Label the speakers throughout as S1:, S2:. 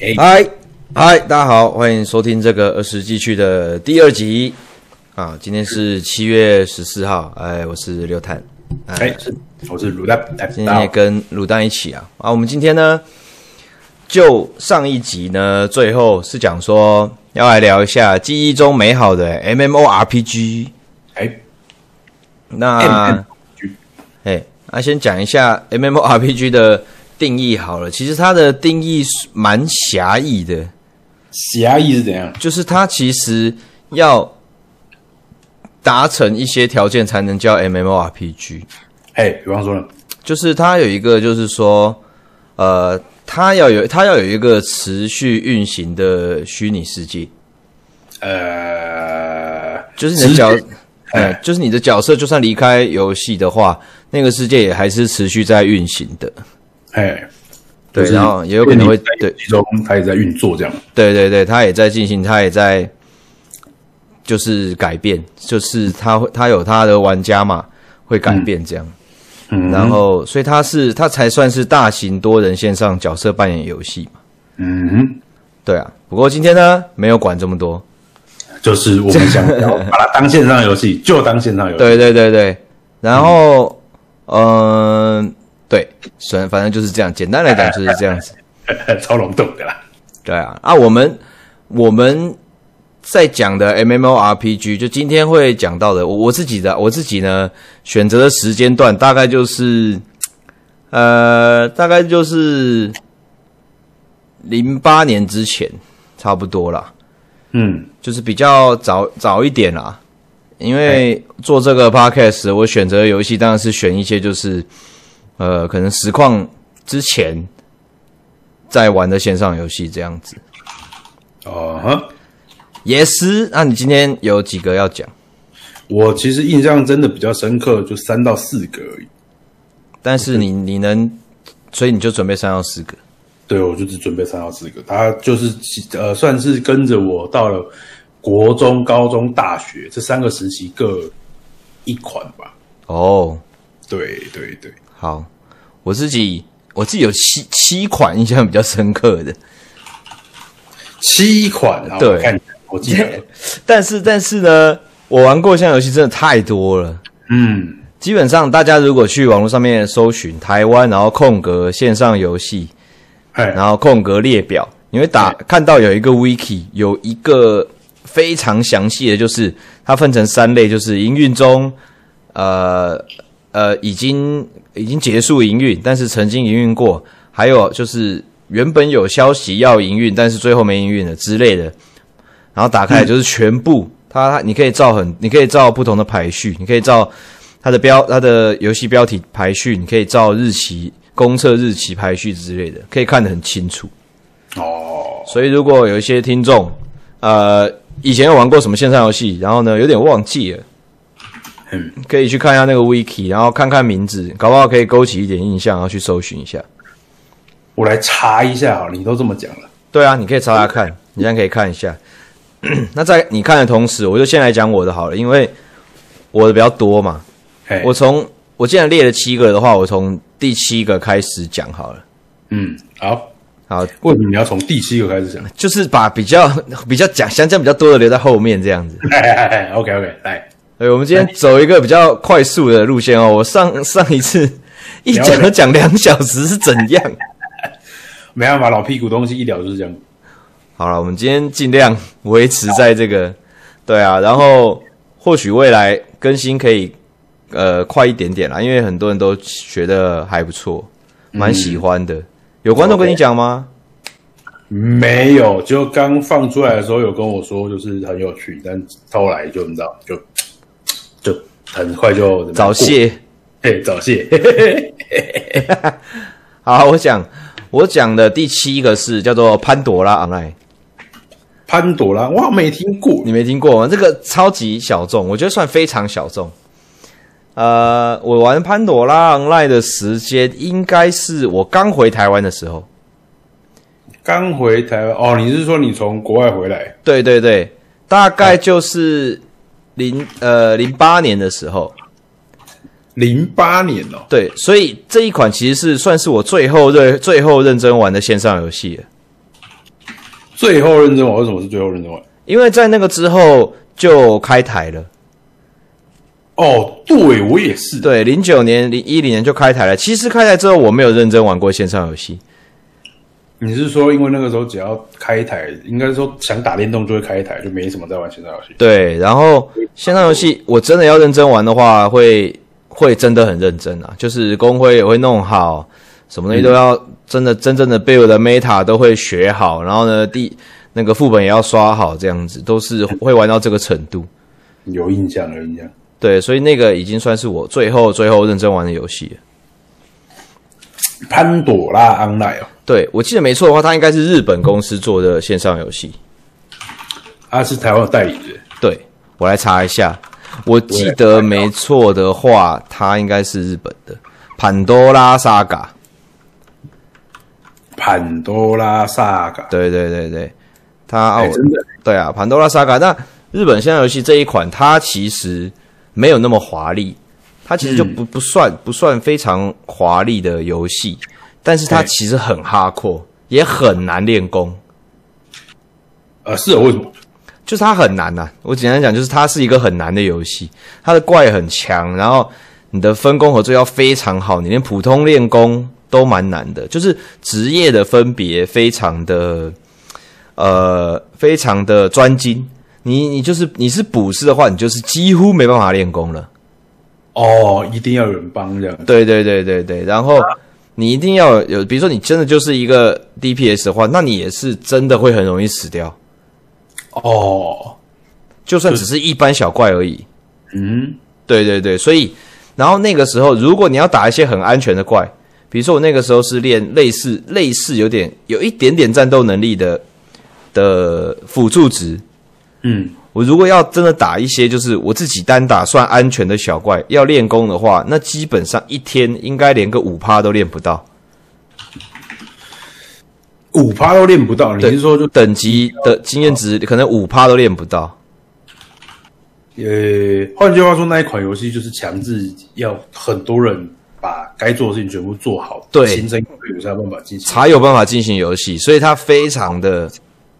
S1: 哎
S2: 嗨嗨，大家好，欢迎收听这个二十继续的第二集啊！今天是七月十四号，哎，我是刘探，
S1: 哎，是我是卤蛋，哎
S2: 今天也跟卤蛋一起啊啊！我们今天呢，就上一集呢，最后是讲说要来聊一下记忆中美好的 MMORPG。
S1: 哎，
S2: 啊那哎，那、先讲一下 MMORPG 的定义好了。其实它的定义是蛮狭义的，
S1: 狭义是怎样？
S2: 就是它其实要达成一些条件才能叫 MMORPG。
S1: 哎，比方说呢，
S2: 就是它有一个，就是说，呃，它要有它要有一个持续运行的虚拟世界，
S1: 呃，哎
S2: 就是你的角
S1: 直觉，
S2: 呃，就是你的角色就算离开游戏的话，那个世界也还是持续在运行的。
S1: 哎，
S2: 对，
S1: 就是
S2: 然后也有可能会
S1: 因为你在
S2: 对
S1: 其中它也在运作这样。
S2: 对对对，它也在进行，它也在就是改变，就是它会它有它的玩家嘛会改变这样，
S1: 嗯，
S2: 然后所以它是它才算是大型多人线上角色扮演游戏嘛。
S1: 嗯哼，
S2: 对啊，不过今天呢没有管这么多。
S1: 就是我们想 要把它当线上游戏，就当线上游戏。
S2: 对对对对，然后嗯、呃对，反反正就是这样，简单来讲就是这样子。
S1: 对， 超笼统的啦。
S2: 对啊，啊，我们我们在讲的 MMORPG，就今天会讲到的，我我自己的我自己呢选择的时间段大概就是，呃，大概就是零八年之前差不多啦，
S1: 嗯，
S2: 就是比较早早一点啦。因为做这个 podcast，我选择的游戏当然是选一些就是，呃，可能实况之前在玩的线上游戏这样子。
S1: 哦呵，
S2: 也是，那你今天有几个要讲？
S1: 我其实印象真的比较深刻，就三到四个而已。
S2: 但是你你能，所以你就准备三到四个。
S1: 对，我就只准备三到四个。他就是呃，算是跟着我到了国中、高中、大学这三个时期各一款吧。
S2: 哦，
S1: 对对对，
S2: 好，我自己我自己有七七款印象比较深刻的，
S1: 七款啊！
S2: 对
S1: 我看我记得，
S2: 但是但是呢，我玩过像游戏真的太多了。
S1: 嗯，
S2: 基本上大家如果去网络上面搜寻台湾，然后空格线上游戏，
S1: 哎，
S2: 然后空格列表，你会打看到有一个 wiki，有一个非常详细的，就是它分成三类，就是营运中，呃呃，已经已经结束营运，但是曾经营运过，还有就是原本有消息要营运，但是最后没营运了之类的。然后打开来就是全部，它它你可以照很，你可以照不同的排序，你可以照它的标它的游戏标题排序，你可以照日期、公测日期排序之类的，可以看得很清楚。
S1: 哦，
S2: 所以如果有一些听众，呃，以前有玩过什么线上游戏，然后呢有点忘记了，
S1: 嗯，
S2: 可以去看一下那个 wiki，然后看看名字，搞不好可以勾起一点印象，然后去搜寻一下。
S1: 我来查一下好了，你都这么讲了，
S2: 对啊，你可以查查看，你现在可以看一下。 那在你看的同时，我就先来讲我的好了，因为我的比较多嘛。
S1: 哎，
S2: 我从我既然列了七个的话，我从第七个开始讲好了。
S1: 嗯，好，
S2: 好，
S1: 为什么你要从第七个开始 讲？
S2: 就是把比较 比较讲想讲比较多的留在后面这样子。
S1: 哎哎哎，OK OK，来，
S2: 对，我们今天走一个比较快速的路线哦。我上上一次一讲都讲两小时是怎样？
S1: 没办法，老屁股东西一聊就是这样，
S2: 好了，我们今天尽量维持在这个，对啊，然后或许未来更新可以呃快一点点啦，因为很多人都觉得还不错，蛮喜欢的。有观众跟你讲吗？
S1: 没有，就刚放出来的时候有跟我说，就是很有趣，但后来就你知道，就就很快就
S2: 早，泄。
S1: 对，早泄，
S2: 好，我讲我讲的第七个是叫做潘朵拉 online，
S1: 潘朵拉，我好像没听过
S2: 你，没听过吗？这个超级小众，我觉得算非常小众。呃，我玩潘朵拉 online 的时间应该是我刚回台湾的时候。
S1: 刚回台湾哦，你是说你从国外回来？
S2: 对对对，大概就是零呃零八年的时候。
S1: 零八年哦，
S2: 对，所以这一款其实是算是我最后认最后认真玩的线上游戏了。
S1: 最后认真玩，为什么是最后认真玩？
S2: 因为在那个之后就开台了。
S1: 哦，对我也是，
S2: 对，零九年、零一零年就开台了。其实开台之后，我没有认真玩过线上游戏。
S1: 你是说因为那个时候只要开一台，应该说想打电动就会开一台，就没什么在玩线上游戏。
S2: 对，然后线上游戏我真的要认真玩的话，会会真的很认真啊，就是工会也会弄好，什么东西都要真的、真正的 build 的 meta 都会学好，然后呢，第那个副本也要刷好，这样子都是会玩到这个程度。
S1: 有印象，有印象。
S2: 对，所以那个已经算是我最后最后认真玩的游戏了。
S1: 潘朵拉 Online 哦，
S2: 对我记得没错的话，它应该是日本公司做的线上游戏。
S1: 它啊是台湾有代理的。
S2: 对我来查一下，我记得没错的话，它应该是日本的《潘多拉 Saga》。
S1: 潘多拉萨嘎，
S2: 对对对对，它啊
S1: 哎
S2: 我
S1: 真的
S2: 对啊，《潘多拉 Saga》。那日本线上游戏这一款，它其实没有那么华丽，它其实就不、不算不算非常华丽的游戏，但是它
S1: 对
S2: 其实很哈阔，也很难练功。
S1: 呃，是哦为什么？
S2: 就是它很难呐、我简单讲，就是它是一个很难的游戏，它的怪很强，然后你的分工合作要非常好，你连普通练功都蛮难的，就是职业的分别非常的呃非常的专精。你你就是你是捕师的话，你就是几乎没办法练功了。
S1: 哦，一定要有人帮这样子。
S2: 对对对对对，然后你一定要有，比如说你真的就是一个 DPS 的话，那你也是真的会很容易死掉，
S1: 哦，
S2: 就算只是一般小怪而已。
S1: 嗯，
S2: 对对对，所以然后那个时候，如果你要打一些很安全的怪，比如说我那个时候是练类似类似有点有一点点战斗能力的的辅助值，
S1: 嗯，
S2: 我如果要真的打一些就是我自己单打算安全的小怪，要练功的话，那基本上一天应该连个五趴都练不到。
S1: 五趴都练不到，你
S2: 对
S1: 是说就
S2: 等级的经验值可能五趴都练不到。
S1: 呃，换句话说，那一款游戏就是强制要很多人把该做的事情全部做好，
S2: 对
S1: 形成一个队伍才有办法进行。
S2: 才有办法进行游戏，所以它非常的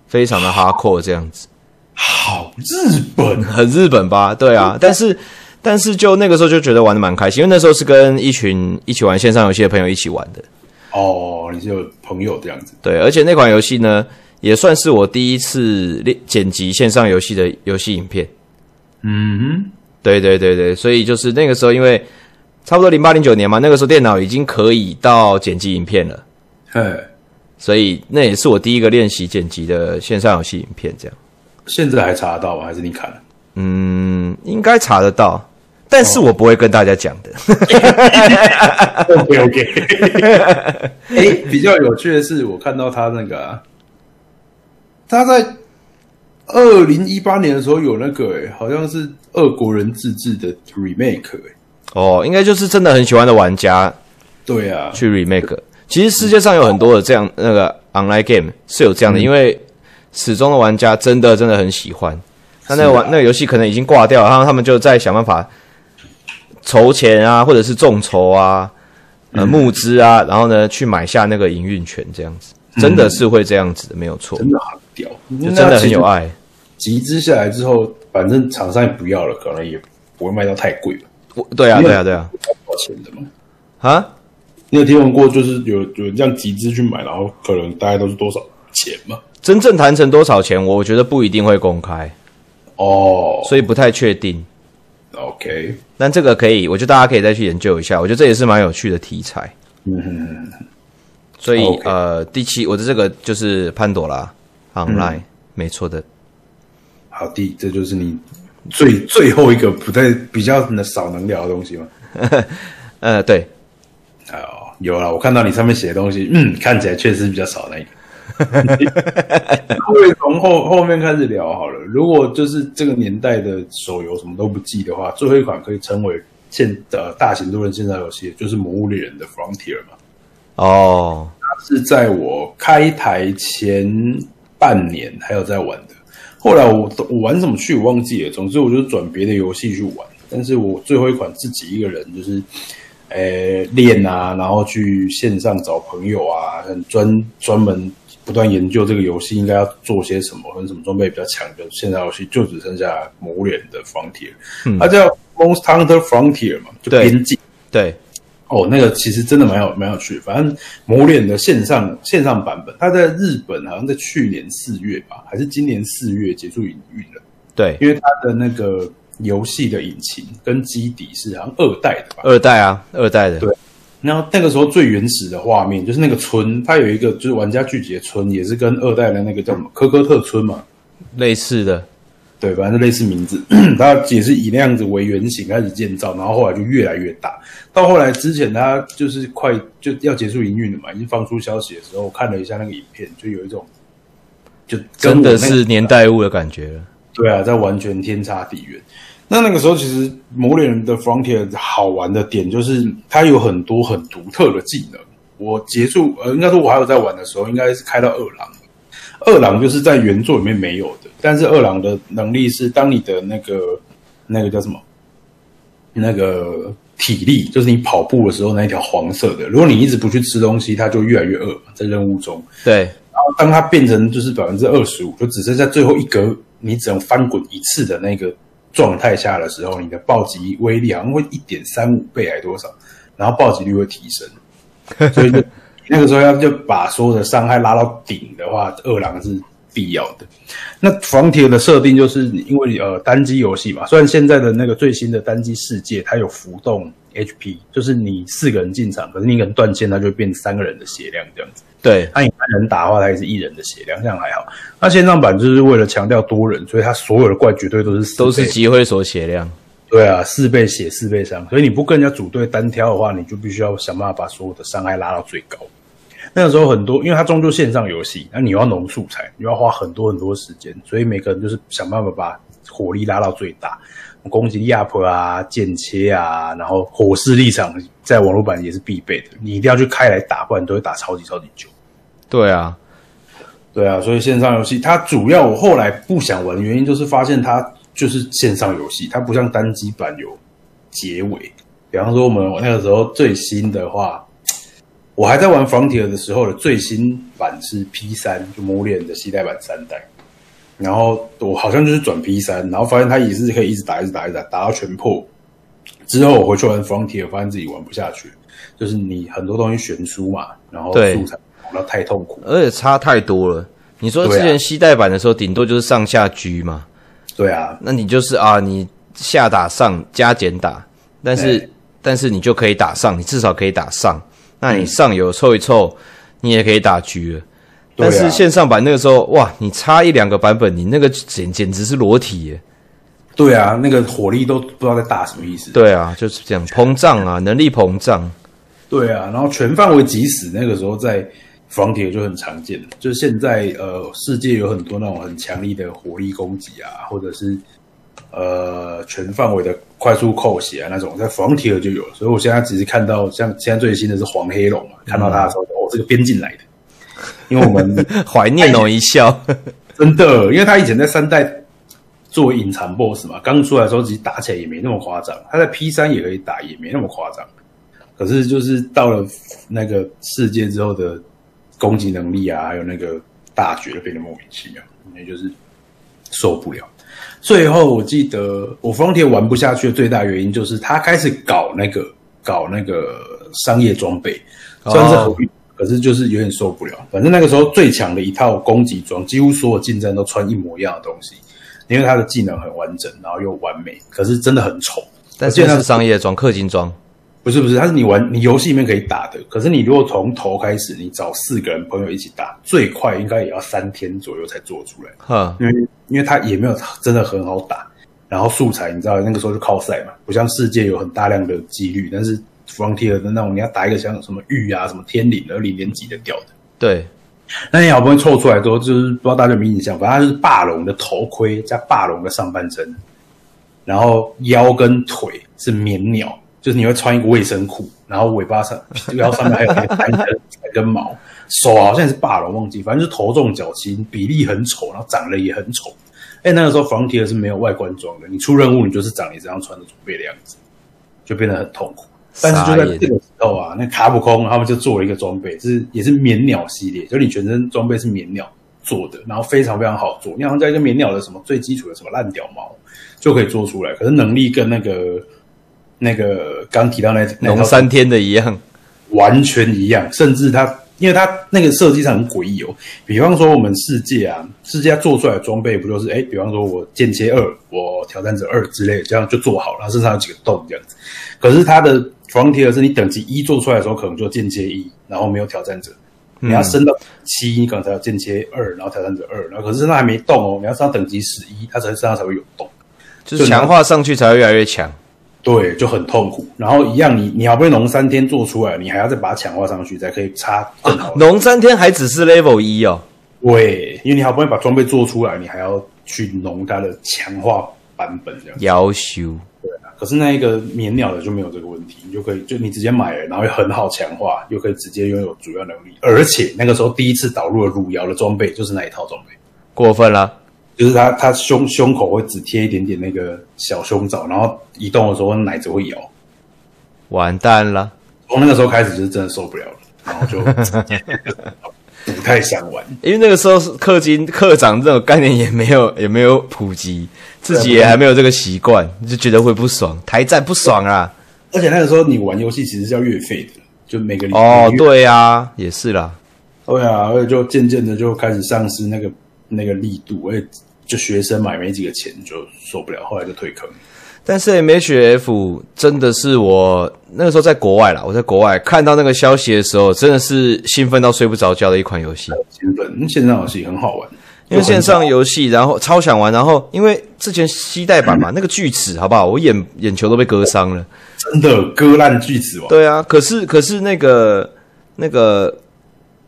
S2: 非常的 hardcore 这样子，
S1: 好，日本
S2: 很日本吧？对啊，但是但是就那个时候就觉得玩的蛮开心，因为那时候是跟一群一起玩线上游戏的朋友一起玩的，
S1: 哦，你是有朋友这样子，
S2: 对，而且那款游戏呢也算是我第一次练剪辑线上游戏的游戏影片，
S1: 嗯，
S2: 对对对对，所以就是那个时候因为差不多零八零九年嘛，那个时候电脑已经可以到剪辑影片了，
S1: 嘿，
S2: 所以那也是我第一个练习剪辑的线上游戏影片这样。
S1: 现在还查得到吗？还是你砍了？
S2: 嗯，应该查得到，但是我不会跟大家讲的。
S1: OK OK，哎、 比较有趣的是，我看到他那个、啊，他在二零一八年的时候有那个、哎，好像是俄国人自制的 remake，、哎，
S2: 哦，应该就是真的很喜欢的玩家
S1: 对啊，
S2: 去 remake。其实世界上有很多的这样那个 online game 是有这样的，因为始终的玩家真的真的很喜欢。那那个
S1: 是啊
S2: 玩、那个游戏可能已经挂掉了，然后他们就在想办法筹钱啊，或者是众筹啊，呃募资啊，然后呢去买下那个营运权，这样子真的是会这样嗯子的，没有错，
S1: 真的很屌，
S2: 就
S1: 真
S2: 真的很有。啊爱。
S1: 集资下来之后，反正厂商也不要了，可能也不会卖到太贵吧，
S2: 我对啊，
S1: 因为
S2: 对啊，对啊，
S1: 多少钱的嘛？
S2: 啊。
S1: 你有听闻过就是有有人这样集资去买，然后可能大概都是多少钱吗？
S2: 真正谈成多少钱，我觉得不一定会公开，
S1: 哦
S2: 所以不太确定。
S1: ，OK，
S2: 但这个可以，我觉得大家可以再去研究一下，我觉得这也是蛮有趣的题材。
S1: 嗯哼哼哼。
S2: 所以
S1: OK
S2: 呃，第七，我的这个就是潘朵拉 online，、没
S1: 嗯
S2: 错的。
S1: 好的，这就是你最最后一个不太比较能少能聊的东西吗？
S2: 呃，对，
S1: 哦，有了，我看到你上面写的东西，嗯，看起来确实比较少那一个。 会从后后面开始聊好了。如果就是这个年代的手游什么都不记的话，最后一款可以称为现呃大型多人线上游戏，就是《魔物猎人》的 Frontier 嘛。
S2: 哦，
S1: 是在我开台前半年还有在玩的。后来我我玩什么去我忘记了，总之我就转别的游戏去玩。但是我最后一款自己一个人就是，哎、诶练啊，然后去线上找朋友啊，很专专门不断研究这个游戏应该要做些什么，跟什么装备比较强的线上游戏，就只剩下魔脸的 Frontier，、它叫 Monster Hunter Frontier 嘛，就
S2: 对
S1: 边境。
S2: 对，
S1: 哦，那个其实真的蛮有蛮有趣的，反正魔脸的线上线上版本，它在日本好像在去年四月吧，还是今年四月结束营运了。
S2: 对，
S1: 因为它的那个游戏的引擎跟基底是好像二代的吧。
S2: 二代啊，二代的，
S1: 对然后那个时候最原始的画面就是那个村，它有一个就是玩家聚集的村，也是跟二代的那个叫什么科科特村嘛，
S2: 类似的，
S1: 对，反正类似名字， 它也是以那样子为原型开始建造，然后后来就越来越大。到后来之前，它就是快就要结束营运了嘛，已经放出消息的时候，我看了一下那个影片，就有一种就跟
S2: 真
S1: 我
S2: 的
S1: 那个
S2: 是年代物的感觉了。
S1: 对啊，在完全天差地远。那那个时候，其实《魔猎人的 Frontier》好玩的点就是它有很多很独特的技能。我结束，呃，应该说我还有在玩的时候，应该是开到二郎。二郎就是在原作里面没有的，但是二郎的能力是，当你的那个那个叫什么，那个体力，就是你跑步的时候那一条黄色的，如果你一直不去吃东西，它就越来越饿。在任务中，
S2: 对，
S1: 然后当它变成就是百分之二十五，就只剩下最后一格，你只能翻滚一次的那个状态下的时候，你的暴击威力好像会一点三五倍还多少，然后暴击率会提升，所以就那个时候要就把所有的伤害拉到顶的话，二郎是必要的。那房铁的设定就是你因为呃单机游戏嘛，虽然现在的那个最新的单机世界它有浮动 HP，就是你四个人进场，可是你可能断线，它就变三个人的血量这样子。
S2: 对，
S1: 那你单人打的话，它也是一人的血量，这样还好。那线上版就是为了强调多人，所以它所有的怪绝对都是四倍
S2: 都是集会所血量。
S1: 对啊，四倍血四倍伤，所以你不跟人家组队单挑的话，你就必须要想办法把所有的伤害拉到最高。那个时候很多，因为它终究线上游戏，那你要农素材，你要花很多很多时间，所以每个人就是想办法把火力拉到最大，攻击力 up 啊、剑切啊，然后火势立场在网络版也是必备的，你一定要去开来打，不然你都会打超级超级久。
S2: 对啊，
S1: 对啊，所以线上游戏它主要我后来不想玩的原因就是发现它就是线上游戏，它不像单机版有结尾。比方说我们那个时候最新的话，我还在玩《Frontier》的时候的最新版是 P 三，就魔脸的系代版三代。然后我好像就是转 P 三，然后发现它也是可以一直打，一直打，一直打，打到全破。之后我回去玩《Frontier》，发现自己玩不下去，就是你很多东西悬殊嘛，然后
S2: 对
S1: 素材玩到太痛苦。
S2: 而且差太多了。你说之
S1: 对啊
S2: 前西代版的时候，顶多就是上下狙嘛，
S1: 对啊，
S2: 那你就是啊，你下打上加减打，但是
S1: 对
S2: 但是你就可以打上，你至少可以打上。那
S1: 嗯
S2: 你上游凑一凑，你也可以打狙了。
S1: 对啊
S2: 但是线上版那个时候，哇，你差一两个版本，你那个简简直是裸体耶！
S1: 对啊，那个火力都不知道在打什么意思。
S2: 对啊，就是这样，膨胀啊，能力膨 胀。
S1: 对啊，然后全范围急死，那个时候在防铁就很常见了。就是现在呃，世界有很多那种很强力的火力攻击啊，或者是呃全范围的快速扣血啊那种，在防铁就有了。所以我现在只是看到像现在最新的是黄黑龙嘛，看到它的时候，哦，这个边境来的，因为我们
S2: 怀念哦，一 笑。
S1: 真的， 因为他以前在三代作为隐藏 BOSS 嘛，刚出来的时候其实打起来也没那么夸张，他在 P 三也可以打，也没那么夸张。可是就是到了那个世界之后的攻击能力啊，还有那个大绝变得莫名其妙，那就是受不了。最后我记得我方铁玩不下去的最大原因就是他开始搞那个搞那个商业装备，虽然是合约，可是就是有点受不了。反正那个时候最强的一套攻击装，几乎所有近战都穿一模一样的东西，因为他的技能很完整，然后又完美，可是真的很丑。我
S2: 但是
S1: 记得
S2: 那
S1: 他
S2: 是商业装、氪金装。
S1: 不是不是，它是你玩你游戏里面可以打的，可是你如果从头开始，你找四个人朋友一起打，最快应该也要三天左右才做出来，
S2: 哼，
S1: 因为因为它也没有真的很好打，然后素材你知道那个时候就靠赛嘛，不像世界有很大量的几率，但是 Frontier 的那种你要打一个像什么玉啊、什么天灵的零点几的掉的，
S2: 对，
S1: 那你好不容易凑出来之后，就是不知道大家有没有印象，反正它就是霸龙的头盔加霸龙的上半身，然后腰跟腿是绵鸟，就是你会穿一个卫生裤，然后尾巴上腰上面还有那个三根三根毛，手好像也是霸龙，忘记，反正就是头重脚轻，比例很丑，然后长得也很丑。哎、那个时候防铁是没有外观装的，你出任务你就是长你这样穿的准备的样子，就变得很痛苦。但是就在
S2: 傻眼
S1: 这个时候啊，那卡普空他们就做了一个装备，就是也是绵鸟系列，就你全身装备是绵鸟做的，然后非常非常好做。你好像在一个绵鸟的什么最基础的什么烂屌毛就可以做出来，可是能力跟那个那个刚提到那那
S2: 龙
S1: 套
S2: 三天的一样，
S1: 完全一样，甚至它，因为它那个设计上很诡异哦。比方说我们世界啊，世界它做出来的装备不就是，哎，比方说我间歇二，我挑战者二之类的，这样就做好了，然后身上有几个洞这样子。可是它的 frontier 是你等级一做出来的时候，可能就间歇一，然后没有挑战者。你要升到七，你可能才有间歇二，然后挑战者二，然后可是身上还没动哦，你要升到等级十一，它才身上才会有洞。
S2: 就是强化上去才会越来越强。
S1: 对，就很痛苦。然后一样你，你好不容易弄三天做出来，你还要再把它强化上去，才可以插更啊好的
S2: 龙三天还只是 level 一哦，
S1: 对，因为你好不容易把装备做出来，你还要去弄它的强化版本这样子。
S2: 要修
S1: 可是那一个免鸟的就没有这个问题，你就可以就你直接买了，然后很好强化，又可以直接拥有主要能力。而且那个时候第一次导入了汝窑的装备就是那一套装备，
S2: 过分了，
S1: 就是它它胸胸口会只贴一点点那个小胸罩，然后移动的时候奶子会摇。
S2: 完蛋了。
S1: 从那个时候开始就是真的受不了了，然后就 不太想玩。
S2: 因为那个时候是氪金课长这种概念也没有 也没有普及，自己也还没有这个习惯，就觉得会不爽，台战不爽啊。
S1: 而且那个时候你玩游戏其实是要月费的，就每个礼
S2: 哦，
S1: 每个月
S2: 对啊，也是啦，
S1: 对啊，而且就渐渐的就开始丧失那个那个力度，而且就学生买没几个钱就受不了，后来就退坑。
S2: 但是 M H F 真的是我那个时候在国外啦，我在国外看到那个消息的时候，真的是兴奋到睡不着觉的一款游戏。
S1: 兴奋，嗯线上游戏很好玩，
S2: 因为线上游戏，然后超想玩，然后因为之前西代版嘛，那个锯齿好不好？我眼眼球都被割伤了。
S1: 真的割烂锯子王，
S2: 对啊，可是可是那个那个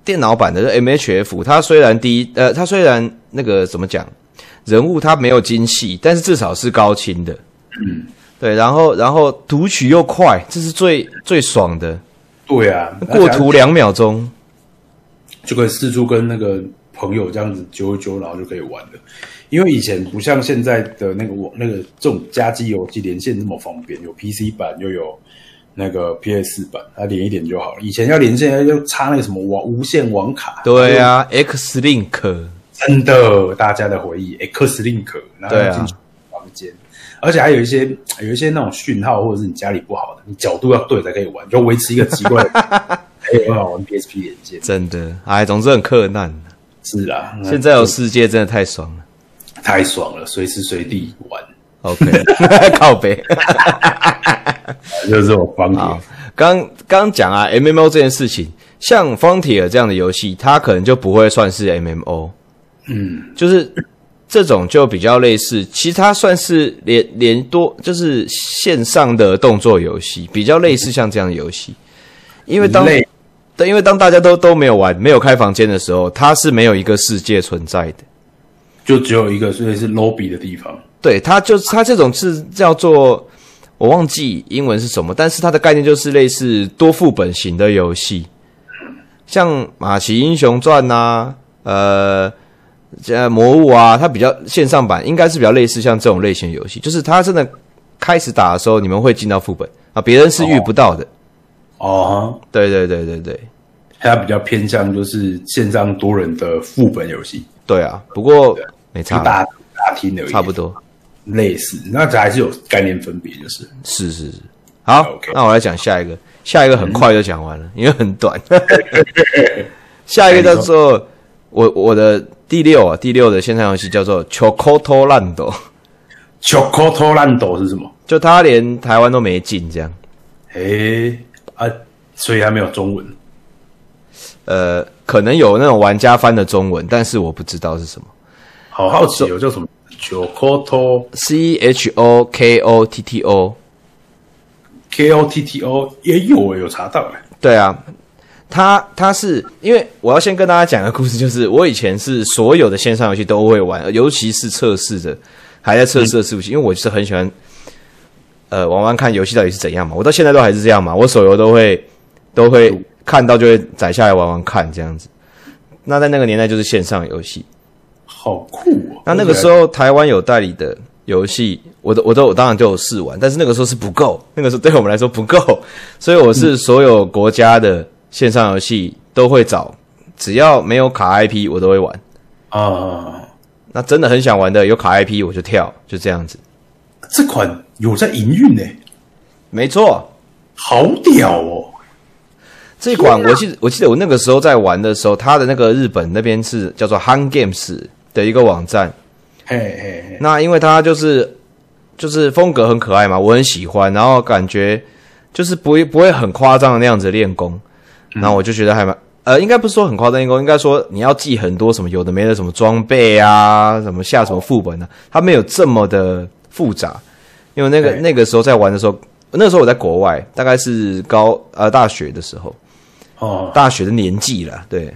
S2: 电脑版的这 MHF，它虽然第一呃，它虽然那个怎么讲，人物它没有精细，但是至少是高清的。
S1: 嗯，
S2: 对，然后然后读取又快，这是最最爽的，
S1: 对啊，
S2: 过图两秒钟。
S1: 就可以四处跟那个朋友这样子揪一揪，然后就可以玩了。因为以前不像现在的那个网那个这种家机游戏连线这么方便，有 PC 版又有那个 PS 版，它连一连就好了。以前要连线要插那个什么网无线网卡，
S2: 对啊，X Link
S1: 真的，大家的回忆，X Link，然后
S2: 对啊
S1: 进去房间，而且还有一些有一些那种讯号，或者是你家里不好的，你角度要对才可以玩，就维持一个奇怪 的，才有办法玩 PSP 连线。
S2: 真的，哎，总之很克难。
S1: 是啊，那
S2: 现在有世界真的太爽了。
S1: 太爽了，随时随地玩，
S2: OK，靠北。
S1: 就是这种方
S2: 啊
S1: 法。，
S2: 刚刚讲啊，MMO 这件事情，像《Frontier》这样的游戏，它可能就不会算是 MMO，
S1: 嗯，
S2: 就是这种就比较类似，其实它算是连连多，就是线上的动作游戏，比较类似像这样的游戏。因为当
S1: 累
S2: 对，因为当大家都都没有玩、没有开房间的时候，它是没有一个世界存在的。
S1: 就只有一个，所以是 lobby 的地方。
S2: 对，它就是它这种是叫做我忘记英文是什么，但是它的概念就是类似多副本型的游戏，像《马奇英雄传》呐，呃，呃，魔物啊，它比较线上版应该是比较类似像这种类型的游戏，就是它真的开始打的时候，你们会进到副本啊，别人是遇不到的。啊
S1: 哦、
S2: 对对对对对
S1: 它比较偏向就是线上多人的副本游戏，
S2: 对啊，不过没
S1: 就
S2: 差啦，
S1: 大大厅而已，
S2: 差不多
S1: 类似。那这还是有概念分别，就是
S2: 是是是。好
S1: OK
S2: 那我来讲下一个，下一个很快就讲完了，因为很短。 下一个叫做我我的第六啊，第六的线上游戏叫做《Chocoto Land》，
S1: Chocoto Lando 是什么？
S2: 就它连台湾都没进这样。
S1: 诶、啊，所以还没有中文。
S2: 呃，可能有那种玩家翻的中文，但是我不知道是什么。
S1: 好好奇哦，叫什么 Chocoto
S2: C H O K O T T O，
S1: K O T T O 也有诶、有查到诶、
S2: 对啊，它它是因为我要先跟大家讲个故事，就是我以前是所有的线上游戏都会玩，尤其是测试的，还在测试的事情，因为我就是很喜欢，呃，玩玩看游戏到底是怎样嘛。我到现在都还是这样嘛，我手游都会都会看到就会载下来玩玩看这样子。那在那个年代就是线上游戏，
S1: 好酷哦。
S2: 那那个时候台湾有代理的，游戏，我都我都我当然都有试玩，但是那个时候是不够，那个时候 对我们来说不够，所以我是所有国家的线上游戏都会找，只要没有卡 IP 我都会玩。
S1: 啊，
S2: 那真的很想玩的，有卡 IP 我就跳，就这样子。
S1: 这款有在营运呢，
S2: 没错，
S1: 好屌哦！
S2: 这款我记得我记得我那个时候在玩的时候，它的那个日本那边是叫做 Han Games 的一个网站，
S1: 嘿嘿嘿，
S2: 那因为它就是就是风格很可爱嘛，我很喜欢，然后感觉就是不会不会很夸张的那样子练功，然后我就觉得还蛮呃，应该不是说很夸张练功，应该说你要记很多什么有的没的什么装备啊，什么下什么副本啊，它没有这么的复杂，因为那个
S1: 对
S2: 那个时候在玩的时候，那时候我在国外，大概是高呃大学的时候，
S1: 哦，
S2: 大学的年纪了，对，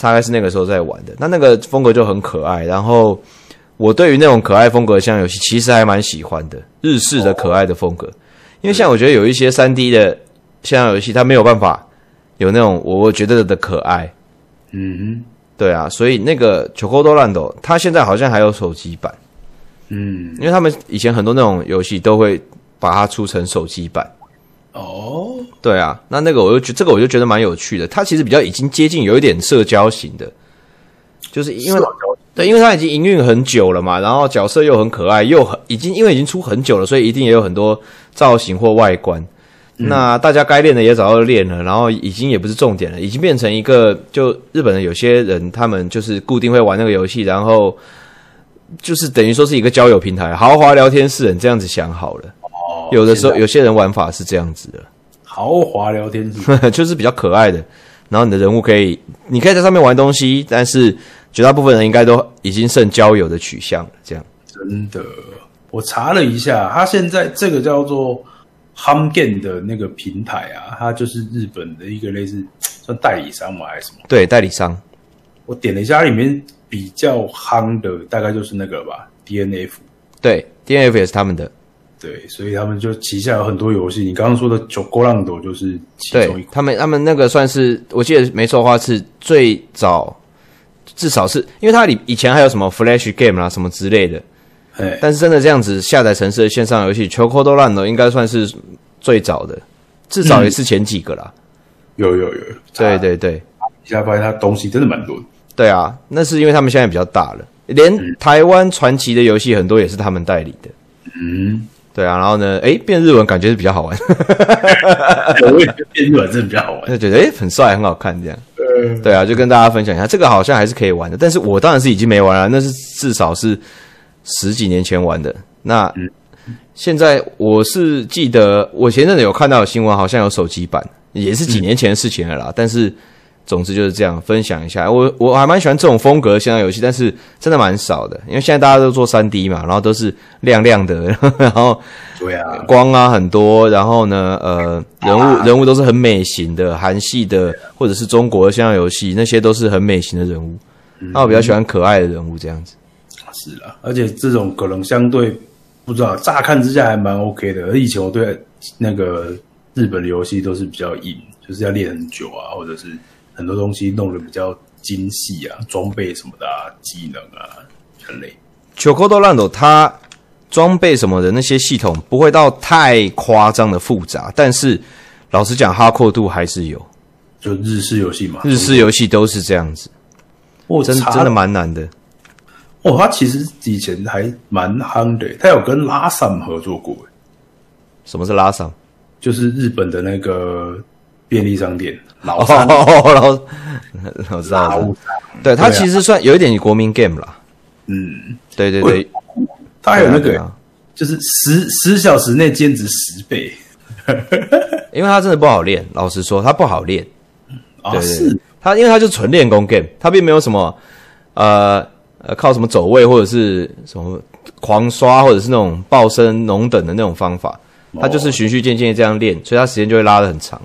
S2: 大概是那个时候在玩的。那那个风格就很可爱，然后我对于那种可爱风格的像游戏，其实还蛮喜欢的，日式的可爱的风格。因为像我觉得有一些三 D 的像游戏，它没有办法有那种我觉得的可爱，
S1: 嗯
S2: 对啊，所以那个《球 o 多烂斗》，它现在好像还有手机版，
S1: 嗯，
S2: 因为他们以前很多那种游戏都会把它出成手机版。
S1: 哦，
S2: 对啊，那那个我就觉这个我就觉得蛮有趣的，它其实比较已经接近有一点社交型的，就是因为
S1: 是吧啊
S2: 对，因为它已经营运很久了嘛，然后角色又很可爱，又很已经因为已经出很久了，所以一定也有很多造型或外观。
S1: 嗯
S2: 那大家该练的也早就练了，然后已经也不是重点了，已经变成一个就日本的有些人他们就是固定会玩那个游戏，然后就是等于说是一个交友平台，豪华聊天室，你这样子想好了。
S1: 哦
S2: 有的时候
S1: 现在
S2: 有些人玩法是这样子的。
S1: 豪华聊天 室
S2: 就是比较可爱的。然后你的人物可以，你可以在上面玩东西，但是绝大部分人应该都已经剩交友的取向了。这样，
S1: 真的，我查了一下，它现在这个叫做 Hum Game 的那个平台啊，它就是日本的一个类似算代理商嘛还是什么？
S2: 对代理商
S1: 我点了一下，它里面比较夯的大概就是那个吧，DNF。
S2: 对 DNF 也是他们的，
S1: 对，所以他们就旗下有很多游戏。你刚刚说的《九勾浪斗》就是其中一
S2: 对
S1: 个。
S2: 他们他们那个算是我记得没错的话是最早，至少是因为它里以前还有什么 Flash Game 啦、什么之类的，
S1: 哎，
S2: 但是真的这样子下载城市的线上游戏，球扣都烂了，应该算是最早的，至少
S1: 嗯
S2: 也是前几个啦。
S1: 有有有，
S2: 对，对对，
S1: 一下发现它东西真的蛮多的。
S2: 对啊，那是因为他们现在比较大了，连台湾传奇的游戏很多也是他们代理的。
S1: 嗯，
S2: 对啊，然后呢，诶，变日文感觉是比较好玩，
S1: 我也觉得变软真的比较好玩。
S2: 就觉得诶很帅，很好看这样。
S1: 呃，
S2: 对啊，就跟大家分享一下，这个好像还是可以玩的，但是我当然是已经没玩了，那是至少是十几年前玩的。那
S1: 嗯
S2: 现在我是记得，我前阵子有看到有新闻，好像有手机版，也是几年前的事情了啦。但是总之就是这样，分享一下。我我还蛮喜欢这种风格的线上游戏，但是真的蛮少的，因为现在大家都做三 D 嘛，然后都是亮亮的， 然后
S1: 对啊，
S2: 光啊很多，然后呢，呃，人物人物都是很美型的，韩系的或者是中国的线上游戏，那些都是很美型的人物。
S1: 嗯
S2: 那我比较喜欢可爱的人物这样子。
S1: 是啦，而且这种可能相对不知道，乍看之下还蛮 OK 的。而以前我对那个日本的游戏都是比较硬，就是要练很久啊，或者是很多东西弄得比较精细啊，装备什么的啊，技能啊，很累。
S2: 九扣豆烂斗它装备什么的那些系统不会到太夸张的复杂，但是老实讲，哈扣度还是有。
S1: 就日式游戏嘛，
S2: 日式游戏都是这样子，
S1: 我
S2: 真
S1: 查
S2: 真的蛮难的。
S1: 哦，他其实以前还蛮夯的，他有跟拉萨合作过，
S2: 什么 是拉上？
S1: 就是日本的那个便利商店老
S2: 哦，
S1: 三
S2: 然后我知道
S1: 大
S2: 了
S1: 物，三，
S2: 对它
S1: 对啊
S2: 其实算有一点国民 game 啦。
S1: 嗯，
S2: 对对对，
S1: 他还有那
S2: 对
S1: 个
S2: 啊
S1: 就是十十小时内兼职十倍
S2: 因为它真的不好练，老实说，它不好练。
S1: 啊，
S2: 对对
S1: 是
S2: 对，它因为它就纯练功 game，它并没有什么呃呃靠什么走位或者是什么狂刷或者是那种爆升农等的那种方法，它就是循序渐进地这样练，所以它时间就会拉得很长。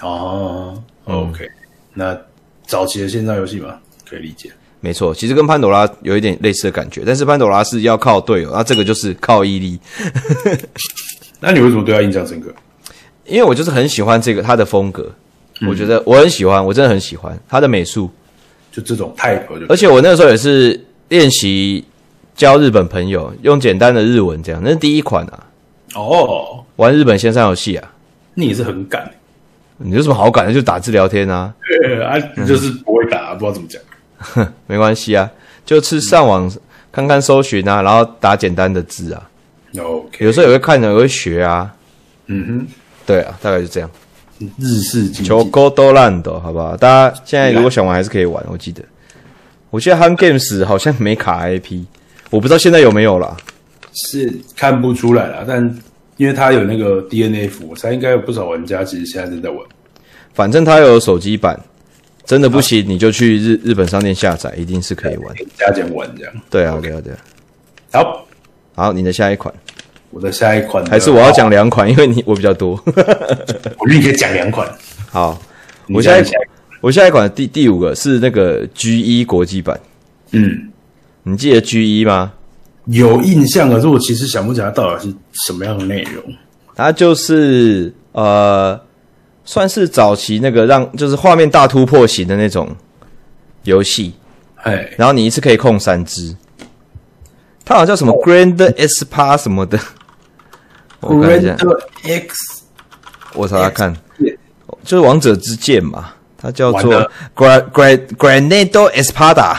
S1: 哦，OK，那
S2: 嗯
S1: 早期的线上游戏嘛，可以理解。
S2: 没错，其实跟潘朵拉有一点类似的感觉，但是潘朵拉是要靠队友，那这个就是靠毅力。
S1: 那你为什么对他印象深刻？
S2: 因为我就是很喜欢这个他的风格，我觉得我很喜欢，我真的很喜欢他的美术，
S1: 就这种 type 就
S2: 而且我那个时候也是练习交日本朋友，用简单的日文这样，那是第一款啊，
S1: 哦，
S2: 玩日本线上游戏啊，
S1: 你也是很敢，
S2: 你有什么好感的？就打字聊天啊，
S1: 呃啊，就是不会打，不知道怎么讲。
S2: 没关系啊，就是上网看看搜寻啊，然后打简单的字啊，
S1: OK，
S2: 有时候也会看，也会学啊，
S1: 嗯
S2: 对啊，大概就这样。
S1: 哼，日式经
S2: 球
S1: 济，
S2: 勾都烂的，好不好？大家现在如果想玩，还是可以玩。我记得，我记得 Han Games 好像没卡 IP，我不知道现在有没有啦。
S1: 是看不出来啦，但因为它有那个 DNA 服，我猜应该有不少玩家其实现在正在玩。
S2: 反正它有手机版，真的不行你就去日日本商店下载，一定是可以玩。
S1: 加减玩这样。
S2: 对啊，对啊，对啊。
S1: 好，
S2: 好，你的下一款
S1: 我的下一款呢
S2: 还是我要，讲两款，因为你我比较多。
S1: 我觉得你可以讲两款。
S2: 好，
S1: 你
S2: 我下一
S1: 讲一
S2: 我下一款的第第五个是那个 G 一国际版，
S1: 嗯，
S2: 你记得 G 一吗？
S1: 有印象，可是我其实想不起来到底是什么样的内容。
S2: 它就是呃，算是早期那个让就是画面大突破型的那种游戏，
S1: 哎，
S2: 然后你一次可以控三只。它好像叫什么 Grand S p a 什么的，我看一下，
S1: Grand X
S2: 我查查看
S1: Yeah，
S2: 就是王者之剑嘛，它叫做
S1: 完了
S2: Gra Gra Granado Espada，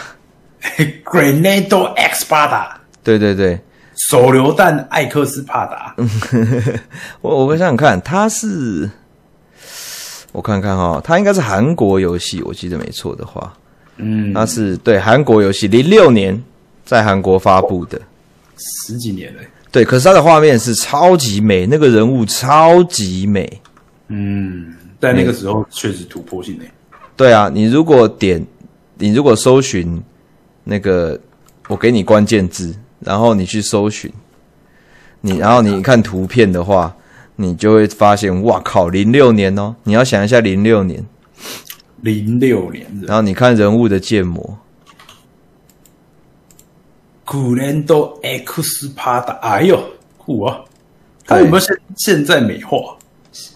S1: Granado X 巴达
S2: 对对对，
S1: 手榴弹艾克斯帕达，
S2: 嗯我我想想看，它是我看看哦，它应该是韩国游戏，我记得没错的话，
S1: 嗯，
S2: 它是对韩国游戏，零六年在韩国发布的。
S1: 十几年了。
S2: 对，可是它的画面是超级美，那个人物超级美。
S1: 嗯，在那个时候确实突破性诶。
S2: 对啊，你如果点，你如果搜寻那个，我给你关键字，然后你去搜寻，你然后你看图片的话，你就会发现，哇靠，零六年哦，你要想一下零六年，
S1: 零六年的
S2: 然后你看人物的建模，
S1: Granado X 帕达，哎呦，酷啊！它有没有现现在美化？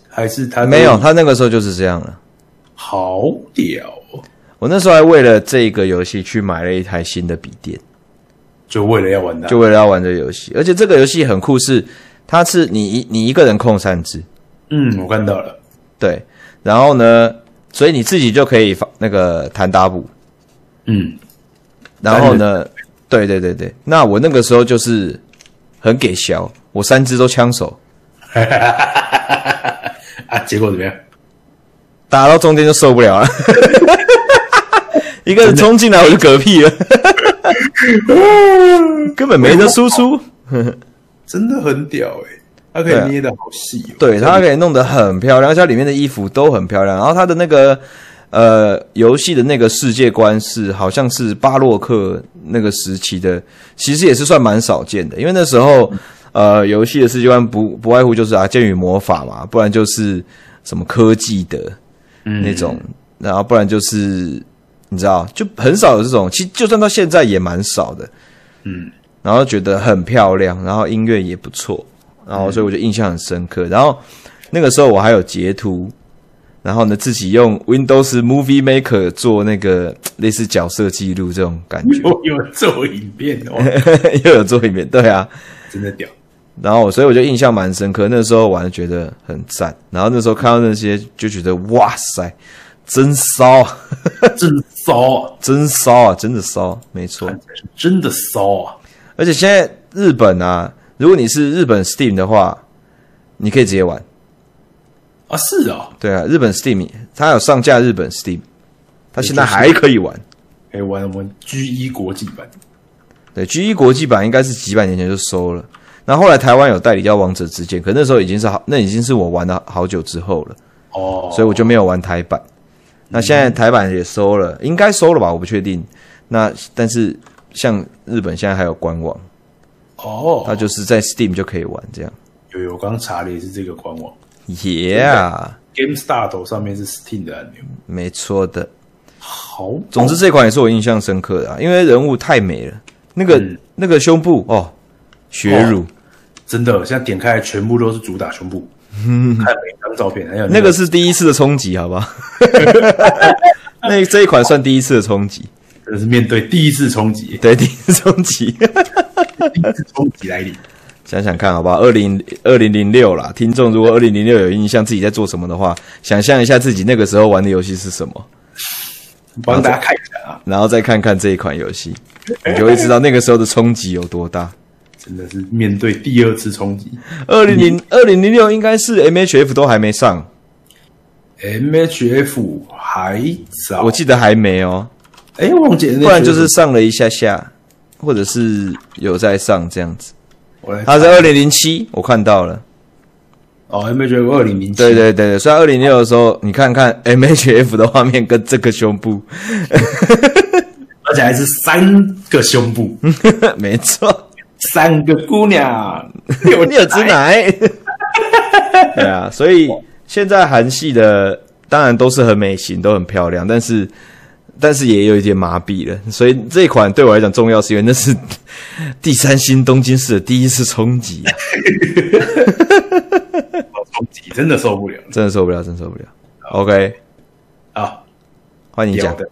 S1: 还是它
S2: 哎没有，？他那个时候就是这样了。
S1: 好屌哦！
S2: 我那时候还为了这个游戏去买了一台新的笔电。
S1: 就为了要玩它，
S2: 就为了要玩这个游戏。而且这个游戏很酷是，它是你一你一个人控三只，
S1: 嗯，我看到了，
S2: 对，然后呢，所以你自己就可以发那个弹打补，
S1: 嗯，
S2: 然后呢，对对对对，那我那个时候就是很给削，我三只都枪手，
S1: 啊，结果怎么样？
S2: 打到中间就受不了了。 一个人冲进来我就嗝屁了， 根本没得输出。
S1: 真的很屌哎、它可
S2: 对啊
S1: 以捏的好细哦、
S2: 对，它可以弄得很漂亮，而且它里面的衣服都很漂亮。然后它的那个呃游戏的那个世界观是好像是巴洛克那个时期的，其实也是算蛮少见的，因为那时候呃游戏的世界观不不外乎就是啊剑与魔法嘛，不然就是什么科技的
S1: 嗯
S2: 那种，然后不然就是你知道就很少有这种，其实就算到现在也蛮少的，
S1: 嗯，
S2: 然后觉得很漂亮，然后音乐也不错，然后所以我就印象很深刻。然后那个时候我还有截图，然后呢自己用 Windows Movie Maker 做那个类似角色记录这种感觉，
S1: 有有做影片 哦、
S2: 又有做一遍，对啊。
S1: 真的屌，
S2: 然后所以我就印象蛮深刻，那时候玩觉得很赞，然后那时候看到那些就觉得哇塞，真骚，啊
S1: 真骚啊，
S2: 真骚啊，真的骚，没错。
S1: 真的骚啊！
S2: 而且现在日本啊，如果你是日本 Steam 的话，你可以直接玩。
S1: 啊，是啊、
S2: 对啊，日本 Steam 它有上架日本 Steam，它现在还可以玩。
S1: 可以哎玩我们 G 一国际版，
S2: 对，G 一国际版应该是几百年前就收了，然后后来台湾有代理叫《王者之剑》，可那时候已经是好，那已经是我玩了好久之后了，
S1: 哦，
S2: 所以我就没有玩台版。那现在台版也收了，应该收了吧？我不确定。那但是像日本现在还有官网，
S1: 哦，
S2: 它就是在 Steam 就可以玩这样。
S1: 有有，我刚查了也是这个官网
S2: Yeah，
S1: ，GameStar 头上面是 Steam 的按钮，
S2: 没错的。
S1: 好，
S2: 总之这款也是我印象深刻的、啊，因为人物太美了，那个、
S1: 嗯
S2: 那个胸部哦，血乳、
S1: 真的，现在点开来全部都是主打胸部， 看每张照片，还有
S2: 那
S1: 个
S2: 个是第一次的冲击，好吧？ 那这一款算第一次的冲击，
S1: 真的是面对第一次冲击，
S2: 对，第一次冲击。
S1: 冲击来临。
S2: 想想看，好不好？二零二零零六啦，听众如果二零零六有印象自己在做什么的话，想象一下自己那个时候玩的游戏是什么，
S1: 帮大家看一下啊，
S2: 然后再看看这一款游戏，你就会知道那个时候的冲击有多大。
S1: 真的是面对第二次冲击。
S2: 二零零二零零六应该是 MHF 都还没上，
S1: MHF 还早，
S2: 我记得还没哦，
S1: 哎、忘记了那
S2: 不然就
S1: 学
S2: 是
S1: 生
S2: 上了一下下，或者是有在上这样 子。
S1: 我来
S2: 它是二零零七，我看到了。
S1: 哦，MHF 二零零七，
S2: 对对对对，虽然二零六的时候，你看 看 MHF 的画面跟这个胸部，
S1: 而且还是三个胸部，
S2: 嗯没错，
S1: 三个姑娘，六
S2: 你有只奶。 对啊，所以现在韩系的当然都是很美型，都很漂亮，但是但是也有一点麻痹了。所以这一款对我来讲重要，是因为那是 第三星东京市的第一次冲击、啊，
S1: 冲击，真的受不了
S2: 真的受不了，真的受不了。OK，
S1: 啊！
S2: 换你
S1: 要
S2: 讲。
S1: 的，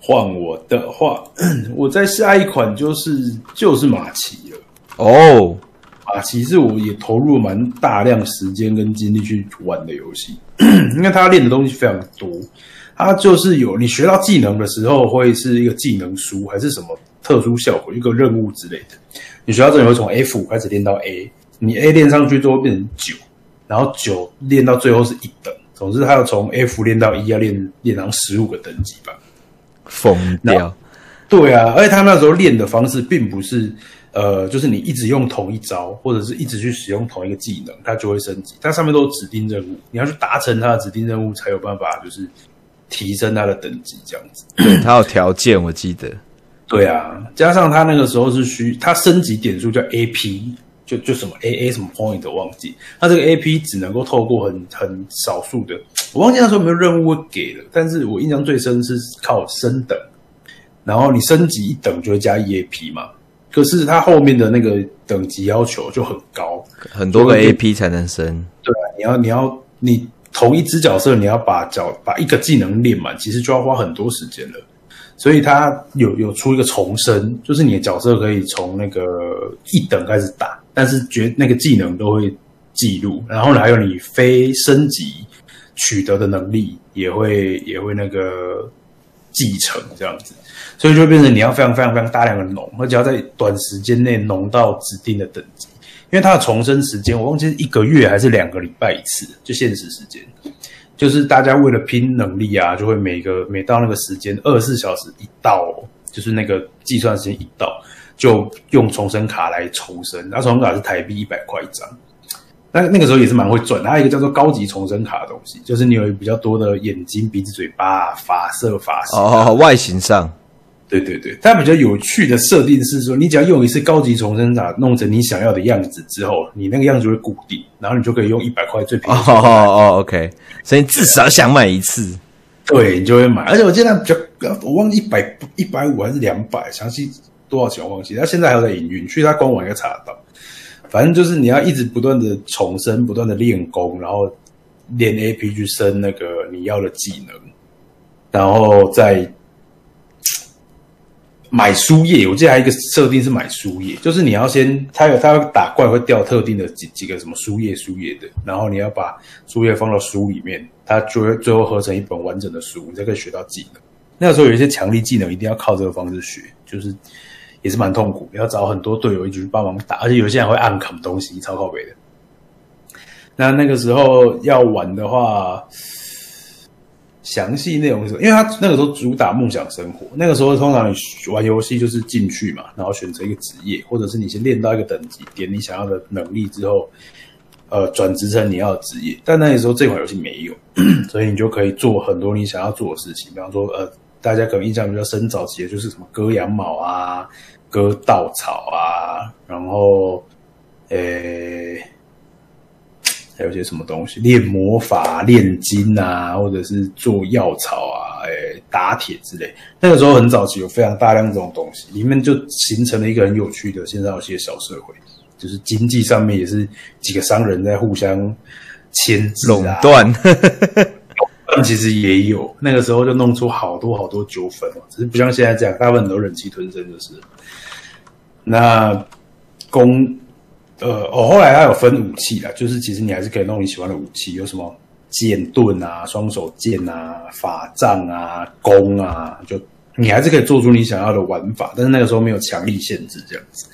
S1: 换我的话，嗯我在下一款就是就是马奇了。
S2: 哦，
S1: 马奇是啊我也投入了蛮大量时间跟精力去玩的游戏， 因为它练的东西非常多。它就是有你学到技能的时候，会是一个技能书，还是什么特殊效果，一个任务之类的。你学到这里会从 F 开始练到 A，你 A 练上去之后变成九，然后九练到最后是一等。总之，它要从 F 练到一，要练练到十五个等级吧。
S2: 疯掉，
S1: 对啊，而且他那时候练的方式并不是，呃，就是你一直用同一招，或者是一直去使用同一个技能，它就会升级。它上面都有指定任务，你要去达成它的指定任务，才有办法就是提升它的等级这样子。
S2: 对 他有条件，我记得。
S1: 对啊，加上他那个时候是需，他升级点数叫 AP，就就什么 AA 什么 point 我忘记，他这个 AP 只能够透过很很少数的，我忘记那时候有没有任务会给了，但是我印象最深是靠升等，然后你升级一等就会加 EAP 嘛，可是他后面的那个等级要求就很高，
S2: 很多个
S1: 就
S2: AP 才能升，
S1: 对啊，你要你要你同一只角色，你要把角把一个技能练满，其实就要花很多时间了。所以它有有出一个重生，就是你的角色可以从那个一等开始打，但是绝那个技能都会记录，然后呢，还有你非升级取得的能力也会也会那个继承这样子，所以就变成你要非常非常非常大量的农，而且要在短时间内农到指定的等级，因为它的重生时间我忘记是一个月还是两个礼拜一次，就限时时间，就是大家为了拼能力啊，就会每个每到那个时间呃二十四小时一到、哦，就是那个计算时间一到，就用重生卡来重生，那重生卡是台币一百块一张。那那个时候也是蛮会赚的，还有一个叫做高级重生卡的东西，就是你有比较多的眼睛、鼻子、嘴巴、啊发色、发型啊
S2: 哦，外形上
S1: 对对对，它比较有趣的设定是说，你只要用一次高级重生卡弄成你想要的样子之后，你那个样子会固定，然后你就可以用一百块最便
S2: 哦
S1: 宜的，
S2: 哦，OK，所以你至少想买一次，
S1: 对你就会买。而且我记得它比较，我忘记一百一百五还是两百，详细多少钱我忘记。它现在还有在营运，去它官网应该查得到。反正就是你要一直不断的重生，不断的练功，然后练 AP 去升那个你要的技能，然后再买书页，我记得还有一个设定是买书页，就是你要先，它有它会打怪会掉特定的几几个什么书页书页的，然后你要把书页放到书里面，它就会最后合成一本完整的书，你才可以学到技能。那个时候有一些强力技能一定要靠这个方式学，就是也是蛮痛苦，要找很多队友一起去帮忙打，而且有些人会暗砍东西，超靠北的。那那个时候要玩的话，详细内容是什么，因为他那个时候主打梦想生活，那个时候通常你玩游戏就是进去嘛，然后选择一个职业，或者是你先练到一个等级，点你想要的能力之后，呃，转职成你要的职业。但那个时候这款游戏没有， 所以你就可以做很多你想要做的事情，比方说呃，大家可能印象比较深早期的就是什么割羊毛啊、割稻草啊，然后呃。还有一些什么东西，练魔法、炼金啊，或者是做药草啊，诶、打铁之类。那个时候很早期有非常大量这种东西，里面就形成了一个很有趣的线上游戏的小社会，就是经济上面也是几个商人在互相牵制、啊、
S2: 垄断，
S1: 但其实也有，那个时候就弄出好多好多纠纷哦，只是不像现在这样，大部分都忍气吞声就是。那弓，呃，哦，后来它有分武器啦，就是其实你还是可以弄你喜欢的武器，有什么剑盾啊、双手剑啊、法杖啊、弓啊，就你还是可以做出你想要的玩法。但是那个时候没有强力限制这样子。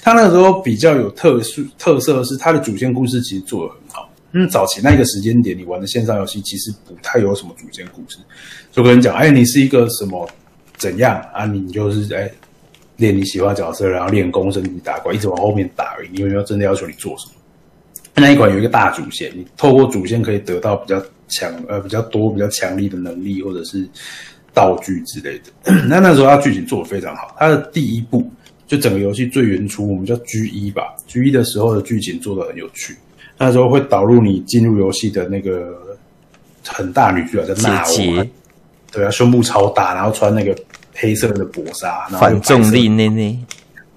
S1: 它那个时候比较有特殊特色的是，它的主线故事其实做得很好。嗯，早期那个时间点，你玩的线上游戏其实不太有什么主线故事，就跟你讲，哎，你是一个什么怎样啊？你就是哎练你喜欢的角色，然后练功升级打怪，一直往后面打而已。你有没有真的要求你做什么？那一款有一个大主线，你透过主线可以得到比较强呃比较多比较强力的能力或者是道具之类的。 那那时候它剧情做得非常好，它的第一部就整个游戏最原初，我们叫 G 一吧，G 一的时候的剧情做得很有趣。那时候会导入你进入游戏的那个很大女主角叫娜
S2: 姐
S1: 欧
S2: 姐
S1: 啊，对啊，胸部超大，然后穿那个黑色的薄纱，然后有
S2: 反
S1: 白色
S2: 重力内内，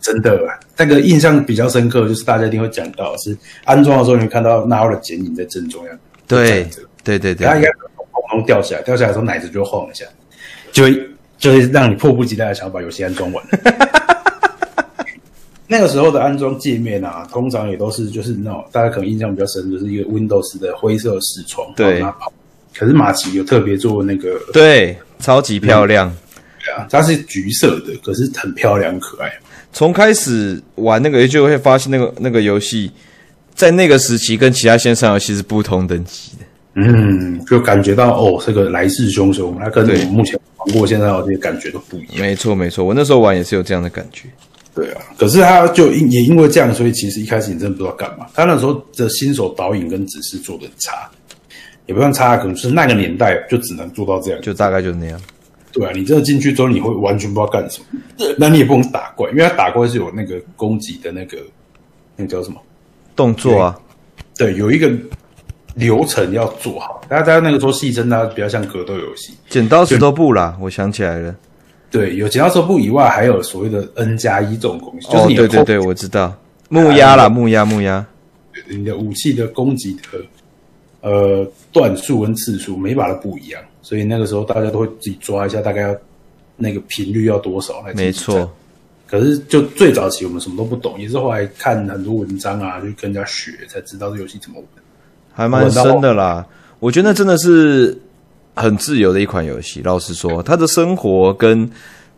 S1: 真的，那个印象比较深刻，就是大家一定会讲到，是安装的时候你会看到纳奥的剪影在正中央，
S2: 对
S1: 站着
S2: 对对对
S1: 然后，应该砰砰掉下来，掉下来的时候奶子就会晃一下，就会就会让你迫不及待的想要把游戏安装 完。那个时候的安装界面啊，通常也都是就是那种大家可能印象比较深，就是一个 Windows 的灰色视窗，
S2: 对
S1: 然后它跑可是马奇有特别做那个
S2: 对，超级漂亮。
S1: 啊，它是橘色的，可是很漂亮可爱。
S2: 从开始玩那个，就会发现那个那个游戏在那个时期跟其他线上游戏是不同等级的。
S1: 嗯，就感觉到哦，这个来势汹汹，它跟我
S2: 对
S1: 们目前玩过现在的这些感觉都不一样。
S2: 没错没错，我那时候玩也是有这样的感觉。
S1: 对啊，可是他就因也因为这样，所以其实一开始你真的不知道干嘛。他那时候的新手导引跟指示做的很差，也不算差，可能是那个年代就只能做到这样。
S2: 就大概就那样。
S1: 对啊，你真的进去之后，你会完全不知道干什么。那你也不能打怪，因为他打怪是有那个攻击的那个那个叫什么？
S2: 动作啊，
S1: 对，有一个流程要做好。大家那个时候戏称它比较像格斗游戏，
S2: 剪刀石头布啦，我想起来了。
S1: 对，有剪刀手部以外，还有所谓的 N 加一这种东西，就是
S2: 哦，
S1: 你的哎
S2: 对对对，我知道。木鸭啦，木鸭木鸭，
S1: 你的武器的攻击的呃段数跟次数每把都不一样，所以那个时候大家都会自己抓一下，大概要那个频率要多少来。
S2: 没错。。
S1: 可是就最早期我们什么都不懂，也是后来看很多文章啊，去跟人家学才知道这游戏怎么玩。
S2: 还蛮深的啦。我觉得那真的是很自由的一款游戏。老实说，他的生活跟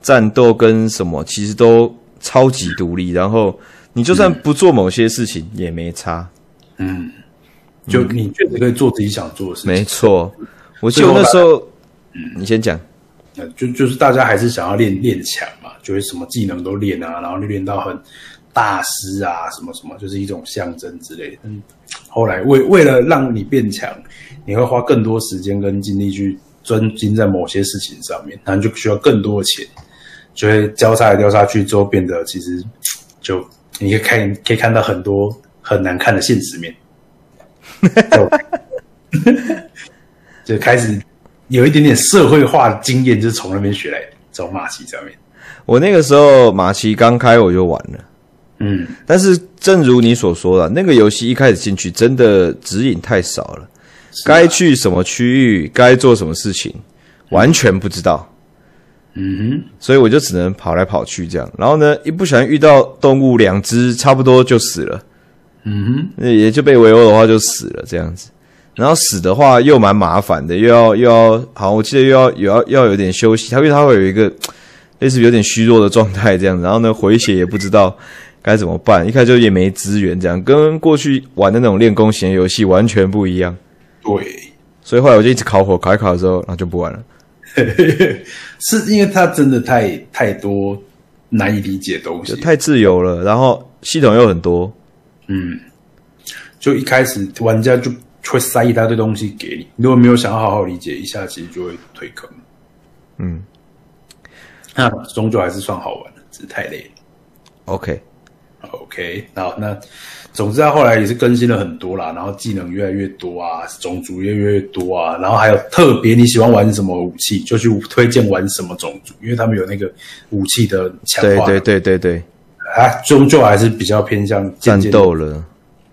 S2: 战斗跟什么，其实都超级独立。然后你就算不做某些事情也 没差。
S1: 嗯，就你确实可以做自己想做的事
S2: 没
S1: 情。
S2: 错，我记得我那时候，你先讲。
S1: 呃就就是大家还是想要练练强嘛，就是什么技能都练啊，然后练到很大师啊，什么什么，就是一种象征之类的。嗯，后来为为了让你变强，你会花更多时间跟精力去专精在某些事情上面，然后就需要更多的钱，就会交叉来交叉去之后，变得其实就你可以看可以看到很多很难看的现实面， 就就开始有一点点社会化的经验，就是从那边学来的，从马戏上面。
S2: 我那个时候马奇刚开我就玩了。
S1: 嗯，
S2: 但是正如你所说的，那个游戏一开始进去真的指引太少了，
S1: 啊
S2: 该去什么区域，该做什么事情，完全不知道。
S1: 嗯
S2: 所以我就只能跑来跑去这样，然后呢，一不小心遇到动物两只，差不多就死了，
S1: 哼，嗯哼。
S2: 那也就被围殴的话就死了这样子，然后死的话又蛮麻烦的，又要又要，好，我记得又要有要要有点休息，它因为它会有一个类似有点虚弱的状态这样子，然后呢回血也不知道该怎么办，一开始就也没资源这样，跟过去玩的那种练功型的游戏完全不一样，
S1: 对，
S2: 所以后来我就一直烤火，烤一烤的时候，然后就不玩了。
S1: 是因为它真的太太多难以理解的东西
S2: 就。太自由了，然后系统又很多，
S1: 嗯，就一开始玩家就会塞一大堆东西给你，如果没有想要好好理解一下，其实就会退坑。
S2: 嗯
S1: 那终究还是算好玩的，只是太累了。
S2: ，OK，
S1: OK，好，那总之他后来也是更新了很多啦，然后技能越来越多啊，种族越来越多啊，然后还有特别你喜欢玩什么武器，就去推荐玩什么种族，因为他们有那个武器的强
S2: 对
S1: 化，
S2: 对对对对，
S1: 啊，终究还是比较偏向渐
S2: 战
S1: 渐地
S2: 斗了，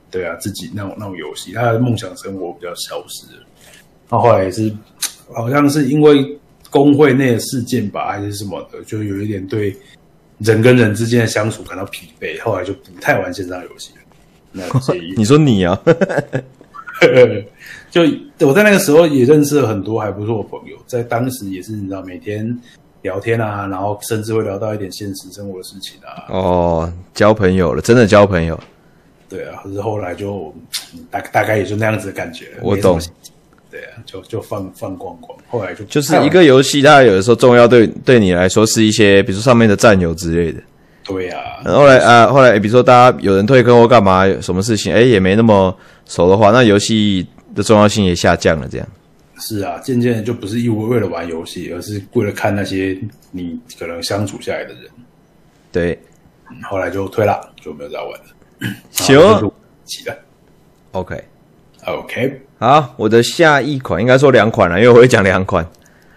S1: 对啊，自己那种那种游戏，他的梦想生活比较消失了。那后来也是，好像是因为工会内的事件吧，还是什么的，就有一点对人跟人之间的相处感到疲惫，后来就不太玩线上游戏了。那所 以
S2: 你说你啊，
S1: 就我在那个时候也认识了很多还不错的朋友，在当时也是你知道每天聊天啊，然后甚至会聊到一点现实生活的事情啊，
S2: 哦，交朋友了，真的交朋友，
S1: 对啊，可是后来就嗯大大概也就那样子的感觉了，
S2: 我
S1: 没什么
S2: 懂
S1: 心情，对啊，就就放放光光，后来就
S2: 就是一个游戏，它有的时候重要对对你来说是一些，比如说上面的战友之类的。
S1: 对啊，
S2: 然后后来啊、后来、诶比如说大家有人退坑或干嘛，有什么事情，哎、也没那么熟的话，那游戏的重要性也下降了。这样，
S1: 是啊，渐渐的就不是一为为了玩游戏，而是为了看那些你可能相处下来的人，嗯
S2: 对，
S1: 后来就退了，就没有再玩了。
S2: 行
S1: 然后就是我自己的
S2: ，OK，
S1: ，OK，
S2: 好，我的下一款应该说两款了，因为我会讲两款。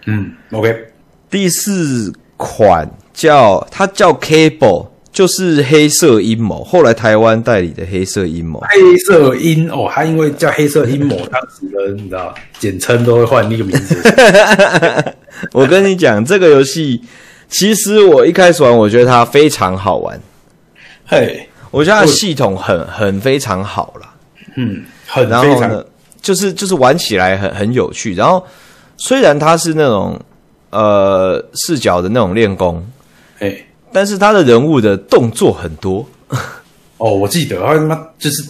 S1: 嗯，OK，
S2: 第四款叫它叫 Cable，就是黑色阴谋，后来台湾代理的黑色 阴谋。
S1: 黑色阴哦，他因为叫黑色阴谋，当时的你知道，简称都会换一个名 字。
S2: 我跟你讲，这个游戏其实我一开始玩，我觉得它非常好玩，
S1: 嘿，
S2: 我觉得它的系统很很非常好啦。
S1: 嗯，很
S2: 然
S1: 非
S2: 后
S1: 常
S2: 呢，就是就是玩起来很很有趣。然后虽然它是那种呃视角的那种练功，
S1: 哎
S2: 但是它的人物的动作很多，
S1: 哦，我记得他他妈就是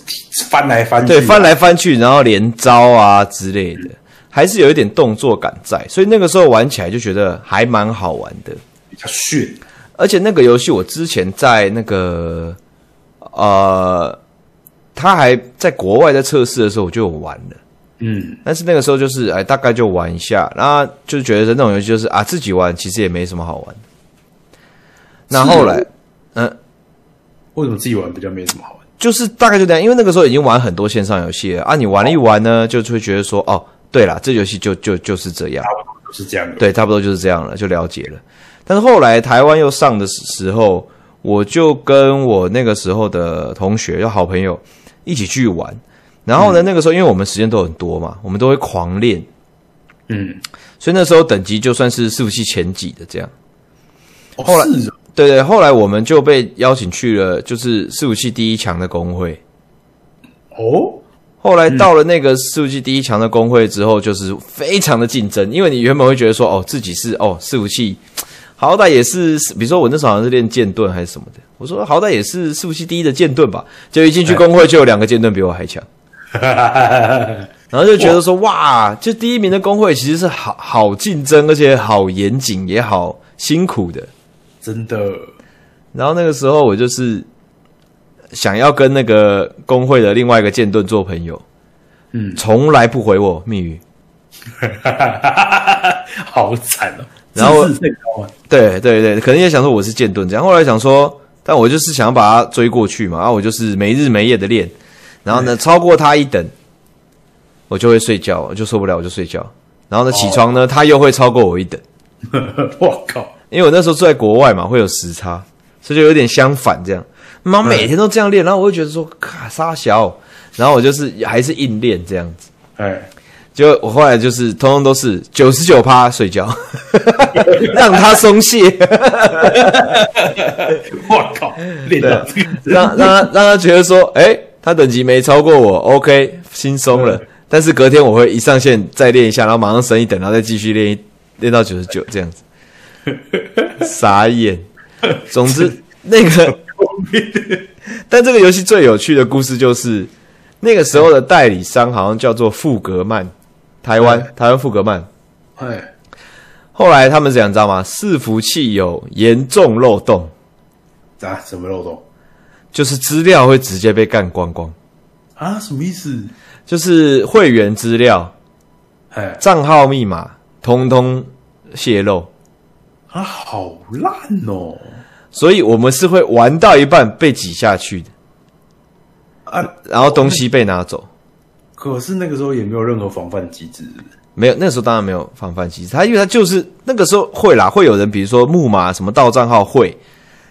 S1: 翻来翻去，
S2: 对，翻来翻去，然后连招啊之类的，还是有一点动作感在。所以那个时候玩起来就觉得还蛮好玩的。
S1: 比较炫。
S2: 而且那个游戏我之前在那个呃，它还在国外在测试的时候我就有玩了。
S1: 嗯，
S2: 但是那个时候就是哎，大概就玩一下，然后就觉得那种游戏就是啊，自己玩其实也没什么好玩的。那后来
S1: 是为什么自己玩比较没什么好玩？
S2: 就是大概就这样，因为那个时候已经玩很多线上游戏了啊，你玩了一玩呢，就会觉得说哦，对啦，这游戏就就就是这样
S1: 差，不多都是这样的。，
S2: 对，差不多就是这样了，就了解了。但是后来台湾又上的时候，我就跟我那个时候的同学，就好朋友一起去玩。然后呢，那个时候因为我们时间都很多嘛，我们都会狂练，
S1: 嗯，
S2: 所以那时候等级就算是伺服器前几的这样。
S1: 哦
S2: 后来
S1: 是哦
S2: 对对，后来我们就被邀请去了，就是伺服器第一强的工会。
S1: 哦，
S2: 后来到了那个伺服器第一强的工会之后，就是非常的竞争，因为你原本会觉得说，哦，自己是哦伺服器，好歹也是，比如说我那时候好像是练剑盾还是什么的，我说好歹也是伺服器第一的剑盾吧，就一进去工会就有两个剑盾比我还强，
S1: 哈哈哈哈
S2: 然后就觉得说，哇，就第一名的工会其实是好好竞争，而且好严谨也好辛苦的，
S1: 真的，
S2: 然后那个时候我就是想要跟那个工会的另外一个剑盾做朋友，
S1: 嗯，
S2: 从来不回我密语。
S1: 好惨哦。
S2: 然后
S1: 自视甚高啊，
S2: 对对对，可能也想说我是剑盾这样。后来想说，但我就是想要把他追过去嘛，然、啊后我就是没日没夜的练，然后呢超过他一等，我就会睡觉，我就受不了，我就睡觉。然后呢起床呢，他又会超过我一等，
S1: 我靠，
S2: 因为我那时候住在国外嘛，会有时差，所以就有点相反这样。妈，每天都这样练，然后我就觉得说，卡沙小，然后我就是还是硬练这样子。
S1: 哎，
S2: 就我后来就是通通都是九十九趴睡觉，让他松懈。
S1: 我靠，练到这个
S2: 让让他让他觉得说，哎、他等级没超过我，OK，轻松了
S1: 对。
S2: 但是隔天我会一上线再练一下，然后马上升一等，然后再继续练一练到九十九这样子，傻眼。总之，那个，但这个游戏最有趣的故事就是，那个时候的代理商好像叫做富格曼，台湾台湾富格曼。
S1: 哎，
S2: 后来他们怎样你知道吗？伺服器有严重漏洞，
S1: 啊，什么漏洞
S2: 就是资料会直接被干光光。
S1: 啊？什么意思？
S2: 就是会员资料、
S1: 哎，
S2: 账号密码，通通泄露，
S1: 啊，好烂哦！
S2: 所以我们是会玩到一半被挤下去的，
S1: 啊，
S2: 然后东西被拿走。
S1: 可是那个时候也没有任何防范机制，
S2: 没有，那时候当然没有防范机制，他因为他就是那个时候会啦，会有人比如说木马什么盗账号会，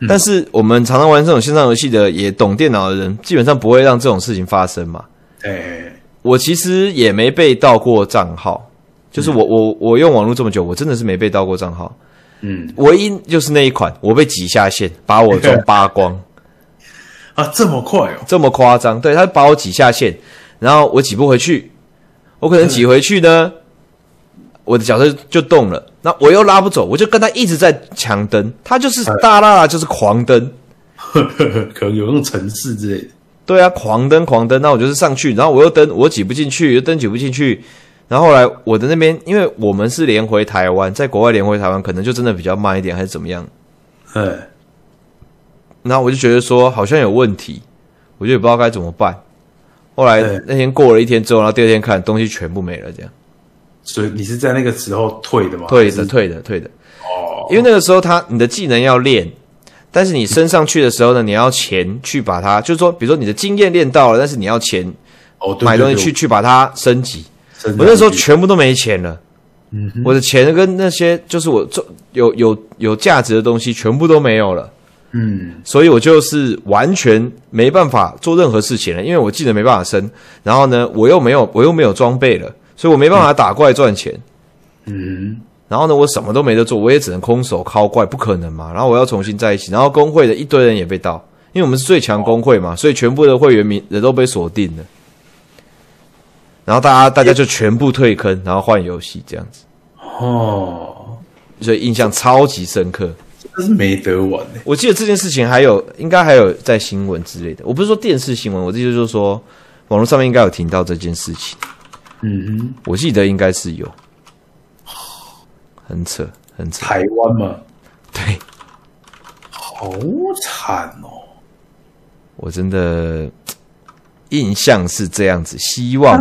S2: 但是我们常常玩这种线上游戏的，也懂电脑的人，基本上不会让这种事情发生嘛。
S1: 哎，
S2: 我其实也没被盗过账号，就是我我我用网络这么久，我真的是没被盗过账号。
S1: 嗯
S2: 唯一就是那一款，我被挤下线，把我装扒光，
S1: 啊，这么快哦，
S2: 这么夸张？对，他把我挤下线，然后我挤不回去，我可能挤回去呢，我的脚就就动了，那我又拉不走，我就跟他一直在强蹬，他就是大啦啦就是狂蹬，
S1: 可能有那种城市之类的。
S2: 对啊，狂蹬狂蹬，那我就是上去，然后我又蹬，我挤不进去，又蹬挤不进去。然后后来我的那边，因为我们是连回台湾，在国外连回台湾，可能就真的比较慢一点，还是怎么样？
S1: 哎，
S2: 然后我就觉得说好像有问题，我就也不知道该怎么办。后来
S1: 对
S2: 那天过了一天之后，然后第二天看东西全部没了，这样
S1: 所以你是在那个时候退的吗？还
S2: 退的
S1: 是
S2: 退的退的，
S1: 哦，
S2: 因为那个时候他你的技能要练，但是你升上去的时候呢，你要钱去把它，就是说比如说你的经验练到了，但是你要钱
S1: 哦，对
S2: 买东西去，去把它升级。
S1: 对对
S2: 我那时候全部都没钱了，
S1: 嗯哼
S2: 我的钱跟那些就是我做有有有价值的东西全部都没有了。
S1: 嗯，
S2: 所以我就是完全没办法做任何事情了，因为我技能没办法升，然后呢，我又没有我又没有装备了，所以我没办法打怪赚钱。
S1: 嗯
S2: 然后呢，我什么都没得做，我也只能空手靠怪，不可能嘛。然后我要重新在一起，然后工会的一堆人也被盗，因为我们是最强工会嘛，所以全部的会员名人都被锁定了。然后大家大家就全部退坑，然后换游戏这样子，
S1: 哼，哦，
S2: 所以印象超级深刻。
S1: 真是没得玩呢。
S2: 我记得这件事情还有应该还有在新闻之类的，我不是说电视新闻，我的意思就是说网络上面应该有听到这件事情，
S1: 嗯哼，
S2: 我记得应该是有，很扯很扯，
S1: 台湾嘛，
S2: 对
S1: 好惨哦。
S2: 我真的印象是这样子，希望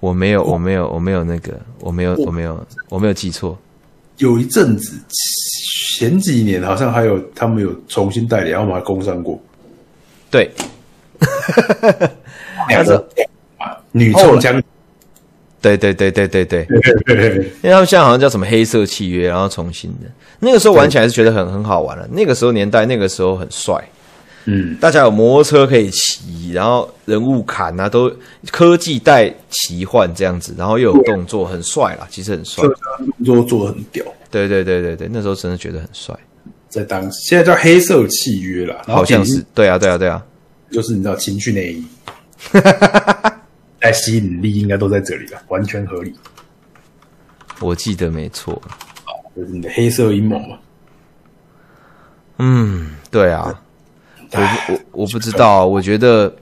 S2: 我没有我没有我没有那个我没有我没有我没有记错，
S1: 有一阵子，前几年好像还有他们有重新代理，然后我们还工商过。
S2: 对，
S1: 两个女臭将，
S2: 对对对对对对，
S1: 对
S2: 因为他们现在好像叫什么黑色契约，然后重新的，那个时候玩起来是觉得很很好玩了、那个时候年代那个时候很帅。
S1: 嗯，
S2: 大家有摩托车可以骑，然后人物砍啊，都科技带奇幻这样子，然后又有动作，很帅啦，其实很帅
S1: 这。动作做的很屌，
S2: 对对对对对，那时候真的觉得很帅，
S1: 在当时现在叫黑色契约啦，然后
S2: 好像是对啊对啊对啊，
S1: 就是你知道情趣内衣，但吸引力应该都在这里了，完全合理，
S2: 我记得没错。
S1: 就是你的黑色阴谋嘛。
S2: 嗯，对啊，我不我我不知道，我觉得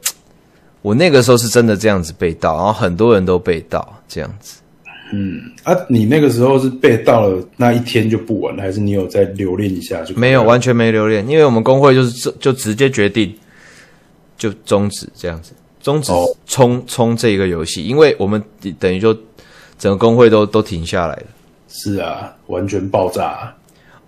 S2: 我那个时候是真的这样子被盗，然后很多人都被盗这样子。
S1: 啊，你那个时候是被盗了那一天就不玩了，还是你有再留恋一下就？
S2: 没有，完全没留恋，因为我们工会就是就就直接决定就终止这样子，终止
S1: 哦
S2: 冲冲这一个游戏，因为我们等于就整个工会都都停下来了，
S1: 是啊，完全爆炸啊、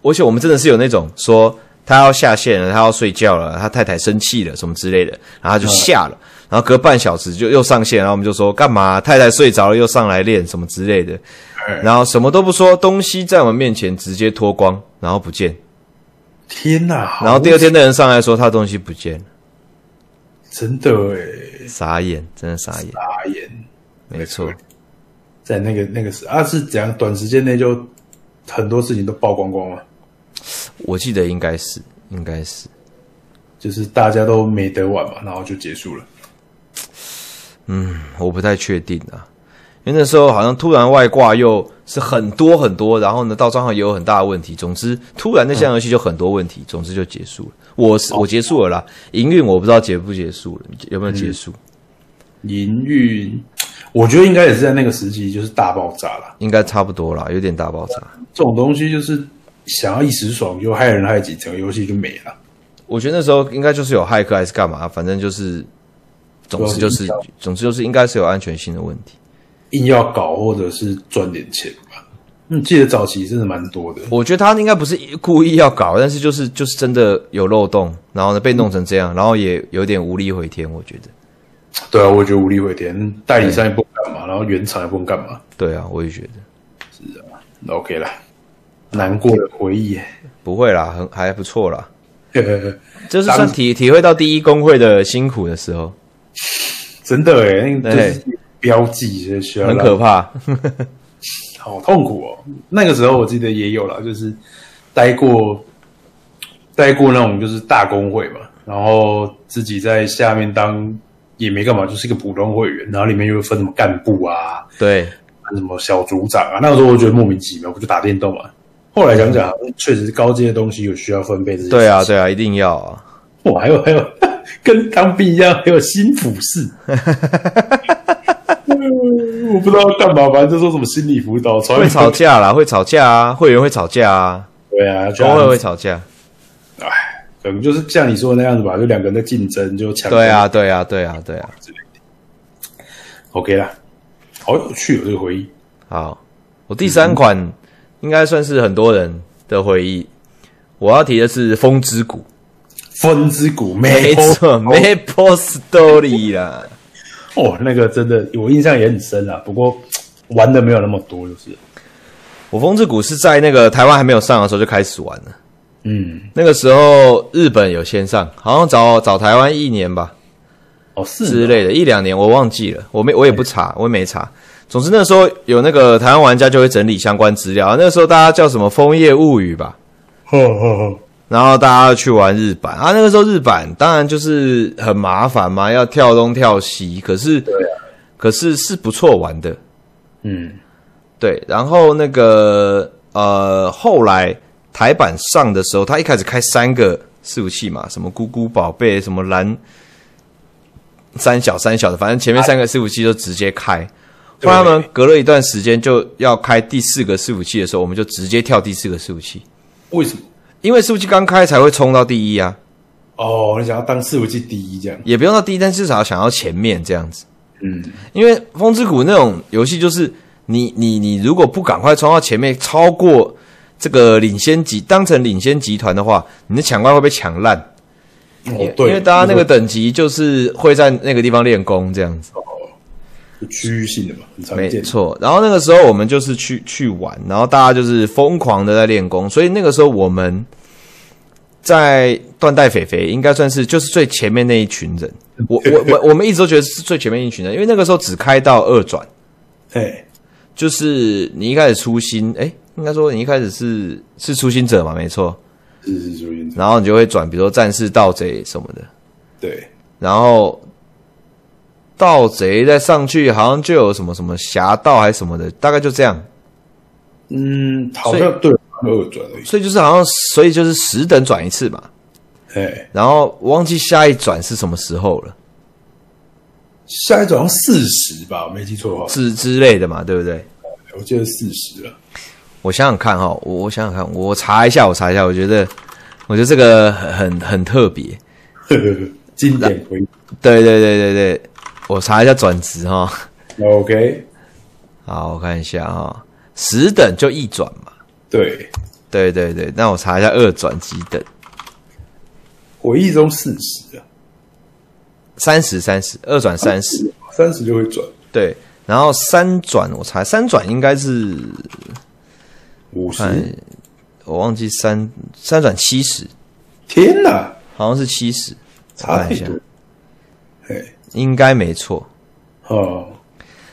S2: 而且我们真的是有那种说他要下线了，他要睡觉了，他太太生气了什么之类的，然后他就下了。然后隔半小时就又上线，然后我们就说干嘛？太太睡着了又上来练什么之类的，
S1: 哎
S2: 然后什么都不说，东西在我们面前直接脱光，然后不见。
S1: 天哪、好
S2: 然后第二天的人上来说他东西不见了。
S1: 真的哎，
S2: 傻眼，真的傻眼，
S1: 傻眼。
S2: 啊没错，
S1: 在那个那个时啊，是怎样？短时间内就很多事情都曝光光了，
S2: 我记得应该是，应该是，
S1: 就是大家都没得玩嘛，然后就结束了。
S2: 我不太确定啊，因为那时候好像突然外挂又是很多很多，然后呢，到账号也有很大的问题，总之突然那项游戏就很多问题，总之就结束了。我是我结束了啦，营运我不知道结不结束了，有没有结束？
S1: 营运，我觉得应该也是在那个时期就是大爆炸了。
S2: 应该差不多啦，有点大爆炸。
S1: 这种东西就是想要一时爽，就害人害己，整个游戏就没了。
S2: 我觉得那时候应该就是有骇客还是干嘛，反正就是，总之就是
S1: 不要紧，
S2: 总之就是应该是有安全性的问题。
S1: 硬要搞或者是赚点钱吧。嗯，记得早期真的蛮多的，
S2: 我觉得他应该不是故意要搞，但是就是就是真的有漏洞，然后呢被弄成这样，然后也有点无力回天。我觉得，
S1: 对啊，我也觉得无力回天，代理商也不能干嘛，然后原厂也不能干嘛
S2: 对啊，我也觉得
S1: 那，OK 啦，难过的回忆，
S2: 不会啦，很还不错啦。这是
S1: 当
S2: 算
S1: 时
S2: 体体会到第一工会的辛苦的时候，
S1: 真的哎，那个就是标记，所以需要
S2: 很
S1: 让
S2: 可怕。
S1: 好痛苦哦。那个时候我记得也有啦，就是待过待过那种就是大工会嘛，然后自己在下面当也没干嘛，就是一个普通会员，然后里面又分什么干部啊，
S2: 对，
S1: 什么小组长啊，那个时候我觉得莫名其妙，我就打电动嘛。后来想想，确实高阶的东西有需要分配这些。
S2: 对啊，，对啊，一定 要啊。
S1: 哇，还有 还有，跟当兵一样，还有心腹 事。嗯我不知道干嘛，反正就说什么心理辅导，从来
S2: 会
S1: 没
S2: 吵架啦，会吵架啊，会员会吵架啊，
S1: 对啊，就
S2: 工会会吵架。
S1: 可能就是像你说的那样子吧，就两个人在竞争，就抢。
S2: 对啊，对啊，对啊，对啊。
S1: ，OK 啦，好有趣哦，这个回忆。
S2: 好，我第三
S1: 嗯
S2: 款应该算是很多人的回忆。我要提的是《风之谷》，
S1: 风之谷，
S2: 没
S1: 没
S2: 错，Maple Story 啦。
S1: 哦，那个真的我印象也很深啊，不过玩的没有那么多，就是
S2: 我《风之谷》是在那个台湾还没有上的时候就开始玩了，
S1: 嗯，
S2: 那个时候日本有先上，好像早早台湾一年吧，
S1: 哦是吗
S2: 之类的，一两年我忘记了，我没我也不查，我也没查。总之那时候有那个台湾玩家就会整理相关资料，那时候大家叫什么《枫叶物语》吧，
S1: 呵呵呵，
S2: 然后大家去玩日版啊。那个时候日版当然就是很麻烦嘛，要跳东跳西，可是
S1: 对啊，
S2: 可是是不错玩的，
S1: 嗯，
S2: 对。然后那个呃，后来台版上的时候，它一开始开三个伺服器嘛，什么咕咕宝贝，什么蓝三小三小的，反正前面三个伺服器就直接开。后
S1: 对
S2: 来他们隔了一段时间就要开第四个伺服器的时候，我们就直接跳第四个伺服器，
S1: 为什么？
S2: 因为伺服器刚开才会冲到第一啊。
S1: 哦，你想要当伺服器第一这样？
S2: 也不用到第一，但至少要想要前面这样子。
S1: 嗯，
S2: 因为《风之谷》那种游戏，就是你你你如果不赶快冲到前面，超过这个领先集，当成领先集团的话，你的抢怪会被抢烂。
S1: 哦
S2: 因
S1: 对，
S2: 为大家那个等级就是会在那个地方练功这样子。
S1: 是区域性的嘛，很常
S2: 没
S1: 见。
S2: 错，然后那个时候我们就是去去玩，然后大家就是疯狂的在练功，所以那个时候我们在断代肥肥应该算是就是最前面那一群人。我我我我们一直都觉得是最前面一群人，因为那个时候只开到二转，
S1: 哎，
S2: 就是你一开始初心，哎，应该说你一开始是是初心者嘛，没错，
S1: 是是属于
S2: 然后你就会转，比如说战士、盗贼什么的，
S1: 对，
S2: 然后盗贼再上去好像就有什么什么侠盗还是什么的，大概就这样。
S1: 嗯，好
S2: 所
S1: 像对二转而已。
S2: 所以就是好像，所以就是十等转一次嘛，
S1: 哎，
S2: 然后我忘记下一转是什么时候了，
S1: 下一转好像四十吧，我没记错的话，
S2: 之之类的嘛，对不对？
S1: 我记得四十了。
S2: 我想想看哈、我我想想看，我查一下，我查一下，我觉得，我觉得这个很很很特别，
S1: 呵呵呵 经典回忆。
S2: 对对对对对，我查一下转职哈、
S1: OK，
S2: 好，我看一下哈、十等就一转嘛，
S1: 对，
S2: 对对对，那我查一下二转几等，
S1: 回忆中四十啊，
S2: 三十三十，二转三十，
S1: 三十就会转
S2: 对，然后三转我查三转应该是
S1: 五十。
S2: 哎，我忘记三三转七十，
S1: 天哪，
S2: 好像是七十，我
S1: 差
S2: 看一
S1: 太
S2: 下
S1: 多，。哎，
S2: 应该没错。
S1: 哦，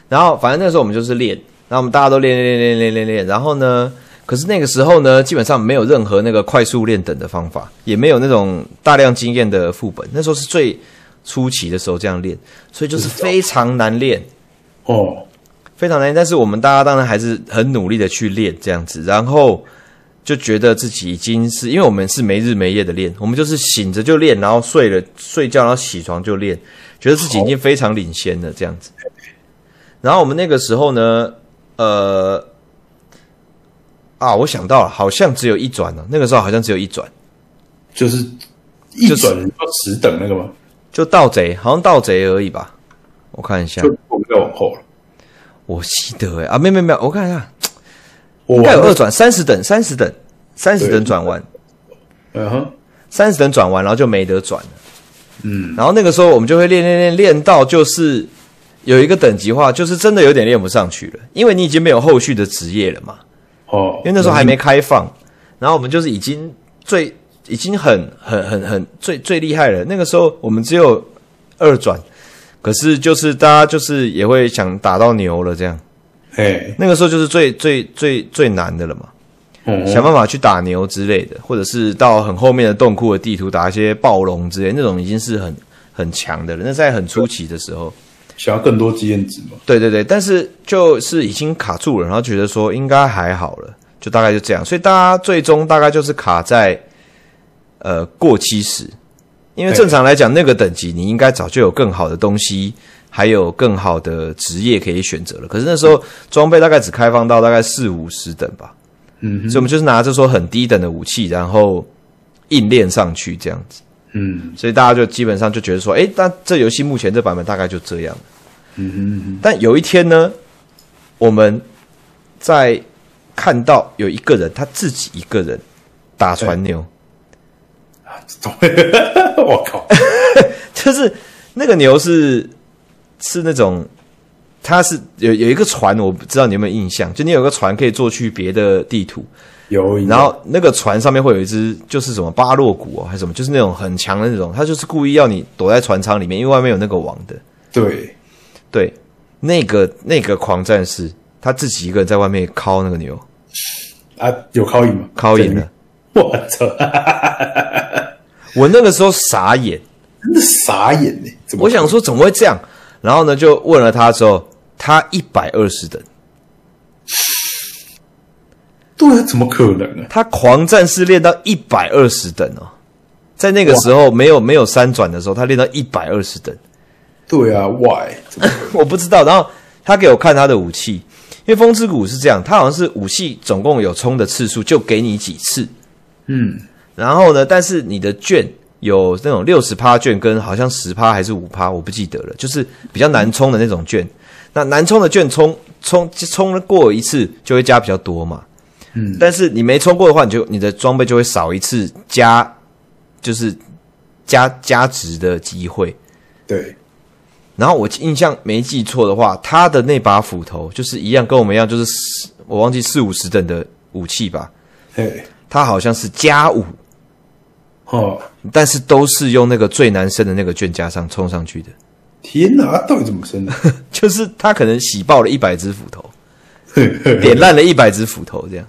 S2: 然后反正那时候我们就是练，然后我们大家都练练练练练练练，然后呢，可是那个时候呢，基本上没有任何那个快速练等的方法，也没有那种大量经验的副本，那时候是最初期的时候这样练，所以就是非常难练。
S1: 哦，
S2: 非常难练，但是我们大家当然还是很努力的去练这样子，然后就觉得自己已经是因为我们是没日没夜的练，我们就是醒着就练，然后睡了睡觉，然后起床就练，觉得自己已经非常领先了这样子。然后我们那个时候呢，呃，啊，我想到了，好像只有一转呢、那个时候好像只有一转，
S1: 就是一
S2: 就是
S1: 转到十等那个吗？
S2: 就盗贼，好像盗贼而已吧。我看一下
S1: 就，我们再往后了。
S2: 我记得哎、啊，没有没有没有，我看一下，
S1: 我
S2: 应该有
S1: 玩
S2: 二
S1: 了，
S2: 转，三十等，三十等，三十等转弯。
S1: 嗯哼，
S2: 三十等转完，然后就没得转了。
S1: 嗯，
S2: 然后那个时候我们就会练练练练到就是有一个等级化，就是真的有点练不上去了，因为你已经没有后续的职业了嘛，
S1: 哦，
S2: 因为那时候还没开放。然后我们就是已经最已经很很很很最最厉害了。那个时候我们只有二转，可是就是大家就是也会想打到牛了这样。
S1: 哎，
S2: 那个时候就是最最最最难的了嘛。
S1: 嗯
S2: 想办法去打牛之类的，或者是到很后面的洞窟的地图打一些暴龙之类，那种已经是很很强的了。那在很初期的时候，
S1: 想要更多经验值嘛。
S2: 对对对，但是就是已经卡住了，然后觉得说应该还好了，就大概就这样。所以大家最终大概就是卡在呃过七十，因为
S1: 对
S2: 正常来讲，那个等级你应该早就有更好的东西，还有更好的职业可以选择了。可是那时候装备大概只开放到大概四五十等吧。
S1: 嗯哼
S2: 所以我们就是拿这说很低等的武器，然后硬练上去这样子，
S1: 嗯
S2: 所以大家就基本上就觉得说，诶，那这游戏目前这版本大概就这样。
S1: 嗯哼
S2: 但有一天呢，我们在看到有一个人他自己一个人打船牛，
S1: 嗯哼，我靠，
S2: 就是那个牛是是那种，它是有有一个船，我不知道你有没有印象，就你有个船可以坐去别的地图，
S1: 有，
S2: 然后那个船上面会有一只，就是什么巴洛谷哦，还是什么，就是那种很强的那种，他就是故意要你躲在船舱里面，因为外面有那个网的。
S1: 对，
S2: 对，那个那个狂战士他自己一个人在外面敲那个牛，
S1: 啊，有靠赢吗？
S2: 敲赢了。
S1: 我操，啊
S2: 我那个时候傻眼，
S1: 真的傻眼呢！怎么？
S2: 我想说怎么会这样？然后呢，就问了他之后，他一百二十等，
S1: 对啊，怎么可能啊？
S2: 他狂战士练到一百二十等哦，在那个时候没有没有三转的时候，他练到一百二十等。
S1: 对啊，Why？怎么
S2: 我不知道。然后他给我看他的武器，因为风之谷是这样，他好像是武器总共有充的次数就给你几次，
S1: 嗯，
S2: 然后呢，但是你的券有那种六十趴券跟好像十趴还是五趴，我不记得了，就是比较难充的那种券。那难充的券充充充过一次就会加比较多嘛，
S1: 嗯，
S2: 但是你没充过的话，你就你的装备就会少一次加，就是加加值的机会。
S1: 对，
S2: 然后我印象没记错的话，他的那把斧头就是一样，跟我们一样，就是四我忘记四五十等的武器吧，
S1: 嘿，
S2: 它好像是加五，
S1: 哦，
S2: 但是都是用那个最难升的那个卷加上冲上去的，
S1: 天哪，啊到底怎么生的？
S2: 就是他可能洗爆了一百只斧头，
S1: 嘿嘿嘿
S2: 点烂了一百只斧头这样。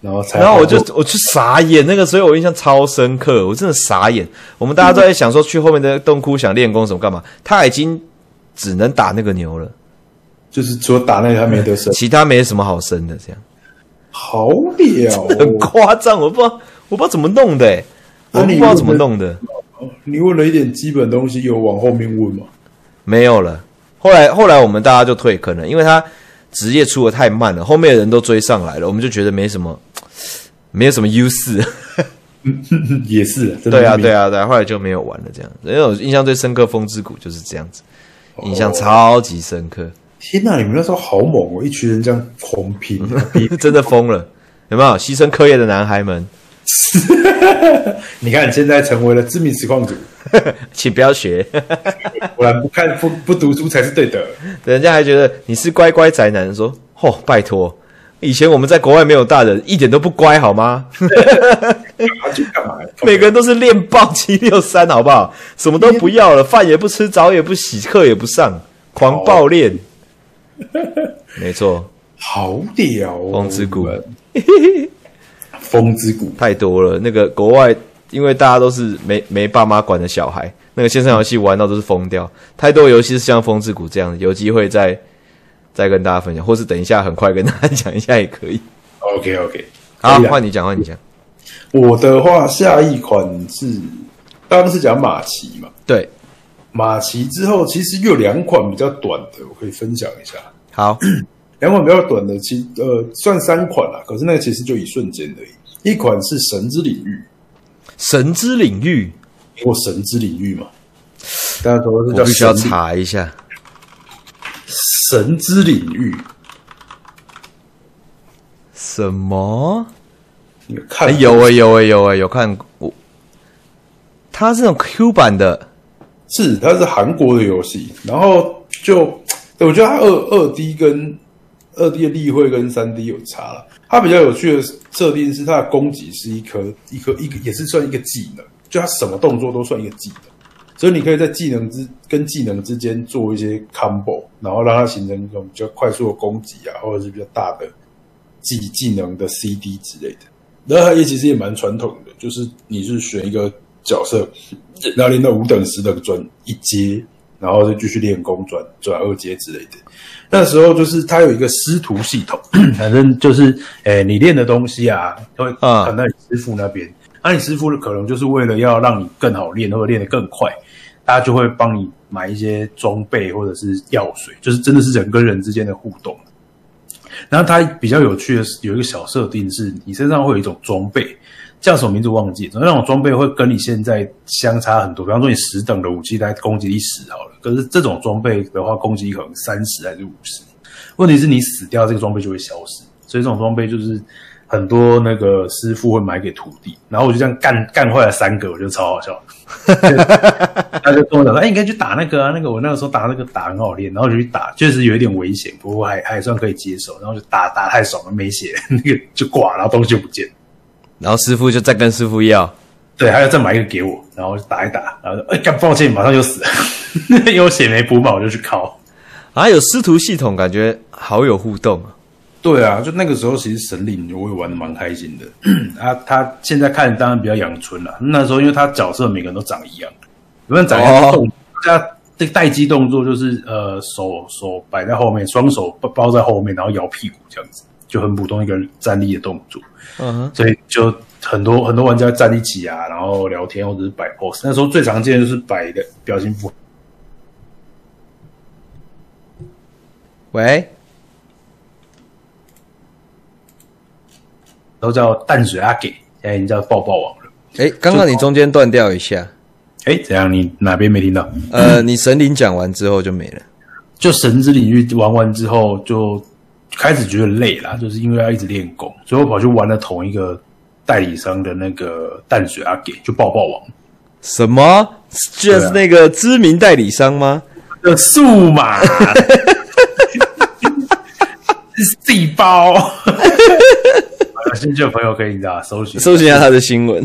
S1: 然后才，
S2: 然后我就我就傻眼，那个所以我印象超深刻，我真的傻眼。我们大家都在想说去后面的洞窟想练功什么干嘛，他已经只能打那个牛了，
S1: 就是除了打那个，他没得 生，
S2: 其他没什么好升的这样。
S1: 好屌
S2: 很
S1: 哦！
S2: 夸张，我不知道我不知道怎么弄的、欸，
S1: 那
S2: 我不
S1: 你
S2: 知道怎么弄的，
S1: 你问了一点基本东西，有往后面问吗？
S2: 没有了。后来后来我们大家就退坑了，因为他职业出的太慢了，后面的人都追上来了，我们就觉得没什么，没有什么优势。
S1: 也是，真的
S2: 对啊
S1: 是
S2: 对啊对啊，后来就没有玩了这样。因为我印象最深刻，《风之谷》就是这样子，印象
S1: 哦
S2: 超级深刻，
S1: 天哪、你们那时候好猛哦！一群人这样狂拼，比
S2: 真的疯了。有没有牺牲课业的男孩们，
S1: 你看你现在成为了知名实况主，
S2: 请不要学，
S1: 果然不看不不读书才是 对的。
S2: 人家还觉得你是乖乖宅男，说哦，拜托，以前我们在国外没有大人，一点都不乖好吗？
S1: 他去干嘛？
S2: 每个人都是练爆七六三，好不好？什么都不要了，饭也不吃，澡也不洗，课也不上，狂暴练。没错，
S1: 好屌哦！
S2: 风之谷
S1: 你们，风之谷，
S2: 太多了。那个国外，因为大家都是没没爸妈管的小孩，那个线上游戏玩到都是疯掉。太多游戏是像《风之谷》这样，有机会再再跟大家分享，或是等一下很快跟大家讲一下也可以。
S1: OK OK，
S2: 好，换你讲，换你讲。
S1: 我的话，下一款是刚刚是讲马奇嘛，
S2: 对，
S1: 马奇之后其实又有两款比较短的，我可以分享一下。
S2: 好，
S1: 两款比较短的，其呃算三款啦，可是那个其实就一瞬间而已。一款是神之领域，
S2: 神之领域，
S1: 或神之领域嘛，大家都是
S2: 我
S1: 叫
S2: 必须要
S1: 神
S2: 查一下。
S1: 神之领域。
S2: 什么？
S1: 你有看、
S2: 哎有哎、有哎、有哎、有看过我，它是那种 Q 版的，
S1: 是它是韩国的游戏，然后就我觉得它二二 D 跟二 D 的例会跟三 D 有差了。它比较有趣的设定是它的攻击是一颗一颗一个也是算一个技能，就它什么动作都算一个技能，所以你可以在技能之跟技能之间做一些 combo，然后让它形成一种比较快速的攻击啊，或者是比较大的技技能的 CD 之类的。然后它也其实也蛮传统的，就是你是选一个角色，然后练到五等十等转一阶，然后再继续练功转转二阶之类的。那时候就是它有一个师徒系统， 反正就是诶、你练的东西啊，会
S2: 啊
S1: 传到你师傅那边。那、你师傅可能就是为了要让你更好练，或者练得更快，他就会帮你买一些装备或者是药水，就是真的是人跟人之间的互动。然后它比较有趣的是，有一个小设定是，你身上会有一种装备，叫什么名字忘记，总之那种装备会跟你现在相差很多。比方说，你十等的武器它攻击力十好了，可是这种装备的话，攻击力可能三十还是五十。问题是你死掉，这个装备就会消失，所以这种装备就是很多那个师傅会买给徒弟。然后我就这样干干坏了三个，我觉得超好笑。他就跟我讲说：“哎、你可以去打那个啊，那个我那个时候打那个打很好练，然后就去打，确实有一点危险，不过还还算可以接受。然后就打打太爽了，没血， 那个就挂，然后东西就不见了。
S2: 然后师傅就再跟师傅要，
S1: 对，还要再买一个给我，然后就打一打，然后就哎，干、抱歉，马上就死了， 有血没补满，我就去靠。
S2: 啊，有师徒系统，感觉好有互动啊。
S1: 对啊，就那个时候，其实神灵我也玩的蛮开心的。 啊，他现在看当然比较阳春了。那时候因为他角色每个人都长一样，有没有长一样
S2: 哦
S1: 动作？他这个待机动作就是呃手手摆在后面，双手包包在后面，然后摇屁股这样子，就很普通一个站立的动作。
S2: 嗯哼，
S1: 所以就很多很多玩家站一起啊，然后聊天或者是摆 pose。那时候最常见的就是摆的表情符
S2: 喂，
S1: 都叫淡水阿给，现在已经叫抱抱王了。
S2: 哎，刚刚你中间断掉一下，
S1: 哎，怎样？你哪边没听到？
S2: 呃，你神灵讲完之后就没了。
S1: 就神之领域玩完之后，就开始觉得累啦，就是因为要一直练功，所以我跑去玩了同一个代理商的那个淡水阿给，就抱抱王，
S2: 什么？就
S1: 对
S2: 是
S1: 啊
S2: 那个知名代理商吗？
S1: 的呃数 码细胞。 有兴趣的朋友可以你知道搜寻
S2: 搜寻一下他的新闻。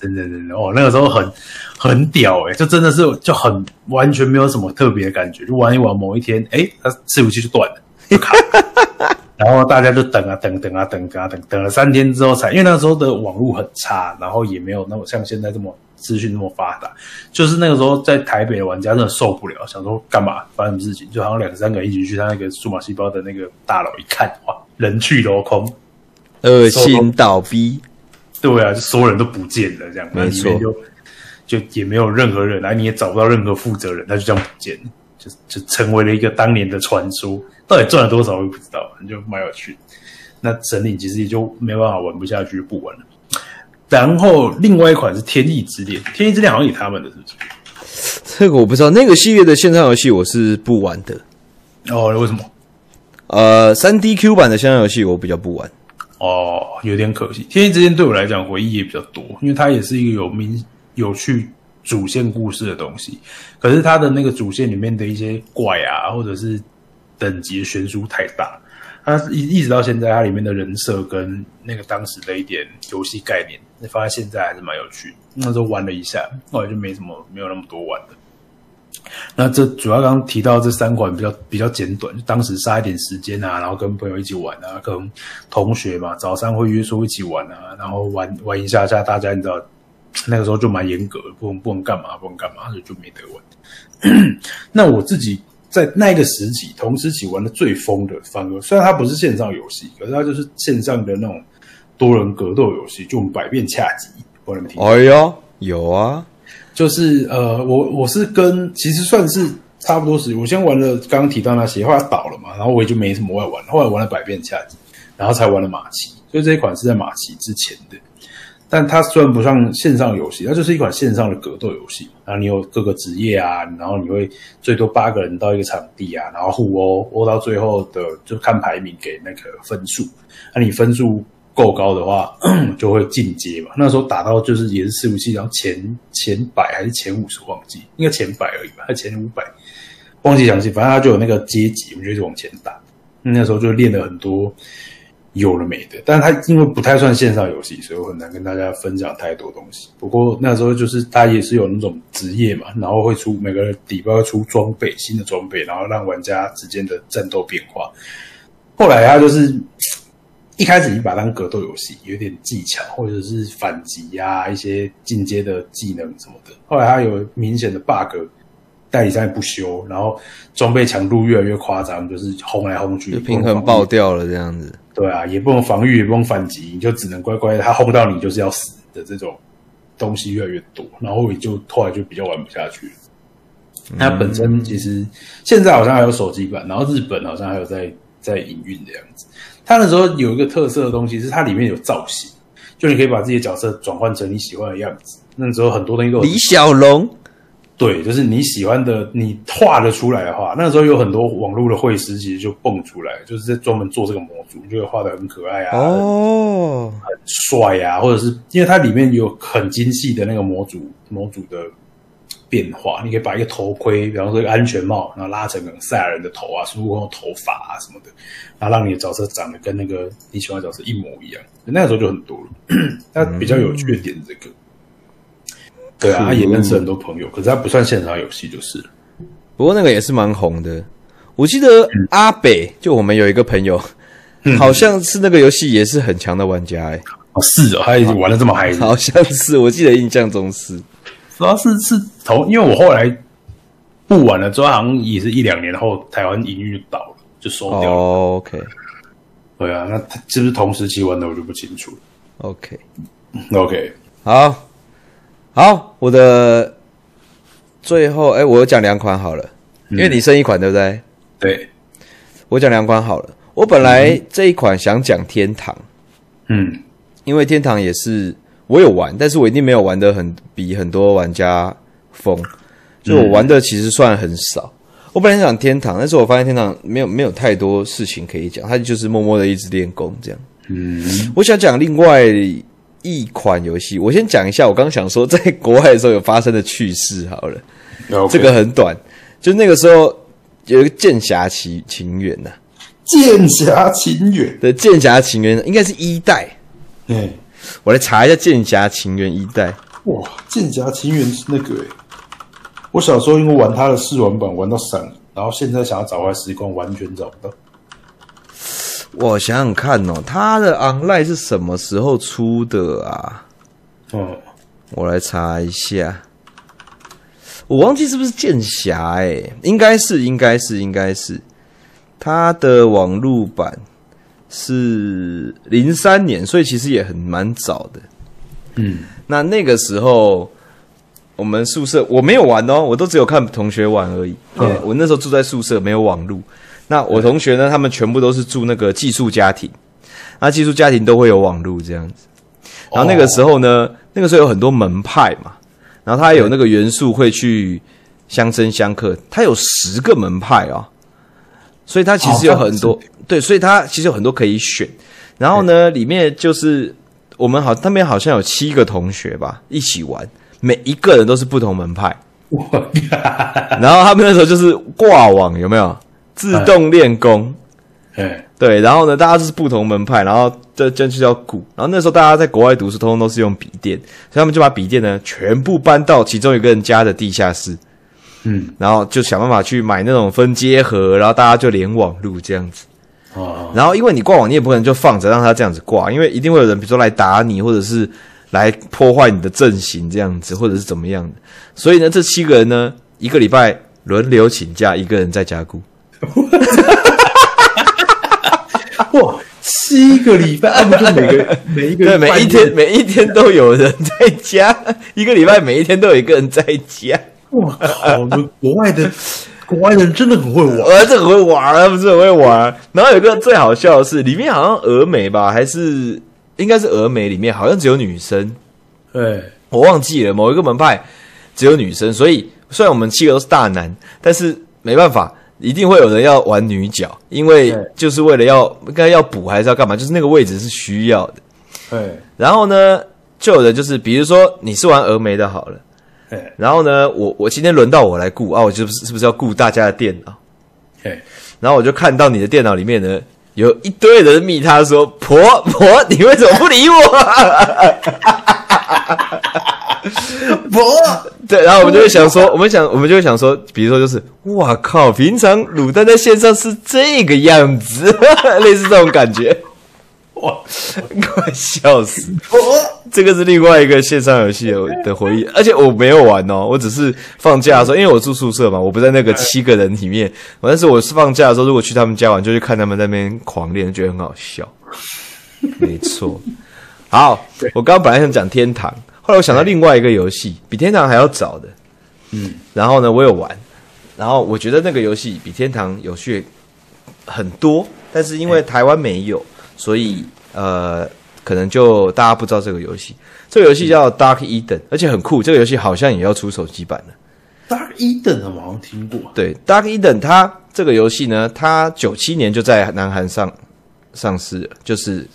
S1: 真的真的哦，那个时候很很屌哎、就真的是就很完全没有什么特别的感觉，就玩一玩，某一天哎，它伺服器就断了，就卡了然后大家就等啊等等啊等啊等，等了三天之后才，因为那时候的网络很差，然后也没有那么像现在这么资讯那么发达，就是那个时候在台北的玩家真的受不了，想说干嘛发生什么事情，就好像两三个人一起去他那个数码细胞的那个大楼一看，哇，人去楼空，
S2: 恶心倒逼，
S1: 对啊，就所有人都不见了，这样，那
S2: 没
S1: 里
S2: 错
S1: 面就就也没有任何人来，你也找不到任何负责人，他就这样不见了，就就成为了一个当年的传说。到底赚了多少，我也不知道，就蛮有趣的。那神领其实也就没办法玩不下去，不玩了。然后另外一款是《天意之恋》，《天意之恋》好像也他们的，是不是？
S2: 这个我不知道。那个系列的线上游戏我是不玩的。
S1: 哦，为什么？
S2: 呃，三 DQ 版的线上游戏我比较不玩。
S1: 哦，有点可惜。天意之间对我来讲回忆也比较多，因为它也是一个有名有趣主线故事的东西。可是它的那个主线里面的一些怪啊，或者是等级的悬殊太大，它一一直到现在，它里面的人设跟那个当时的一点游戏概念，你发现现在还是蛮有趣的。那时候玩了一下，后来就没什么没有那么多玩的。那这主要刚刚提到这三款比较比较简短，就当时杀一点时间啊，然后跟朋友一起玩啊，可能同学嘛，早上会约说一起玩啊，然后玩玩一下下，大家你知道那个时候就蛮严格的，不能不能干嘛，不能干嘛，所以就没得玩。 那我自己在那个时期同时期玩的最疯的，反而虽然它不是线上游戏，可是它就是线上的那种多人格斗游戏，就我们百变恰吉，我们听过
S2: 哎呦，有啊，
S1: 就是呃，我我是跟其实算是差不多时，我先玩了刚刚提到那些，后来倒了嘛，然后我也就没什么外玩，后来玩了百变恰吉，然后才玩了马奇，所以这一款是在马奇之前的。但它虽然不像线上游戏，它就是一款线上的格斗游戏嘛。然后你有各个职业啊，然后你会最多八个人到一个场地啊，然后互殴，殴到最后的就看排名给那个分数。那、你分数够高的话，就会进阶嘛。那时候打到就是也是四五七，然后前前百还是前五十忘记，应该前百而已吧，还是前五百，忘记详细。反正它就有那个阶级，我们就一直往前打。那时候就练了很多有了没的，但是它因为不太算线上游戏，所以我很难跟大家分享太多东西。不过那时候就是它也是有那种职业嘛，然后会出每个礼拜会出装备，新的装备，然后让玩家之间的战斗变化。后来它就是一开始你把它当格斗游戏，有点技巧或者是反击呀、一些进阶的技能什么的。后来它有明显的 bug，代理商也不修，然后装备强度越来越夸张，就是轰来轰去，
S2: 就平衡爆掉了这样子。
S1: 对啊，也不能防御，也不能反击，你就只能乖乖地，他轰到你就是要死的这种东西越来越多，然后我也就后来就比较玩不下去了。它本身其实现在好像还有手机版，然后日本好像还有在在营运的样子。它那时候有一个特色的东西是它里面有造型，就你可以把自己的角色转换成你喜欢的样子。那时候很多东西都有
S2: 李小龙，
S1: 对，就是你喜欢的，你画得出来的话，那时候有很多网络的绘师其实就蹦出来，就是在专门做这个模组，就会画得很可爱啊，
S2: 哦，
S1: 帅呀，或者是因为它里面有很精细的那个模组模组的变化，你可以把一个头盔，比方说一个安全帽，然后拉成可能赛亚人的头啊、孙悟空的头发啊什么的，然后让你的角色长得跟那个你喜欢的角色一模一样。那个时候就很多了，它比较有趣的点是这个。对啊，他也认识很多朋友，可是它不算现场游戏就是了。
S2: 不过那个也是蛮红的。我记得阿北，就我们有一个朋友，好像是那个游戏也是很强的玩家、欸，
S1: 哦，是哦，他已经玩的这么嗨
S2: 好像是，我记得印象中是。
S1: 主要是是从，因为我后来不玩了，之后好像也是一两年后，台湾营运就倒了，就收掉了。
S2: 哦，OK，OK、
S1: 对啊，那他是不是同时期玩的，我就不清楚了。
S2: OK，OK，、嗯
S1: OK，
S2: 好，好，我的最后，哎、我讲两款好了，因为你剩一款对不对？
S1: 对，
S2: 我讲两款好了。我本来这一款想讲天堂，
S1: 嗯
S2: 因为天堂也是我有玩，但是我一定没有玩的很比很多玩家疯，就我玩的其实算很少。我本来想天堂，但是我发现天堂没有没有太多事情可以讲，它就是默默的一直练功这样。
S1: 嗯，
S2: 我想讲另外一款游戏，我先讲一下我刚想说在国外的时候有发生的趣事好了。
S1: OK
S2: 这个很短，就那个时候有一个《剑侠奇情缘》呐，
S1: 剑侠情缘，
S2: 对，《剑侠情缘》应该是一代，嗯
S1: 哎，
S2: 我来查一下《剑侠情缘》一代。
S1: 哇，剑侠情缘是那个哎，我小时候因为玩他的试玩版玩到散了，然后现在想要找回时光，完全找不到。
S2: 我想想看哦，它的 online 是什么时候出的啊？
S1: 嗯，
S2: 我来查一下，我忘记是不是剑侠哎、应该是，应该是，应该是。它的网络版是零三年，所以其实也很蛮早的。
S1: 嗯，
S2: 那那个时候我们宿舍我没有玩哦，我都只有看同学玩而已。
S1: 嗯
S2: 我那时候住在宿舍，没有网络。那我同学呢，他们全部都是住那个寄宿家庭，那寄宿家庭都会有网络这样子。然后那个时候呢，那个时候有很多门派嘛，然后他有那个元素会去相生相克，他有十个门派哦，所以他其实有很多、
S1: 哦
S2: 对，所以他其实有很多可以选。然后呢，里面就是我们好那边好像有七个同学吧，一起玩，每一个人都是不同门派。
S1: 我 靠，
S2: 然后他们那时候就是挂网，有没有自动练功？
S1: 哎，
S2: 对，然后呢，大家就是不同门派，然后这这就叫鼓。然后那时候大家在国外读书，通通都是用笔电，所以他们就把笔电呢全部搬到其中一个人家的地下室，
S1: 嗯
S2: 然后就想办法去买那种分接盒，然后大家就连网路这样子。
S1: 啊，
S2: 然后因为你挂网，你也不可能就放着让它这样子挂，因为一定会有人，比如说来打你，或者是来破坏你的阵型这样子，或者是怎么样的。所以呢，这七个人呢，一个礼拜轮流请假，一个人在家顾。
S1: 哇，七个礼拜，啊，不就每 个每一个
S2: 对，
S1: 人
S2: 每一
S1: 半
S2: 天
S1: 夜，
S2: 每一天都有人在家， 一个礼拜每一天都有一个人在家。
S1: 我靠，我们国外的 国外人真的很会玩。
S2: 我这很会玩啊，不是很会玩。然后有个最好笑的是，里面好像峨眉吧，还是应该是峨眉里面好像只有女生，
S1: 对，
S2: 我忘记了某一个门派只有女生，所以虽然我们七个都是大男，但是没办法，一定会有人要玩女角，因为
S1: 对
S2: 就是为了要应该要补还是要干嘛，就是那个位置是需要的。
S1: 哎
S2: 然后呢，就有人就是比如说你是玩峨眉的好了，
S1: 哎
S2: 然后呢，我我今天轮到我来顾啊，我就是是不是要顾大家的电脑？
S1: 哎，
S2: 然后我就看到你的电脑里面呢。有一堆人密他说：“ 婆婆，你为什么不理我、
S1: 不，
S2: 对，然后我们就会想说，我们想，我们就会想说，比如说就是，哇靠， 平常卤蛋在线上是这个样子，类似这种感觉。
S1: 哇，
S2: 快笑死！这个是另外一个线上游戏的的回忆，而且我没有玩哦，我只是放假的时候，因为我住宿舍嘛，我不在那个七个人里面。但是我是放假的时候，如果去他们家玩，就去看他们在那边狂练，觉得很好笑。没错。好，我刚刚本来想讲天堂，后来我想到另外一个游戏，比天堂还要早的。
S1: 嗯，
S2: 然后呢，我有玩，然后我觉得那个游戏比天堂有趣很多，但是因为台湾没有，所以呃，可能就大家不知道这个游戏。这个游戏叫 Dark Eden，而且很酷。这个游戏好像也要出手机版了。
S1: Dark Eden 我好像听过，
S2: 对，Dark Eden 它这个游戏呢，它九七年就在南韩上上市了，就是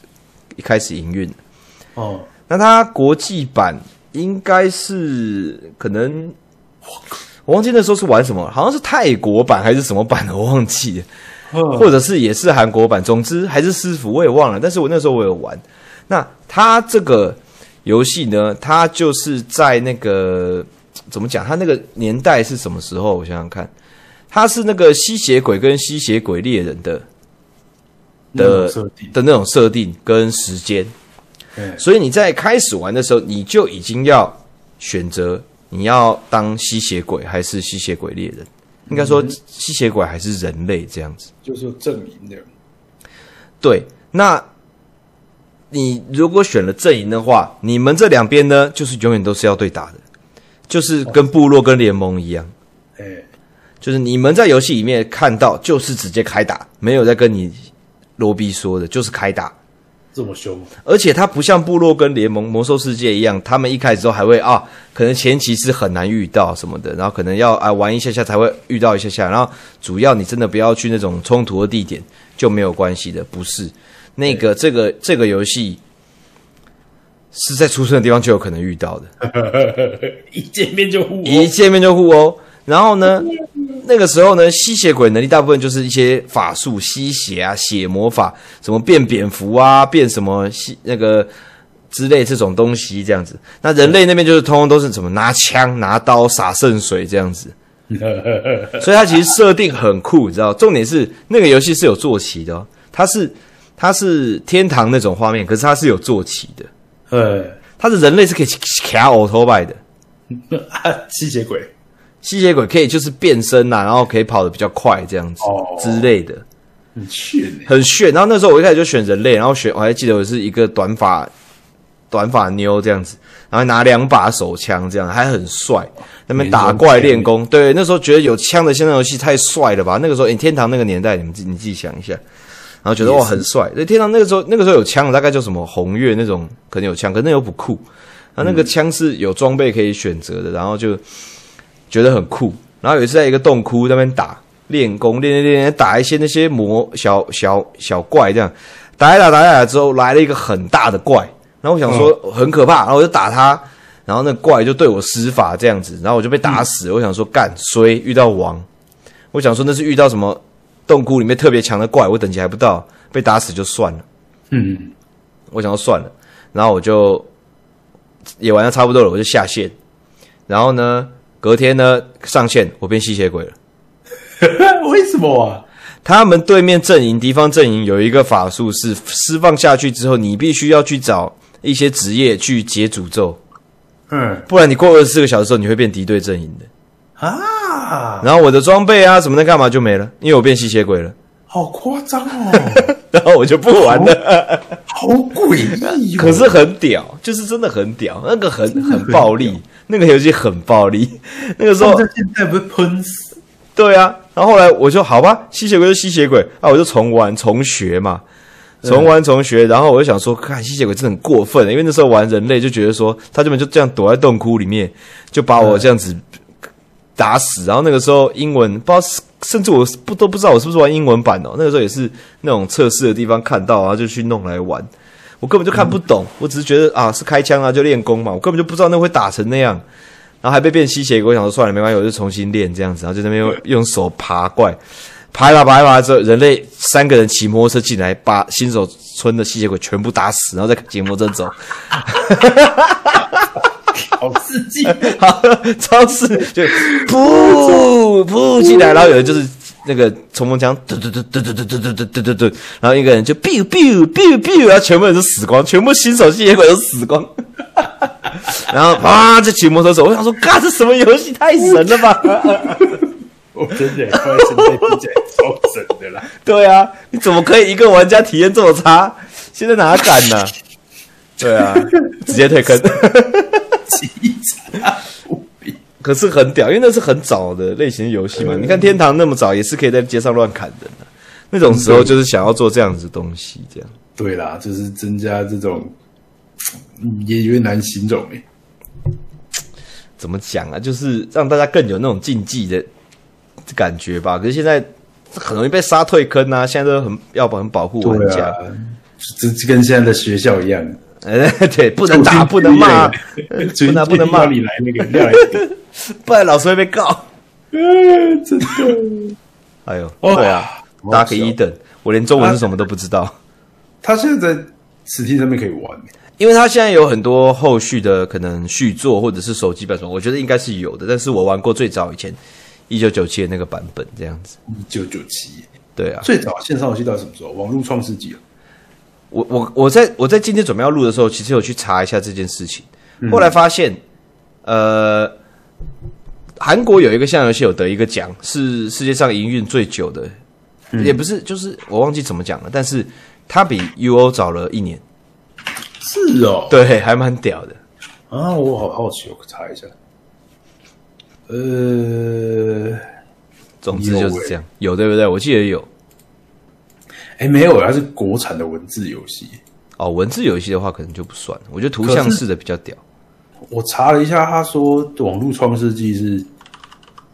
S2: 一开始营运了。
S1: 哦，
S2: 那它国际版应该是可能，我忘记那时候是玩什么，好像是泰国版还是什么版的，我忘记了，
S1: 或
S2: 或者是也是韩国版，总之还是师傅我也忘了，但是我那时候我有玩。那它这个游戏呢，它就是在那个怎么讲，它那个年代是什么时候？我想想看，它是那个吸血鬼跟吸血鬼猎人的的
S1: 设定，
S2: 的那种设定跟时间。
S1: 哎
S2: 所以你在开始玩的时候，你就已经要选择你要当吸血鬼还是吸血鬼猎人，应该说吸血鬼还是人类这样子。
S1: 就是证明的，
S2: 对，那你如果选了阵营的话，你们这两边呢，就是永远都是要对打的，就是跟部落跟联盟一样，
S1: 哎，
S2: 就是你们在游戏里面看到就是直接开打，没有在跟你罗比说的，就是开打。
S1: 这么 凶，
S2: 而且它不像部落跟联盟、魔兽世界一样，他们一开始都还会啊，可能前期是很难遇到什么的，然后可能要啊玩一下下才会遇到一下下，然后主要你真的不要去那种冲突的地点就没有关系的，不是那个这个这个游戏是在出生的地方就有可能遇到的，
S1: 一见面就互殴
S2: 一见面就互殴。然后呢，那个时候呢，吸血鬼能力大部分就是一些法术、吸血啊、血魔法，什么变蝙蝠啊、变什么吸那个之类这种东西这样子。那人类那边就是通通都是什么拿枪、拿刀、洒圣水这样子。所以它其实设定很酷，你知道？重点是那个游戏是有坐骑的、哦，它是它是天堂那种画面，可是它是有坐骑的，
S1: 哎，
S2: 它的人类是可以卡欧头拜的。
S1: 啊吸血鬼，
S2: 吸血鬼可以就是变身呐、啊，然后可以跑得比较快这样子
S1: 哦
S2: 之类的，
S1: 很炫欸
S2: 很炫。然后那时候我一开始就选人类，然后选我还记得我是一个短发短发妞这样子，然后拿两把手枪这样，还很帅。那边打怪练功，对，那时候觉得有枪的线上游戏太帅了吧？那个时候，诶天堂那个年代，你们自己你自己想一下，然后觉得哇很帅。对，天堂那个时候那个时候有枪，大概就什么红月那种，可能有枪，可是那又不酷。啊那那个枪是有装备可以选择的，然后就觉得很酷。然后有一次在一个洞窟那边打练功，练练练练打一些那些魔小小小怪这样，打一打打一打之后来了一个很大的怪，然后我想说很可怕，然后我就打他，然后那怪就对我施法这样子，然后我就被打死。我想说干衰遇到王，我想说那是遇到什么洞窟里面特别强的怪，我等级还不到，被打死就算了。
S1: 嗯，
S2: 我想要算了，然后我就也玩的差不多了，我就下线。然后呢，隔天呢上线，我变吸血鬼了。
S1: 为什么啊？
S2: 他们对面阵营、敌方阵营有一个法术是释放下去之后，你必须要去找一些职业去解诅咒，
S1: 嗯
S2: 不然你过二十四个小时之后，你会变敌对阵营的。
S1: 啊，
S2: 然后我的装备啊什么的干嘛就没了，因为我变吸血鬼了。
S1: 好夸张 哦，
S2: 然后我就不玩了。
S1: 好诡异哦，
S2: 可是很屌，就是真的很屌，那个很很暴力，那个游戏很暴力。那个时候
S1: 放在现在不会喷死？
S2: 对啊，然后后来我就好吧，吸血鬼就吸血鬼啊，我就重玩重学嘛，重玩重学。然后我就想说，看吸血鬼真的很过分，啊因为那时候玩人类就觉得说，他根本就这样躲在洞窟里面，就把我这样子打死。然后那个时候英文不知道是，甚至我是不都不知道我是不是玩英文版哦。那个时候也是那种测试的地方看到，然啊后就去弄来玩。我根本就看不懂，我只是觉得啊是开枪啊就练功嘛，我根本就不知道那会打成那样。然后还被变吸血鬼，我想说算了，没关系，我就重新练这样子，然后就在那边用用手爬怪，爬一爬爬一爬之后，人类三个人骑摩托车进来，把新手村的吸血鬼全部打死，然后再骑摩托车走，
S1: 好刺激！
S2: 好，超市就噗噗进来，然后有人就是那个冲锋枪，嘟嘟嘟嘟嘟嘟嘟嘟嘟嘟嘟，然后一个人就 biu biu biu biu，然后全部人都死光，全部新手系列鬼都死光。然后啊，这骑摩托车，我想说，嘎，这什么游戏太神了吧？
S1: 我真的快现在听起来超神的啦！
S2: 对啊，你怎么可以一个玩家体验这么差？现在哪敢 呢、对啊，直接退坑。
S1: 极差无比。
S2: 可是很屌，因为那是很早的类型游戏嘛。你看天堂那么早，也是可以在街上乱砍人的、那种时候就是想要做这样子的东西，这样。
S1: 对啦，就是增加这种，嗯也有点难形容欸诶、
S2: 怎么讲啊？就是让大家更有那种竞技的感觉吧。可是现在很容易被杀退坑啊，现在都很要很保护玩
S1: 对
S2: 家。
S1: 啊，这这跟现在的学校一样，
S2: 哎、 对，不能打，不能 骂，
S1: 不
S2: 不能不能骂，
S1: 你来那个料来顶，
S2: 不然老师会被告。
S1: 嗯真的。
S2: 哎呦，
S1: 哦
S2: 对啊，
S1: 好
S2: 大
S1: 好笑
S2: 家可以一等，我连中文是什么都不知道。
S1: 他现在在 Steam 上面可以玩、欸
S2: 因为它现在有很多后续的可能续作或者是手机版本，我觉得应该是有的。但是我玩过最早以前一九九七的那个版本，这样子。
S1: 一九九七
S2: 对啊，
S1: 最早线上游戏到底什么时候？网络创世纪啊，
S2: 我我我在我在今天准备要录的时候，其实有去查一下这件事情，后来发现，呃，韩国有一个象游戏有得一个奖，是世界上营运最久的，
S1: 嗯
S2: 也不是就是我忘记怎么讲了，但是它比 UO 早了一年，
S1: 是哦，
S2: 对，还蛮屌的。
S1: 啊，我好好奇，我查一下。呃，
S2: 总之就是这样，有对不对？我记得有
S1: 哎，没有，它是国产的文字游戏。
S2: 哦，文字游戏的话可能就不算，我觉得图像式的比较屌。
S1: 我查了一下，他说《网络创世纪》是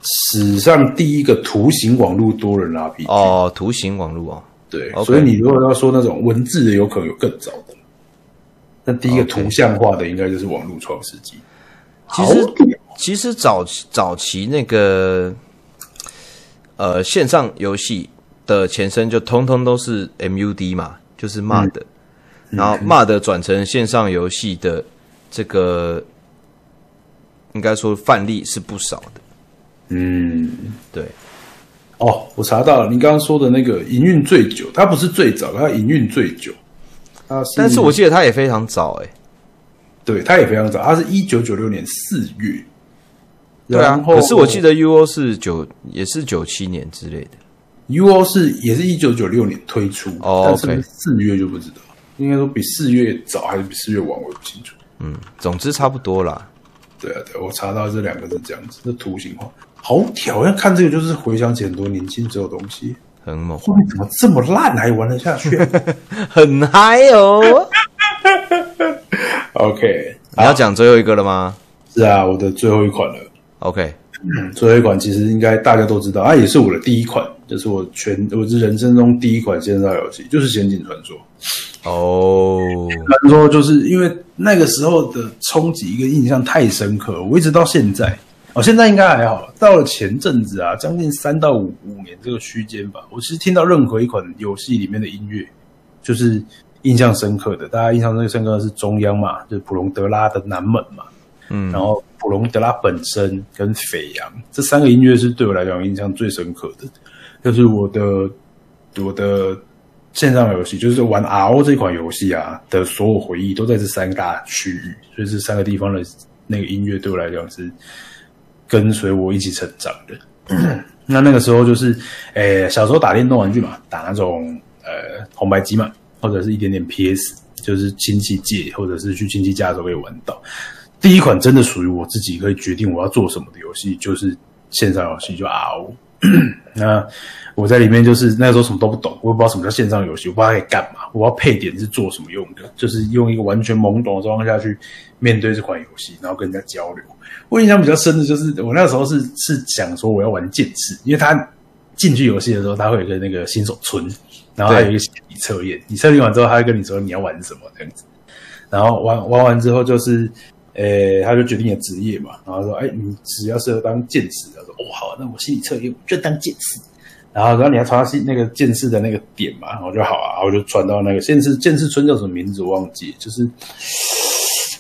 S1: 史上第一个图形网络多人 RPG。
S2: 哦，图形网络哦，
S1: 对
S2: OK
S1: 所以你如果要说那种文字的，有可能有更早的。那第一个
S2: OK
S1: 图像化的，应该就是《网络创世纪》
S2: 其实
S1: 好屌哦
S2: 其实早早期那个呃线上游戏的前身就通通都是 MUD 嘛，就是骂的，然后骂的转成线上游戏的这个应该说范例是不少的，
S1: 嗯，
S2: 对，
S1: 哦，我查到了，你刚刚说的那个营运最久，它不是最早，它营运最久。它是，
S2: 但是我记得它也非常早哎、
S1: 对，它也非常早，它是一九九六年四月。
S2: 对啊
S1: 然，后
S2: 可是我记得 UO 是九也是九七年之类的，
S1: UO 是也是一九九六年推出，
S2: 哦
S1: 但是不
S2: OK
S1: 是四月就不知道，应该说比四月早还是比四月晚，我也不清楚。
S2: 嗯，总之差不多啦。
S1: 对啊，对啊我查到这两个是这样子，这图形化好挑，要看这个就是回想起很多年轻时候的东西，
S2: 很猛，
S1: 后面怎么这么烂还玩得下去啊、
S2: 很嗨哦！
S1: OK，
S2: 你要讲最后一个了吗
S1: 是啊，我的最后一款了。嗯
S2: ？OK，
S1: 最后一款其实应该大家都知道，它啊也是我的第一款，就是我全我是人生中第一款线上游戏，就是《仙境传说》。
S2: 哦、
S1: 传说就是因为那个时候的冲击跟印象太深刻了，我一直到现在，哦，现在应该还好。到了前阵子啊，将近三到五五年这个区间吧，我其实听到任何一款游戏里面的音乐，就是印象深刻的。大家印象最深刻的是中央嘛，就是普隆德拉的南门嘛，
S2: 嗯
S1: 然后普隆德拉本身跟斐扬这三个音乐是对我来讲印象最深刻的，就是我的我的线上游戏，就是玩 RO 这款游戏啊的所有回忆都在这三大区域，所以这三个地方的那个音乐对我来讲是跟随我一起成长的。 那那个时候就是，诶、小时候打电动玩具嘛，打那种呃红白机嘛，或者是一点点 PS，就是亲戚借或者是去亲戚家的时候可以玩到。第一款真的属于我自己可以决定我要做什么的游戏，就是线上游戏，就 RO。那 我在里面就是那时候什么都不懂，我也不知道什么叫线上游戏，我不知道该干嘛，我要配点是做什么用的，就是用一个完全懵懂的状况下去面对这款游戏，然后跟人家交流。我印象比较深的就是我那时候是是想说我要玩剑士，因为他进去游戏的时候，他会有一个那个新手村，然后还有一个心理测验，你测验完之后，他会跟你说你要玩什么这样子。然后玩玩完之后就是，呃，他就决定了职业嘛，然后说，哎，你只要适合当剑士，他说，哦，好，那我心理测验我就当剑士。然后，然后你要传到新那个剑士的那个点嘛，我就好啊，我就传到那个剑士剑士村叫什么名字我忘记，就是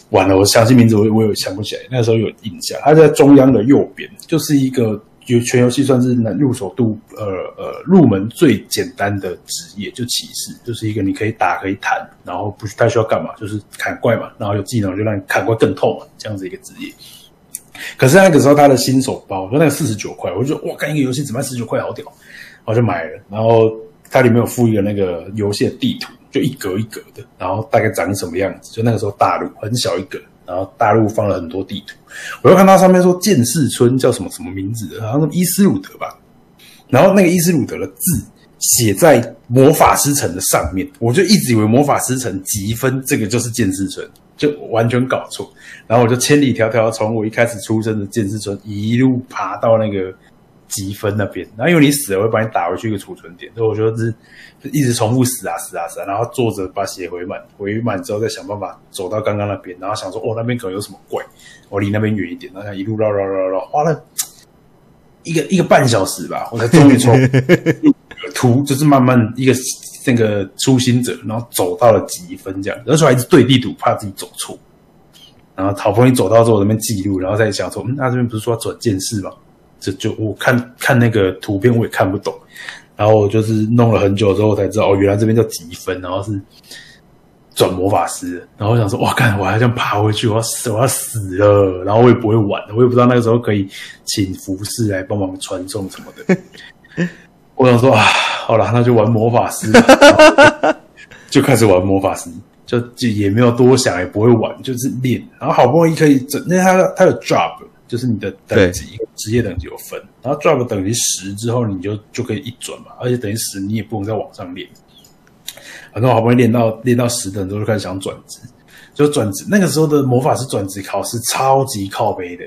S1: 完了，我详细名字我我有想不起来，那时候有印象，它在中央的右边，就是一个有全游戏算是难入手度，呃呃，入门最简单的职业，就骑士，就是一个你可以打可以弹，然后不太需要干嘛，就是砍怪嘛，然后有技能就让你砍怪更痛嘛，这样子一个职业。可是那个时候他的新手包，就那个四十九块，我就觉得哇，干一个游戏只卖四十九块，好屌，我就买了。然后它里面有附一个那个游戏的地图，就一格一格的，然后大概长什么样子，就那个时候大陆很小一格，然后大陆放了很多地图。我又看到上面说建市村叫什么什么名字的，好像是伊斯鲁德吧，然后那个伊斯鲁德的字写在魔法师城的上面，我就一直以为魔法师城积分这个就是剑士村，就完全搞错。然后我就千里迢迢从我一开始出生的剑士村一路爬到那个积分那边，然后因为你死了会把你打回去一个储存点，所以我就是一直重复死啊死啊死啊，然后坐着把血回满，回满之后再想办法走到刚刚那边，然后想说哦那边可能有什么怪，我离那边远一点，然后一路绕绕绕绕，花了一个一个半小时吧，我才终于从图就是慢慢一个那个初心者，然后走到了几分这样，那时候还一直对地图，怕自己走错。然后好不容易走到之后，我那边记录，然后再想说，嗯，那、这边不是说要转剑士吗？这就我看看那个图片，我也看不懂。然后我就是弄了很久之后才知道，哦，原来这边叫积分，然后是转魔法师。然后我想说，哇，干，我还想爬回去，我要死，我要死了。然后我也不会玩，我也不知道那个时候可以请服侍来帮忙传送什么的。我想说啊，好了，那就玩魔法师吧，然后就开始玩魔法师，就就也没有多想，也不会玩，就是练。然后好不容易可以整，因为它它有 job，就是你的等级职业等级有分，然后 job 等级十之后，你就就可以一转嘛，而且等于十你也不能再往上练。反正我好不容易练到练到十等之后，就开始想转职，就转职。那个时候的魔法师转职考试超级靠背的，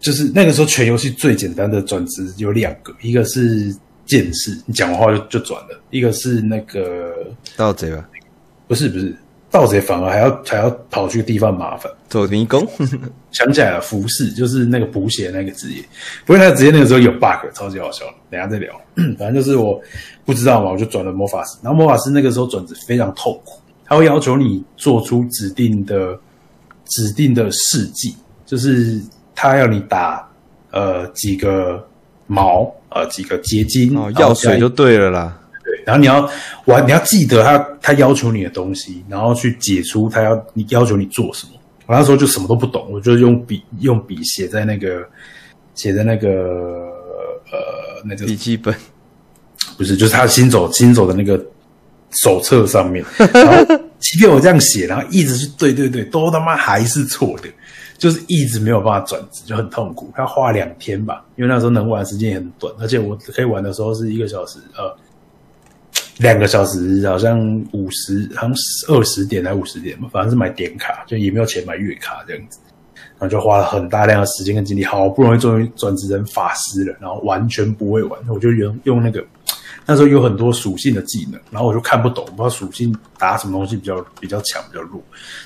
S1: 就是那个时候全游戏最简单的转职有两个，一个是剑士，你讲完话就就转了；一个是那个
S2: 盗贼吧，
S1: 不是不是盗贼，反而还要还要跑去地方麻烦。
S2: 做迷宫，
S1: 想起来了，服饰就是那个补血那个职业，不过那个职业那个时候有 bug，超级好笑的，等一下再聊。 反正就是我不知道嘛，我就转了魔法师，然后魔法师那个时候转职非常痛苦，他会要求你做出指定的指定的事迹，就是他要你打呃几个毛呃几个结晶
S2: 哦，
S1: 然后
S2: 药水就对了啦。
S1: 对，然后你要我你要记得他他要求你的东西，然后去解除他要你要求你做什么。我那时候就什么都不懂，我就用笔用笔写在那个写在那个呃那个
S2: 笔记本
S1: 不是，就是他新手新手的那个手册上面。然后即便我这样写，然后一直去对对对，都他妈还是错的，就是一直没有办法转职，就很痛苦。他花两天吧，因为那时候能玩的时间也很短，而且我可以玩的时候是一个小时，呃，两个小时好像五十，好像二十点还五十点吧，反正是买点卡，就也没有钱买月卡这样子。然后就花了很大量的时间跟精力，好不容易终于转职成法师了，然后完全不会玩，我就用用那个那时候有很多属性的技能，然后我就看不懂，不知道属性打什么东西比较比较强，比较弱。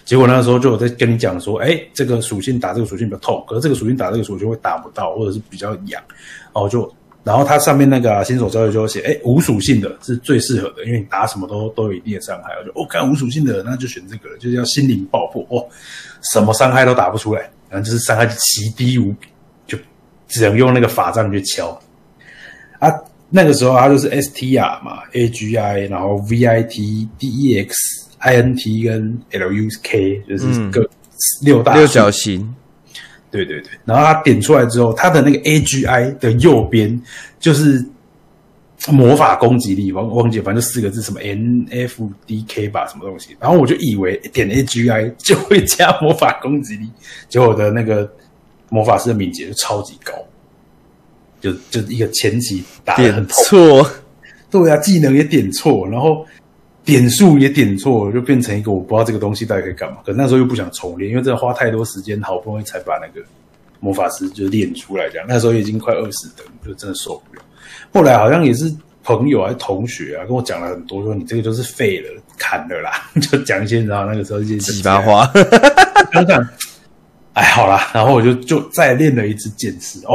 S1: 结果那时候就有在跟你讲说，哎，这个属性打这个属性比较痛，可是这个属性打这个属性会打不到，或者是比较痒，然后我就。然后它上面那个、啊、新手教学就会写，哎，无属性的是最适合的，因为你打什么都都有一定的伤害。我就哦，看无属性的，那就选这个了，就是要心灵爆破哦，什么伤害都打不出来，然后就是伤害就奇低无比，就只能用那个法杖去敲。啊，那个时候它就是 STR 嘛，AGI，然后 VIT、DEX、INT 跟 LUK，就是各六大
S2: 六
S1: 数
S2: 角形，
S1: 对对对，然后它点出来之后，它的那个 AGI 的右边就是魔法攻击力，忘忘记了反正就四个字，什么 NFDK 吧，什么东西。然后我就以为点 AGI 就会加魔法攻击力，结果我的那个魔法师的敏捷就超级高，就就一个前期打的很
S2: 点
S1: 痛。
S2: 错，
S1: 对啊，技能也点错，然后点数也点错，就变成一个我不知道这个东西到底可以干嘛。可那时候又不想重练，因为真的花太多时间，好不容易才把那个魔法师就练出来。这样那时候已经快二十等，就真的受不了。后来好像也是朋友还是同学啊，跟我讲了很多，说你这个就是废了，砍了啦， 就讲一些，然后那个时候一些
S2: 几把 花，
S1: 想想，哎，好啦，然后我就就再练了一次剑士哦，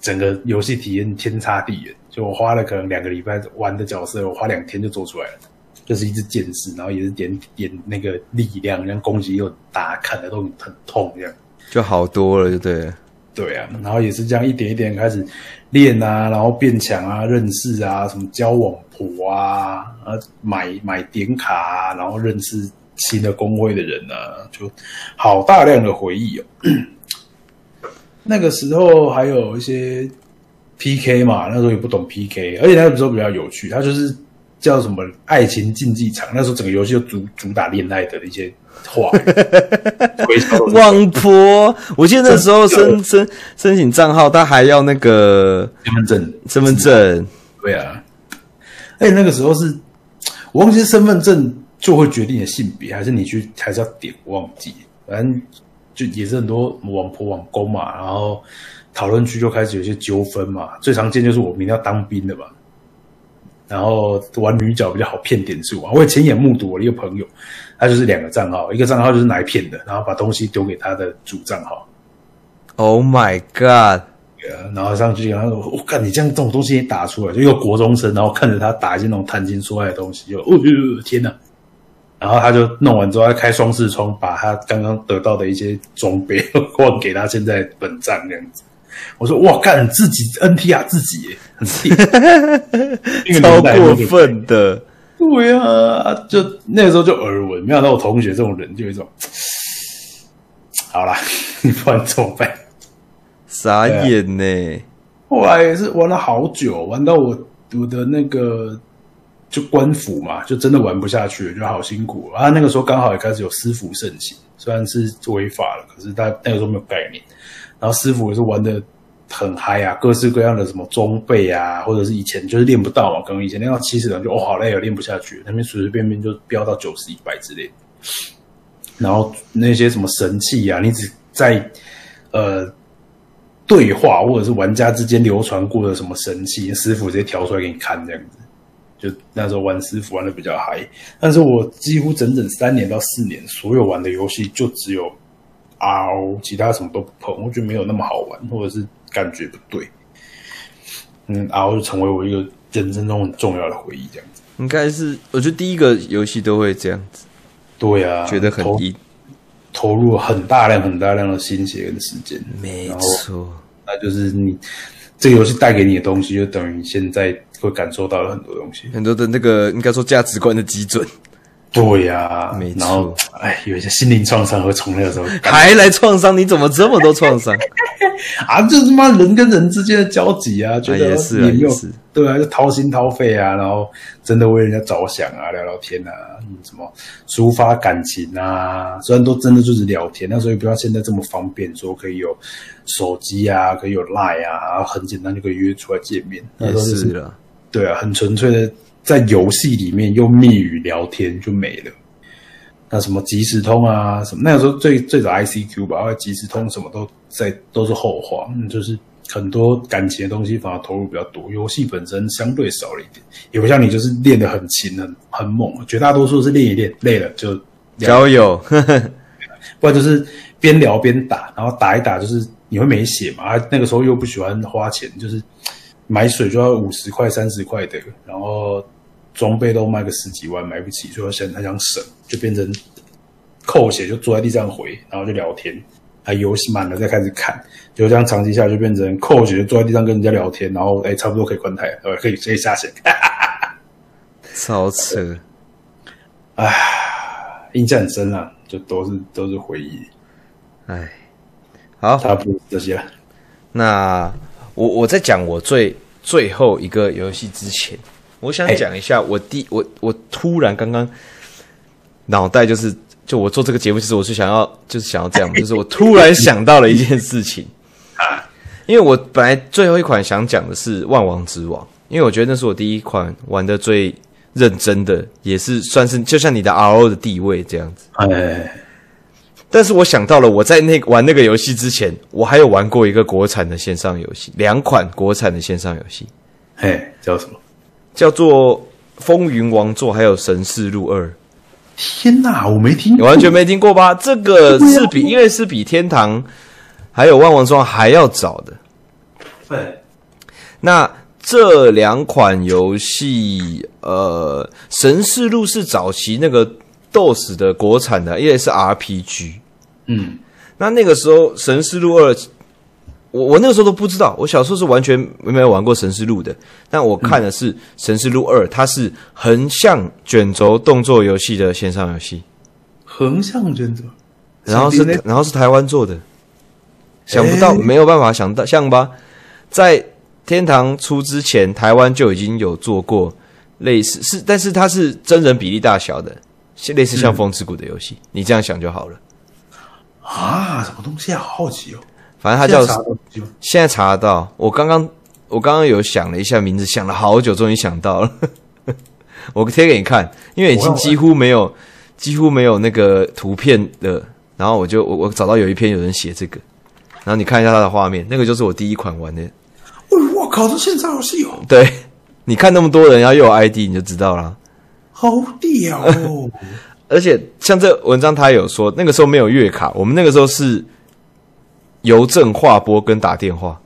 S1: 整个游戏体验天差地远。就我花了可能两个礼拜玩的角色，我花两天就做出来了，就是一只剑士，然后也是点点那个力量，让攻击又打，砍的都很痛这样。
S2: 就好多了，就对了。
S1: 对啊，然后也是这样一点一点开始练啊，然后变强啊，认识啊，什么交往婆啊，啊买买点卡、啊，然后认识新的工会的人啊，就好大量的回忆哦。 那个时候还有一些 PK 嘛，那时候也不懂 PK，而且那个时候比较有趣，它就是叫什么爱情竞技场，那时候整个游戏就主主打恋爱的一些话语，推销的
S2: 网婆，我记得那时候 申申申请账号，他还要那个
S1: 身份证，
S2: 身份证，
S1: 对啊。而且那个时候是，我忘记是身份证就会决定你的性别，还是你去还是要点，我忘记，反正。就也是很多网婆网工嘛，然后讨论区就开始有一些纠纷嘛。最常见就是我明天要当兵的嘛，然后玩女角比较好骗点数啊嘛。我也亲眼目睹我的一个朋友，他就是两个账号，一个账号就是拿来骗的，然后把东西丢给他的主账号，
S2: Oh my god！
S1: 呃然后上去跟他说：“我、哦看你这样这种东西也打出来，就一个国中生，然后看着他打一些那种谈情说爱的东西，就哦呦呦呦天哪！”然后他就弄完之后，他开双视窗，把他刚刚得到的一些装备换给他现在本账这样子。我说：“哇，干自己 NT 啊，自己耶很气，那个
S2: 超
S1: 年代
S2: 过分的，
S1: 对啊，就那个时候就耳闻，没想到我同学这种人就有一种，好啦， 你不然怎么办？
S2: 傻眼呢、
S1: 后来也是玩了好久，玩到我我的那个就官服嘛，就真的玩不下去了，就好辛苦啊。那个时候刚好也开始有私服盛行，虽然是违法了，可是他那个时候没有概念。然后私服也是玩的很嗨啊，各式各样的什么装备啊，或者是以前就是练不到嘛，可能以前练到七十人就哦好累哦，练不下去，那边随随便便就飙到九十一百之类的。然后那些什么神器啊，你只在呃对话或者是玩家之间流传过的什么神器，师傅直接调出来给你看这样子。就那时候玩师傅玩的比较嗨，但是我几乎整整三年到四年，所有玩的游戏就只有 RO，其他什么都不碰，我觉得没有那么好玩，或者是感觉不对。嗯，RO 就成为我一个人生中很重要的回忆，这样子。
S2: 应该是我觉得第一个游戏都会这样子，
S1: 对啊，
S2: 觉得很
S1: 投
S2: 硬，
S1: 投入了很大量很大量的心血跟时间，
S2: 没
S1: 然后
S2: 错，
S1: 那就是你这个游戏带给你的东西，就等于你现在会感受到了很多东西。
S2: 很多的那个应该说价值观的基准，
S1: 对呀、
S2: 没错
S1: 然后哎，有一些心灵创伤会从那个时候感
S2: 还来创伤，你怎么这么多创伤？
S1: 啊，这他妈人跟人之间的交集啊，觉得
S2: 也是啊
S1: 你没有
S2: 也是
S1: 对啊，就掏心掏肺啊，然后真的为人家着想啊，聊聊天啊，嗯什么抒发感情啊，虽然都真的就是聊天，那时候也不像现在这么方便，说可以有手机啊，可以有 Line 啊，很简单就可以约出来见面， 那
S2: 也
S1: 时候就是
S2: 啦，
S1: 对啊，很纯粹的在游戏里面用密语聊天就没了。那什么即时通啊，什么那个时候最最早 ICQ 吧，后来即时通什么都在都是后话，嗯，就是很多感情的东西反而投入比较多，游戏本身相对少了一点，也不像你就是练得很勤很很猛，绝大多数是练一练累了就
S2: 交友，
S1: 不然就是边聊边打，然后打一打就是你会没血嘛，啊，那个时候又不喜欢花钱，就是买水就要五十块、三十块的，然后装备都卖个十几万，买不起，所以我想他想省，就变成扣血就坐在地上回，然后就聊天，啊，游戏满了再开始看，就这样长期下来就变成扣血就坐在地上跟人家聊天，然后哎、差不多可以关台，呃，可以可以下线，
S2: 超扯，
S1: 印象很深啊，就都是都是回忆，
S2: 哎，好，
S1: 差不多这些了。
S2: 那我我在讲我最最后一个游戏之前，我想讲一下我第我我突然刚刚脑袋就是就我做这个节目，其实我是想要就是想要这样嘛，就是我突然想到了一件事情，因为我本来最后一款想讲的是《万王之王》，因为我觉得那是我第一款玩的最认真的，也是算是就像你的 RO 的地位这样子。
S1: 哎，
S2: 但是我想到了，我在那玩那个游戏之前，我还有玩过一个国产的线上游戏，两款国产的线上游戏，
S1: 嘿，叫什么？
S2: 叫做《风云王座》还有《神士路二》，
S1: 天哪，我没听
S2: 你
S1: 过，
S2: 完全没听过吧？这个是比，因为是比天堂还有万王之王还要早的。
S1: 对，
S2: 那这两款游戏，呃，《神士路》是早期那个 DOS 的国产的，因为是 RPG。
S1: 嗯，
S2: 那那个时候《神师路二》，我我那个时候都不知道，我小时候是完全没有玩过《神之路》的，但我看的
S1: 嗯
S2: 是《神之路二》，它是横向卷轴动作游戏的线上游戏，
S1: 横向卷轴，
S2: 然后是
S1: 那
S2: 然后是台湾做的，想不到、
S1: 诶
S2: 没有办法想到像吧，在天堂出之前，台湾就已经有做过类似是，但是它是真人比例大小的，类似
S1: 嗯
S2: 像《风之谷》的游戏，你这样想就好了。
S1: 啊，什么东西啊？好好奇哦，
S2: 反正它
S1: 现
S2: 叫
S1: 在啥东西哦？
S2: 现在查得到，我刚刚我刚刚有想了一下名字，想了好久，终于想到了。 我贴给你看，因为已经几乎没有几乎没有那个图片的，然后我就我我找到有一篇有人写这个，然后你看一下它的画面，那个就是我第一款玩的。
S1: 喂，哎我靠，这线上游戏哦，
S2: 对，你看那么多人，然后又有 ID，你就知道啦。
S1: 好屌 哦！
S2: 而且像这文章他有说，那个时候没有月卡，我们那个时候是邮政划拨跟打电话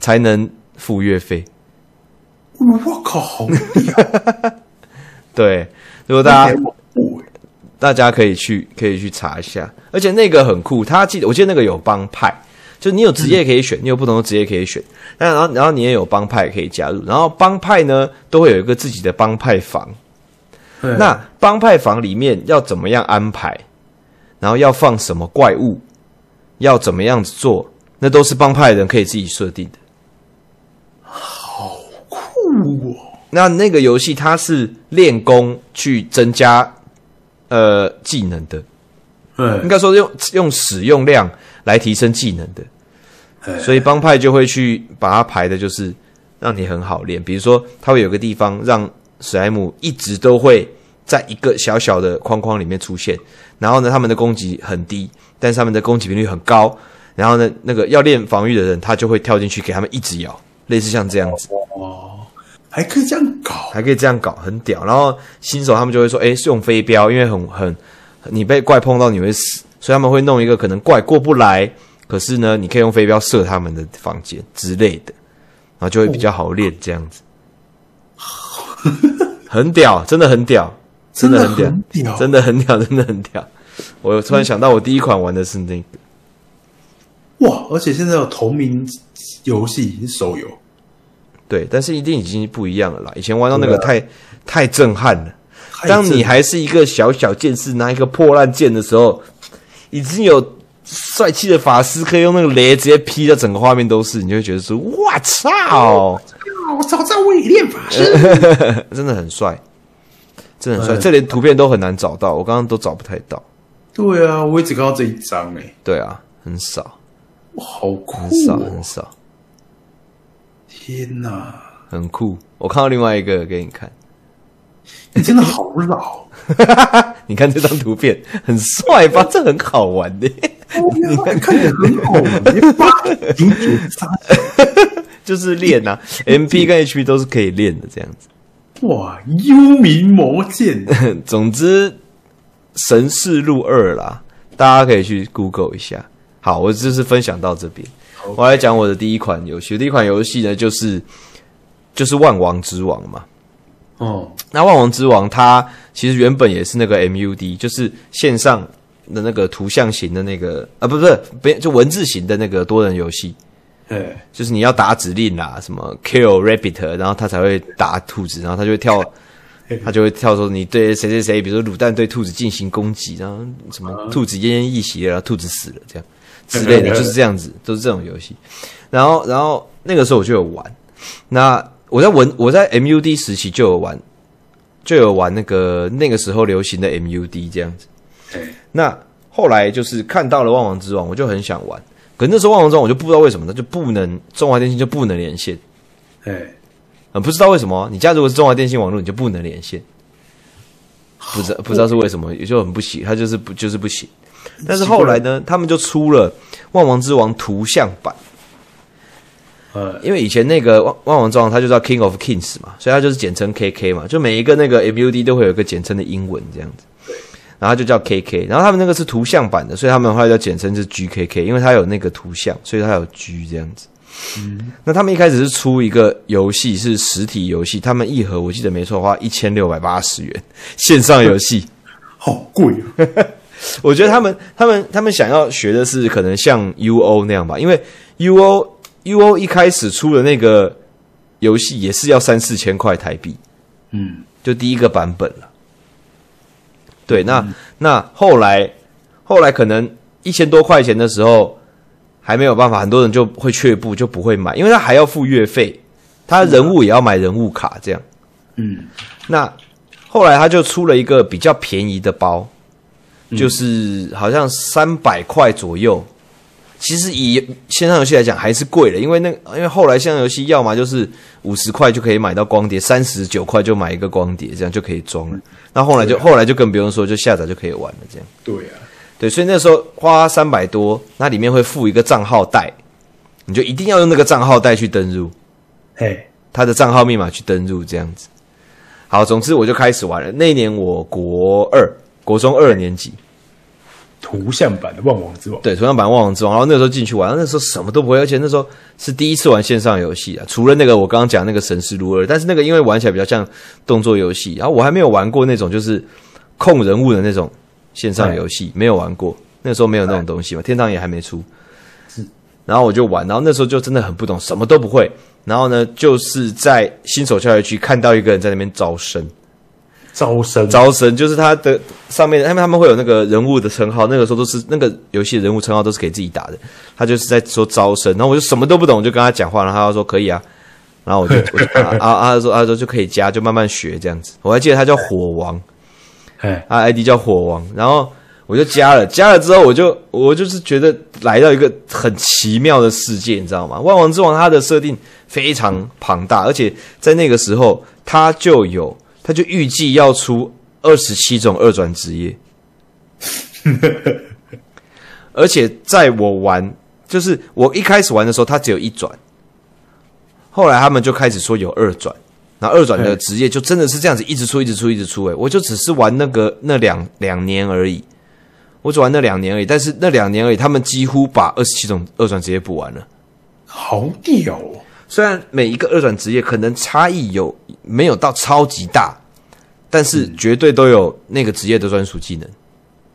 S2: 才能付月费。
S1: 喂哎我靠，好屌！
S2: 对，如果
S1: 大
S2: 大家
S1: 家不
S2: 大家可以去可以去查一下，而且那个很酷，他记得我记得那个有帮派，就你有职业可以选，你有不同的职业可以选，那然后然后你也有帮派可以加入，然后帮派呢都会有一个自己的帮派房，
S1: 那
S2: 那帮派房里面要怎么样安排，然后要放什么怪物，要怎么样子做，那都是帮派人可以自己设定的。
S1: 酷哦，
S2: 那那个游戏它是练功去增加呃技能的，应
S1: 对，
S2: 该说用用使用量来提升技能的，
S1: 哎
S2: 所以帮派就会去把它排的，就是让你很好练。比如说，它会有个地方让史莱姆一直都会在一个小小的框框里面出现，然后呢，他们的攻击很低，但是他们的攻击频率很高。然后呢，那个要练防御的人，他就会跳进去给他们一直咬，类似像这样子，
S1: 还可以这样搞，
S2: 还可以这样搞，很屌。然后新手他们就会说，诶，是用飞镖，因为很很你被怪碰到你会死，所以他们会弄一个可能怪过不来，可是呢，你可以用飞镖射他们的房间之类的，然后就会比较好练这 样子。很屌，真的很屌，
S1: 真
S2: 的
S1: 的
S2: 很
S1: 很屌，
S2: 真的很屌，真的很屌。我有突然想到，我第一款玩的是那个，
S1: 哇！而且现在有同名游戏手游，
S2: 对，但是一定已经不一样了啦。以前玩到那个
S1: 对啊
S2: 太、太震撼了。
S1: 太
S2: 当你
S1: 正
S2: 还是一个小小剑士，拿一个破烂剑的时候，已经有帅气的法师可以用那个雷直接劈到整个画面都是，你就会觉得说：“我操，
S1: 啊我早知道我也练法师，
S2: 真的很帅，真的很帅。”
S1: 对
S2: 这连图片都很难找到，我刚刚都找不太到。
S1: 对啊，我也只看到这一张哎、
S2: 对啊，很少，
S1: 哇，好酷、
S2: 很少，
S1: 哦！
S2: 很少，
S1: 天哪，
S2: 很酷。我看到另外一个给你看，
S1: 你真的好老！哦
S2: 你看这张图片很帅 吧？这很好玩的。
S1: 你
S3: 哎
S1: 看起来很好玩，你八零九三，
S2: 就是练呐、啊、，MP 跟 HP 都是可以练的这样子。
S3: 啊
S1: 哇，幽冥魔 剑，
S2: 总之，《神事录二》啦，大家可以去 Google 一下。好，我就是分享到这边。我来讲我的第一款游戏，我第一款游戏呢就是就是《万王之王》嘛。
S1: 哦，
S2: 那《万王之王》它其实原本也是那个 MUD，就是线上的那个图像型的那个啊，不是不是，就文字型的那个多人游戏。
S1: 哎，
S2: 就是你要打指令啦，什么 kill rabbit，然后他才会打兔子，然后他就会跳，他就会跳说你对谁谁谁，比如说卤蛋对兔子进行攻击，然后什么兔子奄奄一息了，然后兔子死了这样之类的，就是这样子，都是这种游戏。然后，然后那个时候我就有玩，那我在文我在 MUD 时期就有玩，就有玩那个那个时候流行的 MUD 这样子。
S1: 哎，
S2: 那后来就是看到了《万王之王》，我就很想玩。可那时候《万王之王》我就不知道为什么，它就不能中华电信就不能连线，
S1: 哎，
S2: 嗯，不知道为什么。你家如果是中华电信网络，你就不能连线，不知道不知道是为什么，也就很不行，它就是不就是不行。但是后来呢，他们就出了《万王之王》图像版，
S3: 哎
S1: 呃，
S2: 因为以前那个万万王之王，它就叫 King of Kings 嘛，所以它就是简称 KK 嘛，就每一个那个 MUD 都会有一个简称的英文这样子，然后它就叫 KK，然后他们那个是图像版的，所以他们后来就简称是 GKK，因为它有那个图像，所以它有 G 这样子。那他们一开始是出一个游戏是实体游戏，他们一盒我记得没错的话一千六百八十元线上游戏，
S1: 好贵啊！
S2: 我觉得他们他们他们想要学的是可能像 UO 那样吧，因为 U O U O 一开始出的那个游戏也是要三四千块台币，
S1: 嗯，
S2: 就第一个版本了。对，那、那后来后来可能一千多块钱的时候还没有办法，很多人就会却步，就不会买，因为他还要付月费，他人物也要买人物卡这样。
S1: 嗯，
S2: 那后来他就出了一个比较便宜的包，就是好像三百块左右。其实以线上游戏来讲还是贵了，因为那个因为后来线上游戏要么就是五十块就可以买到光碟，三十九块就买一个光碟，这样就可以装了。那后来就后来就更不用说，就下载就可以玩了这样。
S1: 对啊，
S2: 对，所以那时候花三百多，那里面会附一个账号带，你就一定要用那个账号带去登入。
S3: 哎
S1: 嘿，
S2: 他的账号密码去登入这样子。好，总之我就开始玩了。那一年我国二，国中二年级，
S1: 图像版的万王之王，
S2: 对，同样版《万王之王》，然后那时候进去玩，那时候什么都不会，而且那时候是第一次玩线上游戏啊，除了那个我刚刚讲那个《神师如二》，但是那个因为玩起来比较像动作游戏，然后我还没有玩过那种就是控人物的那种线上游戏，没有玩过，那时候没有那种东西嘛，天堂也还没出。然后我就玩，然后那时候就真的很不懂，什么都不会。然后呢，就是在新手教学区看到一个人在那边招生，
S3: 招生
S2: 招生，就是他的上面，他们他们会有那个人物的称号，那个时候都是那个游戏的人物称号都是给自己打的，他就是在说招生，然后我就什么都不懂，我就跟他讲话，然后他就说可以啊，然后我就我就啊啊啊他说啊他说就可以加，就慢慢学这样子，我还记得他叫火王，
S3: 哎，
S2: 他 ID 叫火王，然后我就加了，加了之后我就我就是觉得来到一个很奇妙的世界，你知道吗？万王之王它的设定非常庞大，而且在那个时候它就有，它就预计要出二十七种二转职业，而且在我玩，就是我一开始玩的时候它只有一转，后来他们就开始说有二转。然后二转的职业就真的是这样子，一直出，一直出，一直出。哎，我就只是玩那个那两两年而已，我只玩那两年而已。但是那两年而已，他们几乎把二十七种二转职业补完了。
S1: 好屌哦！
S2: 虽然每一个二转职业可能差异有没有到超级大，但是绝对都有那个职业的专属技能。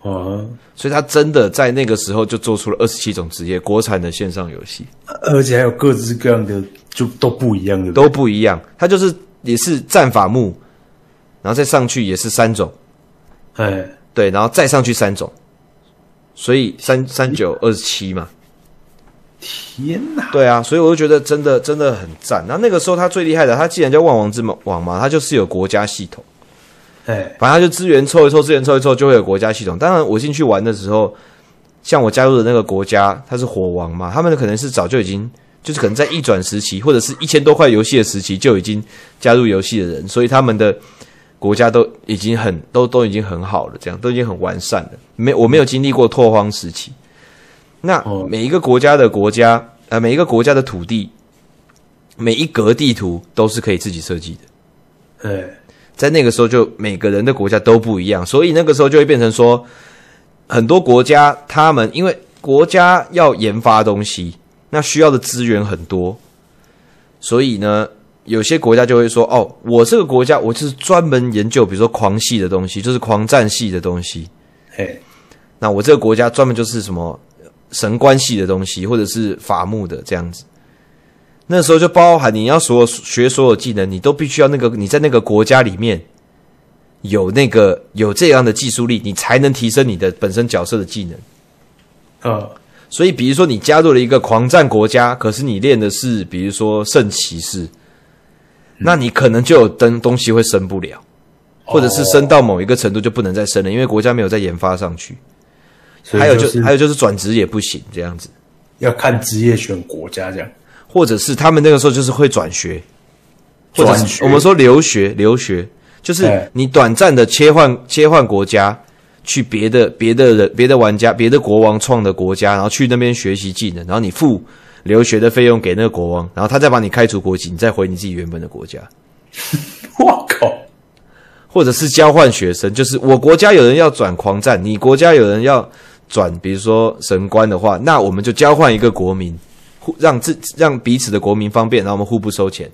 S3: 哦
S1: 啊，
S2: 所以他真的在那个时候就做出了二十七种职业，国产的线上游戏。
S3: 而且还有各式各样的，就都不一样的，
S2: 都不一样。它就是也是战法木，然后再上去也是三种，
S3: 哎，
S2: 对，然后再上去三种，所以三三九二十七嘛，
S1: 天哪，
S2: 对啊，所以我就觉得真的真的很赞。然后那个时候他最厉害的，他既然叫万王之王嘛，他就是有国家系统，
S3: 哎，
S2: 反正他就资源凑一凑，资源凑一凑就会有国家系统。当然我进去玩的时候，像我加入的那个国家，他是火王嘛，他们可能是早就已经。就是可能在一转时期，或者是一千多块游戏的时期就已经加入游戏的人，所以他们的国家都已经很都都已经很好了，这样都已经很完善了。没我没有经历过拓荒时期。那
S3: 哦
S2: 每一个国家的国家呃，每一个国家的土地，每一格地图都是可以自己设计的。
S3: 哎，
S2: 在那个时候就每个人的国家都不一样，所以那个时候就会变成说，很多国家他们因为国家要研发东西，那需要的资源很多，所以呢，有些国家就会说，哦，我这个国家我就是专门研究，比如说狂系的东西，就是狂战系的东西，
S3: 哎，
S2: 那我这个国家专门就是什么神官系的东西，或者是法木的这样子。那时候就包含你要所有学所有技能，你都必须要那个你在那个国家里面有那个有这样的技术力，你才能提升你的本身角色的技能。
S3: 啊，
S2: 所以，比如说你加入了一个狂战国家，可是你练的是比如说圣骑士，那你可能就有登东西会升不了，或者
S1: 哦
S3: 哦
S2: 是升到某一个程度就不能再升了，因为国家没有再研发上去。
S3: 所以
S2: 还有
S3: 就
S2: 就是还有就是转职也不行这样子，
S3: 要看职业选国家这样，
S2: 或者是他们那个时候就是会转学，或者
S3: 转
S2: 是
S3: 学哎
S2: 我们说留学，留学就是
S3: 对
S2: 你短暂的切换切换国家，去别的别的人别的玩家别的国王创的国家，然后去那边学习技能，然后你付留学的费用给那个国王，然后他再把你开除国籍，你再回你自己原本的国家。
S3: 我靠，
S2: 或者是交换学生，就是我国家有人要转狂战，你国家有人要转，比如说神官的话，那我们就交换一个国民，互让自让彼此的国民方便，然后我们互不收钱，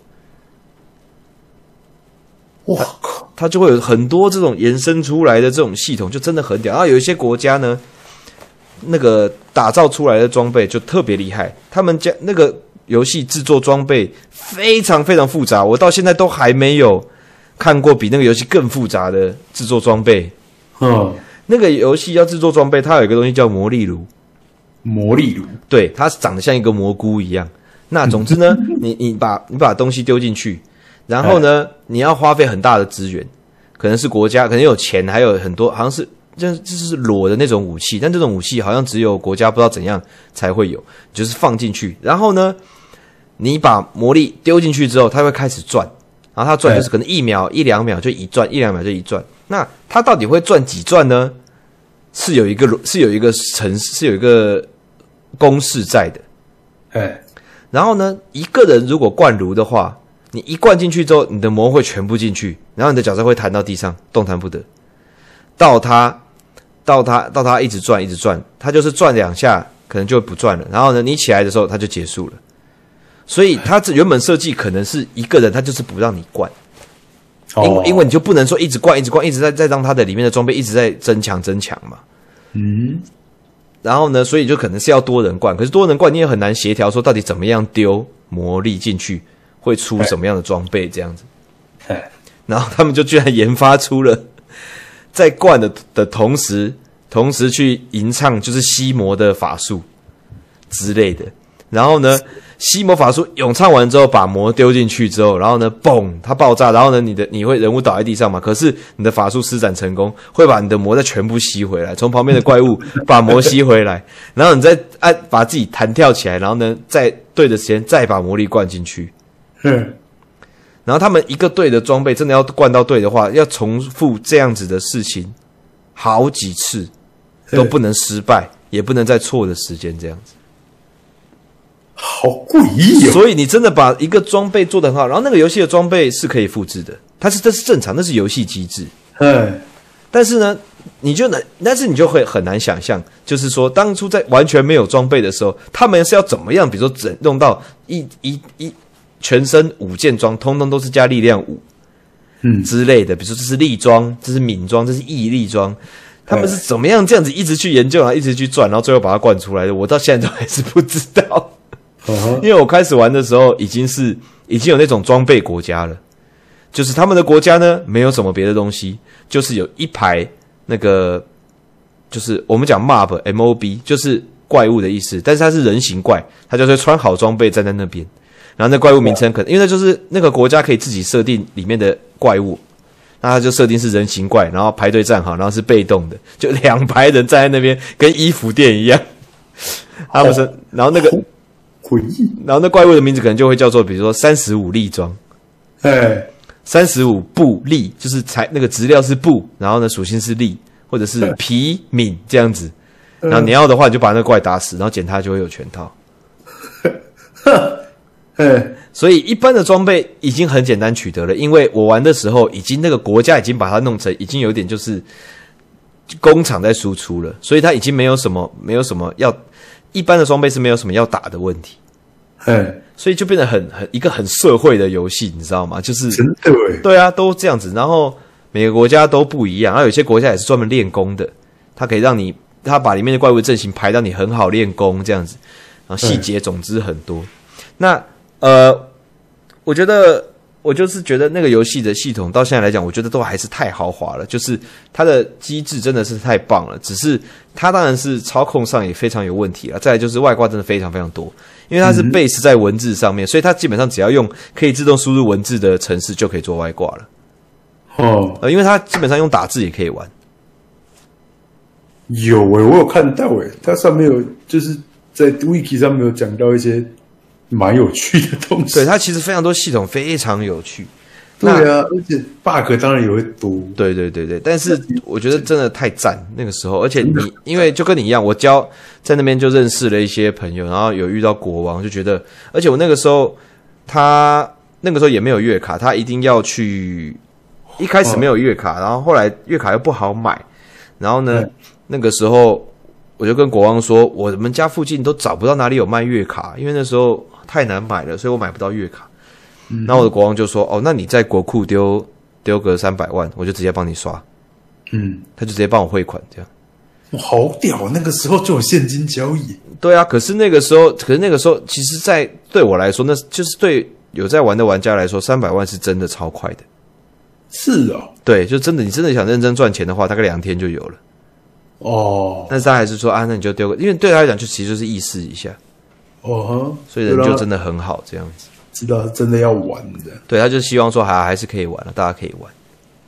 S3: 我靠，
S2: 它啊就会有很多这种延伸出来的这种系统，就真的很屌。然后有一些国家呢，那个打造出来的装备就特别厉害，他们家那个游戏制作装备非常非常复杂，我到现在都还没有看过比那个游戏更复杂的制作装备。
S3: 嗯，
S2: 那个游戏要制作装备，它有一个东西叫魔力炉，
S1: 魔力炉，
S2: 对，它长得像一个蘑菇一样。那总之呢，你你把你把东西丢进去，然后呢，你要花费很大的资源，可能是国家，可能有钱，还有很多，好像是这这是裸的那种武器，但这种武器好像只有国家不知道怎样才会有，就是放进去，然后呢，你把魔力丢进去之后，它会开始转，然后它转就是可能一秒一两秒就一转，一两秒就一转。那它到底会转几转呢？是有一个是有一个程是有一个公式在的。
S1: 哎，
S2: 然后呢，一个人如果灌炉的话，你一灌进去之后，你的魔会全部进去，然后你的角色会弹到地上，动弹不得。到他，到他，到他一直转，一直转，他就是转两下，可能就不转了。然后呢，你起来的时候，他就结束了。所以他这原本设计可能是一个人，他就是不让你灌，
S3: 哦
S2: 因
S1: 哦
S2: 为因为你就不能说一直灌，一直灌，一直在在让他的里面的装备一直在增强增强嘛。
S1: 嗯，
S2: 然后呢，所以就可能是要多人灌，可是多人灌你也很难协调说到底怎么样丢魔力进去会出什么样的装备这样子。
S1: 哎，
S2: 然后他们就居然研发出了在灌的的同时，同时去吟唱就是吸魔的法术之类的。然后呢，吸魔法术咏唱完之后，把魔丢进去之后，然后呢，嘣，它爆炸。然后呢，你的你会人物倒在地上嘛？可是你的法术施展成功，会把你的魔再全部吸回来，从旁边的怪物把魔吸回来，然后你再按把自己弹跳起来，然后呢，再对的时间再把魔力灌进去。
S3: 嗯，
S2: 然后他们一个队的装备真的要灌到队的话，要重复这样子的事情好几次，都不能失败，也不能在错的时间这样子。
S3: 好诡异哦。
S2: 所以你真的把一个装备做得很好，然后那个游戏的装备是可以复制的，它是这是正常，那是游戏机制。
S3: 嗯，
S2: 但是呢，你就能，但是你就会很难想象，就是说当初在完全没有装备的时候，他们是要怎么样，比如说整弄到一一一全身五件装，通通都是加力量五，
S3: 嗯
S2: 之类的，比如说这是力装，这是敏装，这是毅力装。他们是怎么样这样子一直去研究，然后一直去转，然后最后把它灌出来的？我到现在都还是不知道，
S3: 嗯
S2: 因为我开始玩的时候已经是已经有那种装备国家了，就是他们的国家呢没有什么别的东西，就是有一排那个就是我们讲 mob m o b 就是怪物的意思，但是它是人形怪，它就是穿好装备站在那边，然后那怪物名称可能因为那就是那个国家可以自己设定里面的怪物，那他就设定是人形怪，然后排队站好，然后是被动的，就两排人站在那边跟衣服店一样，他们是然后那个
S3: 诡异。
S2: 然后那怪物的名字可能就会叫做比如说三十五粒装。
S3: 哎，
S2: 三十五布粒，就是材那个质料是布，然后呢属性是粒，或者是皮敏这样子。然后你要的话，你就把那个怪打死，然后捡它就会有全套。
S3: 哎，
S2: 所以一般的装备已经很简单取得了，因为我玩的时候已经那个国家已经把它弄成，已经有点就是工厂在输出了，所以它已经没有什么没有什么要一般的装备是没有什么要打的问题，
S3: 哎，
S2: 所以就变得很很一个很社会的游戏，你知道吗？就是
S3: 真的哎，
S2: 对啊，都这样子。然后每个国家都不一样，然后啊有些国家也是专门练功的，它可以让你，它把里面的怪物的阵型排到你很好练功这样子。然后细节，总之很多。那呃，我觉得我就是觉得那个游戏的系统到现在来讲，我觉得都还是太豪华了，就是它的机制真的是太棒了。只是它当然是操控上也非常有问题了，再来就是外挂真的非常非常多，因为它是 base 在文字上面，所以它基本上只要用可以自动输入文字的程式就可以做外挂了。
S3: 哦，
S2: 呃，因为它基本上用打字也可以玩。
S3: 有哎，我有看到哎，它上面有就是在 wiki 上面有讲到一些蛮有趣的东西
S2: 对，。它其实非常多系统，非常有趣。
S3: 对
S2: 那
S3: 啊，而且 bug 当然也会多。
S2: 对对对对，但是我觉得真的太赞那个时候，而且你因为就跟你一样，我交在那边就认识了一些朋友，然后有遇到国王，就觉得，而且我那个时候他那个时候也没有月卡，他一定要去，一开始没有月卡，然后后来月卡又不好买，然后呢
S3: 嗯，
S2: 那个时候我就跟国王说，我们家附近都找不到哪里有卖月卡，因为那时候太难买了，所以我买不到月卡。然嗯后我的国王就说：“哦，那你在国库丢丢个三百万，我就直接帮你刷。”
S3: 嗯，
S2: 他就直接帮我汇款这样。
S1: 哇好屌啊！那个时候就有现金交易，
S2: 对啊，可是那个时候，可是那个时候，其实在，对我来说，那就是对有在玩的玩家来说，三百万是真的超快的。
S4: 是哦，
S2: 对，就真的，你真的想认真赚钱的话，大概两天就有了。
S4: 哦，
S2: 但是他还是说啊，那你就丢个，因为对他来讲，就其实就是意识一下，
S1: 哦哈，
S2: 所以人就真
S1: 的
S2: 的很好这样子。
S1: 知道是真的要玩的
S2: 对，他就希望说还、啊、还是可以玩了、大家可以玩。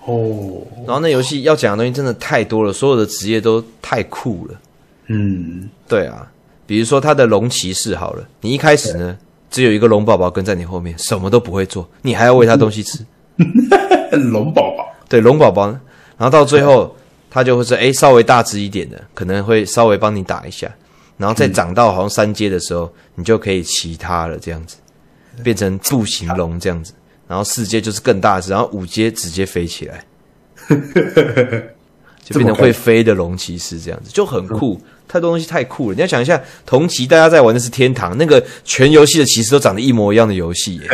S1: 哦，
S2: 然后那游戏要讲的东西真的太多了，所有的职业都太酷了。
S1: 嗯，
S2: 对啊，比如说他的龙骑士好了，你一开始呢只有一个龙宝宝跟在你后面，什么都不会做，你还要喂它东西吃。
S1: 哎龙宝宝，
S2: 对，龙宝宝呢，然后到最后它就会是哎稍微大只一点的，可能会稍微帮你打一下，然后再长到好像三阶的时候，你就可以骑它了，这样子变成步行龙这样子。然后四阶就是更大只，然后五阶直接飞起来，就变成会飞的龙骑士这样子，就很酷。它东西太酷了，你要想一下，同期大家在玩的是天堂，那个全游戏的骑士都长得一模一样的游戏耶，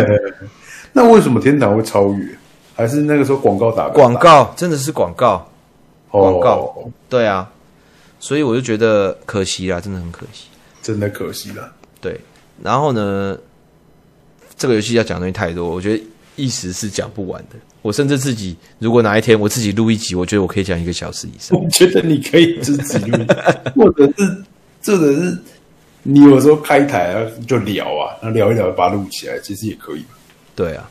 S1: 那为什么天堂会超越？还是那个时候广告打
S2: 广告真的是广告。广
S1: 广
S2: 告
S1: 哦，
S2: 对啊，所以我就觉得可惜啦，真的很可惜。
S1: 真的可惜了。
S2: 对，然后呢，这个游戏要讲的东西太多，我觉得一时是讲不完的。我甚至自己，如果哪一天我自己录一集，我觉得我可以讲一个小时以上。
S1: 我觉得你可以自己录，或者是，或者是你有时候开台啊就聊啊，那聊一聊把它录起来，其实也可以。
S2: 对啊，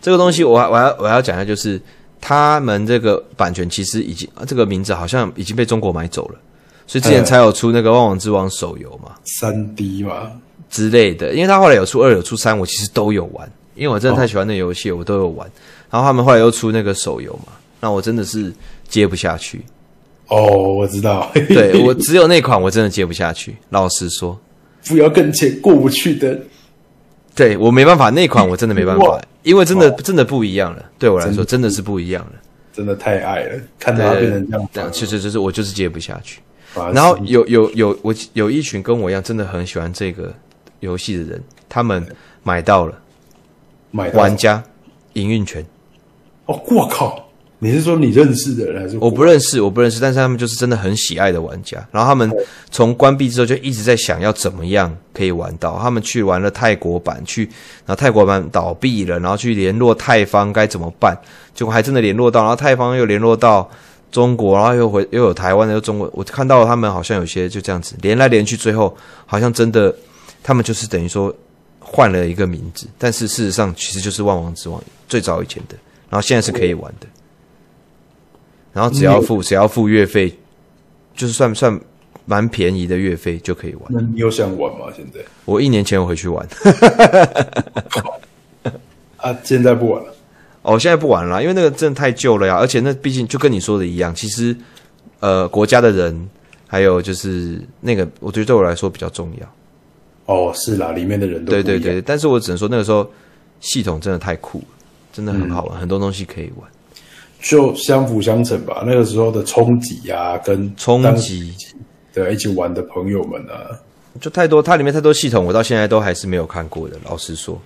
S2: 这个东西我还我还我还要讲一下，就是他们这个版权其实已经这个名字好像已经被中国买走了，所以之前才有出那个《万王之王》手游嘛
S1: 三 D 嘛，
S2: 之类的。因为他后来有出二，有出三，我其实都有玩，因为我真的太喜欢那游戏，我都有玩。然后他们后来又出那个手游嘛，那我真的是接不下 去。
S1: 哦，我知道，
S2: 对我只有那款我真的接不下去，老实说，
S1: 不要跟钱过不去的，
S2: 对我没办法，那款我真的没办法
S1: 哇，
S2: 因为真的
S1: 哦
S2: 真的不一样了，对我来说真的是不一样了。
S1: 真的太爱了，看到它变
S2: 对
S1: 成这样，
S2: 对，其实就是我就是接不下去。
S1: 反而
S2: 然后
S1: 是
S2: 有有有我有一群跟我一样真的很喜欢这个游戏的人，他们买到了
S1: 买到
S2: 玩家营运权，
S1: 哦，我靠！你是说你认识的人还是
S2: 我不认识，我不认识，但是他们就是真的很喜爱的玩家。然后他们从关闭之后就一直在想要怎么样可以玩到。他们去玩了泰国版，去然后泰国版倒闭了，然后去联络泰方该怎么办，结果还真的联络到，然后泰方又联络到中国，然后又回又有台湾的又中国。我看到他们好像有些就这样子连来连去，最后好像真的他们就是等于说换了一个名字，但是事实上其实就是万王之王最早以前的，然后现在是可以玩的。然后只要付只要付月费，就是算算蛮便宜的月费就可以玩。
S1: 那你有想玩吗？现在
S2: 我一年前我回去玩，
S1: 啊，现在不玩了。
S2: 哦，我现在不玩了啦，因为那个真的太旧了呀，而且那毕竟就跟你说的一样，其实呃国家的人还有就是那个，我觉得对我来说比较重要。
S1: 哦，是啦，里面的人都
S2: 对
S1: 不一
S2: 对
S1: 样
S2: 对，但是我只能说那个时候系统真的太酷了，真的很好玩，很多东西可以玩。
S1: 就相辅相成吧。那个时候的冲击啊，跟
S2: 冲
S1: 当
S2: 击
S1: 对一起玩的朋友们啊，
S2: 就太多，它里面太多系统，我到现在都还是没有看过的。老实说，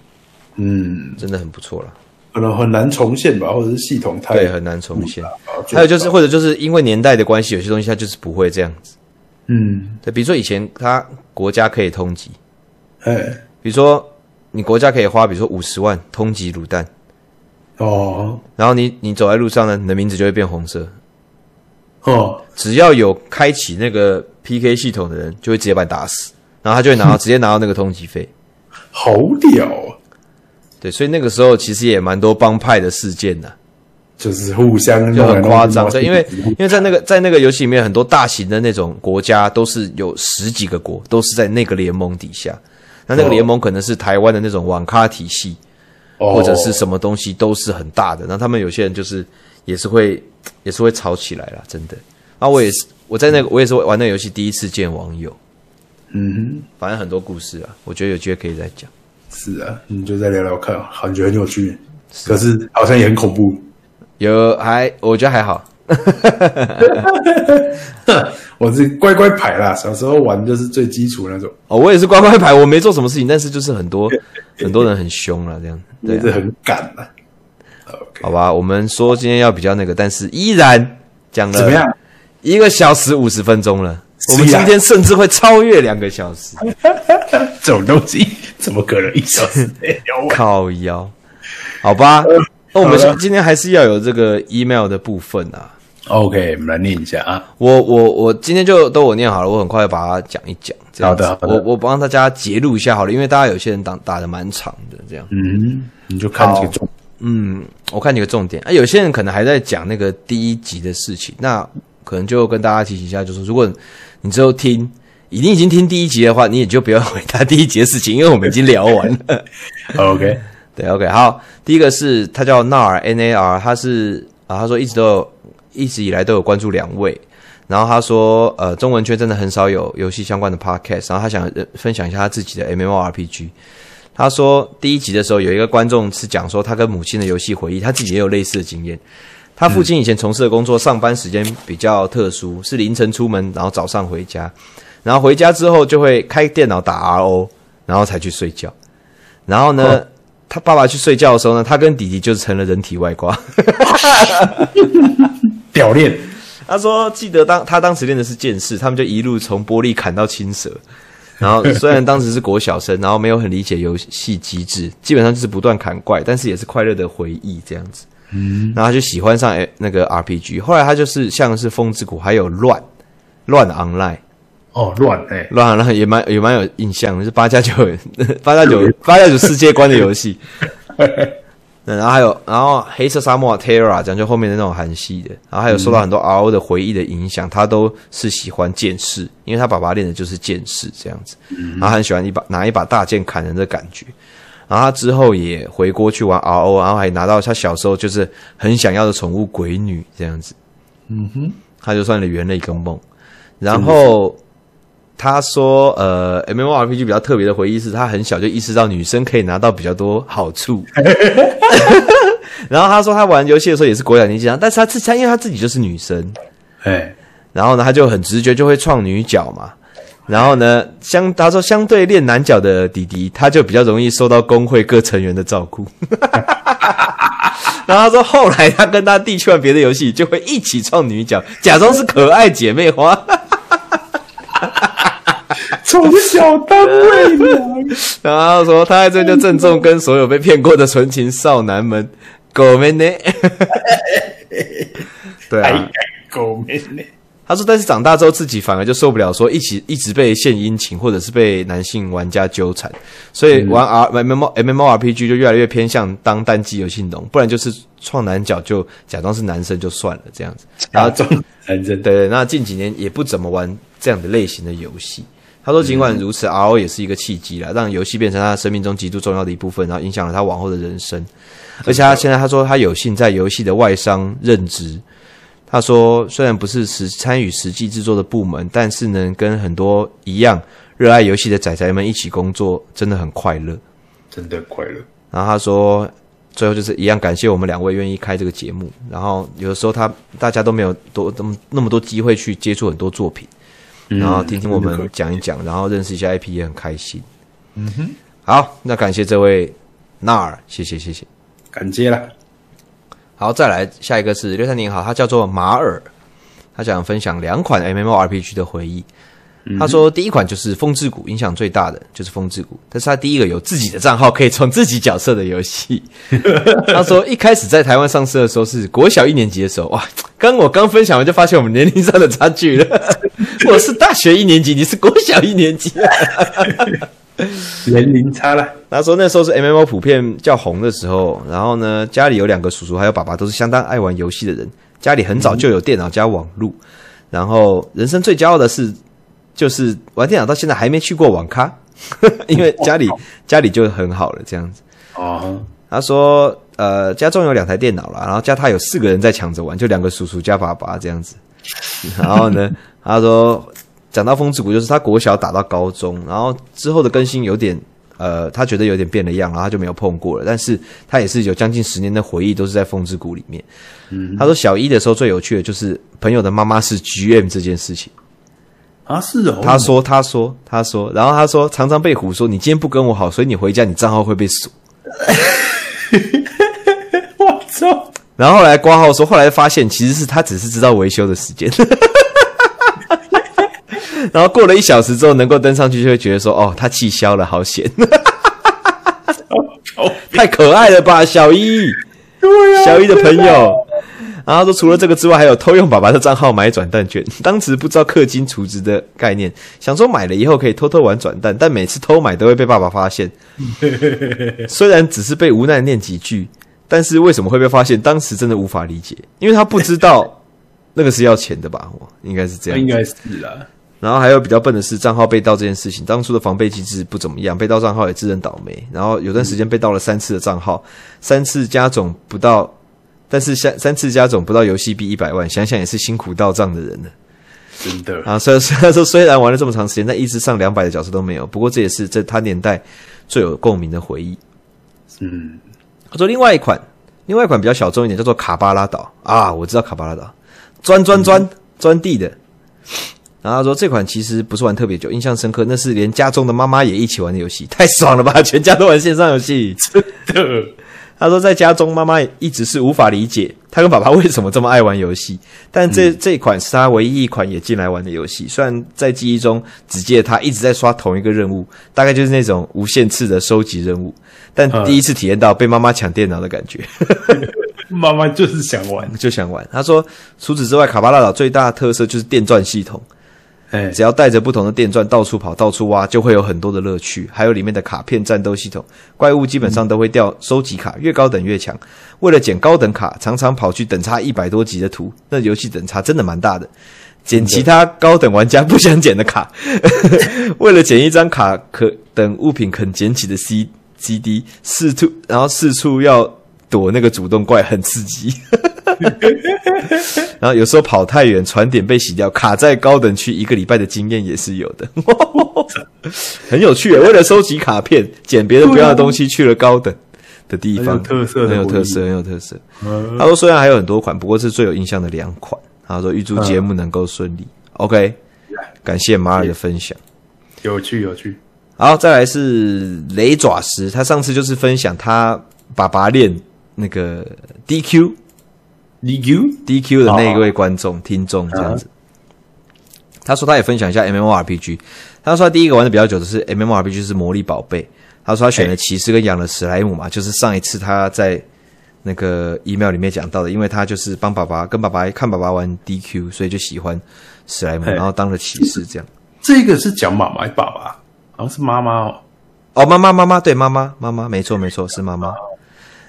S1: 嗯，
S2: 真的很不错了。
S1: 可能很难重现吧，或者是系统太
S2: 对，很难重现。
S1: 啊
S2: 还有哎嗯就是，或者就是因为年代的关系，有些东西它就是不会这样子。
S1: 嗯，
S2: 对，比如说以前它国家可以通缉，
S1: 哎，
S2: 比如说你国家可以花，比如说五十万通缉卤蛋，
S1: 哦
S2: 然后你你走在路上呢，你的名字就会变红色。
S1: 哦，
S2: 只要有开启那个 PK 系统的人，就会直接把你打死，然后他就会拿到 直接拿到那个通缉费。
S1: 好屌啊，
S2: 对，所以那个时候其实也蛮多帮派的事件的、
S1: 就是互相
S2: 就
S1: 弄来弄
S2: 很
S1: 去
S2: 夸张。
S1: 弄来
S2: 对，因
S1: 弄
S2: 为
S1: 去
S2: 因为在那个在那个游戏里面，很多大型的那种国家都是有十几个国，都是在那个联盟底下。那那个联盟可能是台湾的那种网咖体系，
S1: 哦
S2: 或者是什么东西都是很大的。那他们有些人就是也是会也是会吵起来啦，真的。啊，我也是我在那个我也是玩那个游戏第一次见网友，
S1: 嗯
S2: 反正很多故事啊，我觉得有机会可以再讲。
S1: 是啊，你就再聊聊看，感觉很有趣，可是好像也很恐怖。
S2: 有还我觉得还好，
S1: 我是乖乖牌啦，小时候玩就是最基础那种，
S2: 哦，我也是乖乖牌，我没做什么事情，但是就是很多很多人很凶了这样。对
S1: 就是
S2: 啊
S1: 很赶啊。OK，
S2: 好吧，我们说今天要比较那个，但是依然讲了
S1: 怎么样？
S2: 一个小时五十分钟了，我们
S3: 是
S2: 今
S3: 啊
S2: 天甚至会超越两个小时，
S3: 这种东西怎么可能一小时内聊 完？
S2: 靠腰，好吧？那我们
S3: 呃好的
S2: 今天还是要有这个 email 的部分啊。
S3: OK，我们来念一下啊。
S2: 我我我今天就都我念好了，我很快把它讲一讲。这样子
S3: 好的好的
S2: 我我帮大家截录一下好了，因为大家有些人打打的蛮长的，这样。
S3: 嗯，你就看这个重
S2: 嗯，我看几个重点啊，有些人可能还在讲那个第一集的事情，那可能就跟大家提醒一下，就是如果你之后听，已经已经听第一集的话，你也就不要回答第一集的事情，因为我们已经聊完了。
S3: OK，
S2: 对，OK，好，第一个是他叫 NAR N A R，他是啊，他说一直都有，一直以来都有关注两位，然后他说呃，中文圈真的很少有游戏相关的 podcast，然后他想呃分享一下他自己的 MMORPG。他说第一集的时候有一个观众是讲说他跟母亲的游戏回忆，他自己也有类似的经验。他父亲以前从事的工作，上班时间比较特殊，是凌晨出门，然后早上回家，然后回家之后就会开电脑打 RO，然后才去睡觉。然后呢，他爸爸去睡觉的时候呢，他跟弟弟就成了人体外挂。
S3: 屌练
S2: 他说记得当他当时练的是剑士，他们就一路从玻璃砍到青蛇。然后虽然当时是国小生，然后没有很理解游戏机制，基本上就是不断砍怪，但是也是快乐的回忆这样子。嗯，然后他就喜欢上诶那个 RPG，后来他就是像是风之谷，还有乱乱 online。
S3: 哦，乱哎、
S2: 乱乱也蛮也蛮有印象，就是八加 九八加九八加九世界观的游戏。 那然后还有，然后黑色沙漠 Terra 讲究后面的那种韩系的，然后还有受到很多 RO 的回忆的影响，他都是喜欢剑士，因为他爸爸练的就是剑士这样子，然后很喜欢一把拿一把大剑砍人的感觉。然后他之后也回国去玩 RO，然后还拿到他小时候就是很想要的宠物鬼女这样子。嗯哼，他就算了圆了一个梦。然后他说，呃，MMORPG 比较特别的回忆是他很小就意识到女生可以拿到比较多好处。 然后他说他玩游戏的时候也是国小年纪，但是他自他因为他自己就是女生，
S3: 哎，
S2: 然后呢，他就很直觉就会创女角嘛。然后呢，相他说相对练男角的弟弟，他就比较容易受到工会各成员的照顾。 然后他说，后来他跟他弟去玩别的游戏，就会一起创女角，假装是可爱姐妹花。
S3: 从小单位 娘，
S2: 然后说他在这就郑重跟所有被骗过的纯情少男们， 狗们呢？对
S3: 哎
S2: 啊，
S3: 哎，狗妹呢？
S2: 他说，但是长大之后自己反而就受不了，说一起一直被献殷勤，或者是被男性玩家纠缠，所
S3: 嗯
S2: 以玩 R M M M M O R P G 就越来越偏向当单机游戏农，不然就是创男角就假装是男生就算了这样子，然
S3: 啊，
S2: 后
S3: 中男生
S2: 对对，那近几年也不怎么玩这样的类型的游戏。他说，尽管如此，RO 也是一个契机啦，让游戏变成他生命中极度重要的一部分，然后影响了他往后的人生。而且他现在他说他有幸在游戏的外商任职。他说，虽然不是实参与实际制作的部门，但是能跟很多一样热爱游戏的仔仔们一起工作，真的很快乐。
S3: 真的快乐，
S2: 然后他说，最后就是一样感谢我们两位愿意开这个节目。然后有的时候他大家都没有多那么那么多机会去接触很多作品，然
S3: 嗯
S2: 后听听我们讲一讲，然后认识一下 IP 也很开心。嗯哼，好，那感谢这位纳尔，谢谢谢谢。
S3: 感谢啦。
S2: 好，再来下一个是六三零好，他叫做马尔，他想分享两款 MMORPG 的回忆。他说第一款就是《风之谷》，影响最大的就是《风之谷》，但是他第一个有自己的账号可以创自己角色的游戏。他说一开始在台湾上市的时候是国小一年级的时候，哇，刚我刚分享完就发现我们年龄上的差距了。 我是大学一年级，你是国小一年级、
S3: 年龄差啦，
S2: 他说那时候是 MMO 普遍较红的时候，然后呢，家里有两个叔叔还有爸爸都是相当爱玩游戏的人，家里很早就有电脑加网路，然后人生最骄傲的是就是玩电脑到现在还没去过网咖， 因为家里家里就很好了这样子。
S3: 哦，
S2: 他说呃家中有两台电脑啦，然后家他有四个人在抢着玩，就两个叔叔加爸爸这样子。然后呢，他说讲到风之谷，就是他国小打到高中，然后之后的更新有点，呃，他觉得有点变了样，然后他就没有碰过了。但是他也是有将近十年的回忆都是在风之谷里面。嗯，他说小一的时候最有趣的就是朋友的妈妈是 GM 这件事情。
S1: 啊，是哦，
S2: 他说，他说，他说，然后他说常常被唬说你今天不跟我好，所以你回家你账号会被锁。
S3: 我操，
S2: 然后后来挂号说，后来发现其实是他只是知道维修的时间。 然后过了一小时之后能够登上去，就会觉得说哦，他气消了，好险！ 太可爱了吧，小一，小一的朋友。然后说，除了这个之外，还有偷用爸爸的账号买转蛋券。 当时不知道氪金储值的概念，想说买了以后可以偷偷玩转蛋，但每次偷买都会被爸爸发现。虽然只是被无奈念几句，但是为什么会被发现？当时真的无法理解，因为他不知道那个是要钱的吧？我应该是这样。
S1: 应该是啦。
S2: 然后还有比较笨的是账号被盗这件事情，当初的防备机制不怎么样，被盗账号也自认倒霉。然后有段时间被盗了三次的账号，三次加总不到，但是三三次加总不到游戏币一百万，想想也是辛苦到账的人了。
S1: 真的，
S2: 啊，虽然虽然说虽然玩了这么长时间，但一直上两百的角色都没有。不过这也是在他年代最有共鸣的回忆。
S1: 嗯，
S2: 他说另外一款，另外一款比较小众一点，叫做卡巴拉岛啊，我知道卡巴拉岛，钻钻钻钻地的。然后他说这款其实不是玩特别久，印象深刻，那是连家中的妈妈也一起玩的游戏， 太爽了吧！全家都玩线上游戏。
S1: 的
S2: 他说在家中妈妈一直是无法理解他跟爸爸为什么这么爱玩游戏，但这、这款是他唯一一款也进来玩的游戏。虽然在记忆中只记得他一直在刷同一个任务，大概就是那种无限次的收集任务，但第一次体验到被妈妈抢电脑的感觉。
S1: 妈妈就是想玩，
S2: 就想玩。他说，除此之外，卡巴拉岛最大的特色就是电钻系统，
S1: 哎，
S2: 只要带着不同的电钻到处跑、到处挖，就会有很多的乐趣。还有里面的卡片战斗系统，怪物基本上都会掉收集卡，越高等越强。为了捡高等卡，常常跑去等差一百多级的图，那游戏等差真的蛮大的。捡其他高等玩家不想捡的卡， 为了捡一张卡可等物品肯捡起的 C C D，四处然后四处要躲那个主动怪，很刺激。然后有时候跑太远，船点被洗掉，卡在高等区一个礼拜的经验也是有的， 很有趣耶。为了收集卡片，捡别人不要的东西，去了高等的地方，
S1: 很有特色的
S2: 很有特色，很有特色。
S1: 呃
S2: 他说虽然还有很多款，不过是最有印象的两款。他说预祝节目能够顺利。OK，感谢马尔的分享。
S1: 有趣有趣，
S2: 好，再来是雷爪石，他上次就是分享他爸爸练那个 DQ
S1: 你 Q
S2: DQ 的那一位观众、听众这样子。他说他也分享一下 MMORPG，他说他第一个玩的比较久的是 MMORPG 是魔力宝贝，他说他选了骑士跟养了史莱姆嘛，就是上一次他在那个 email 里面讲到的，因为他就是帮爸爸跟爸爸看爸爸玩 DQ，所以就喜欢史莱姆，
S1: 嘿
S2: 然后当了骑士这样。
S1: 这个是讲妈妈还是爸爸，好像是妈妈哦，
S2: 哦，妈妈，妈妈，对，妈妈，妈妈，没错，没错，是妈妈。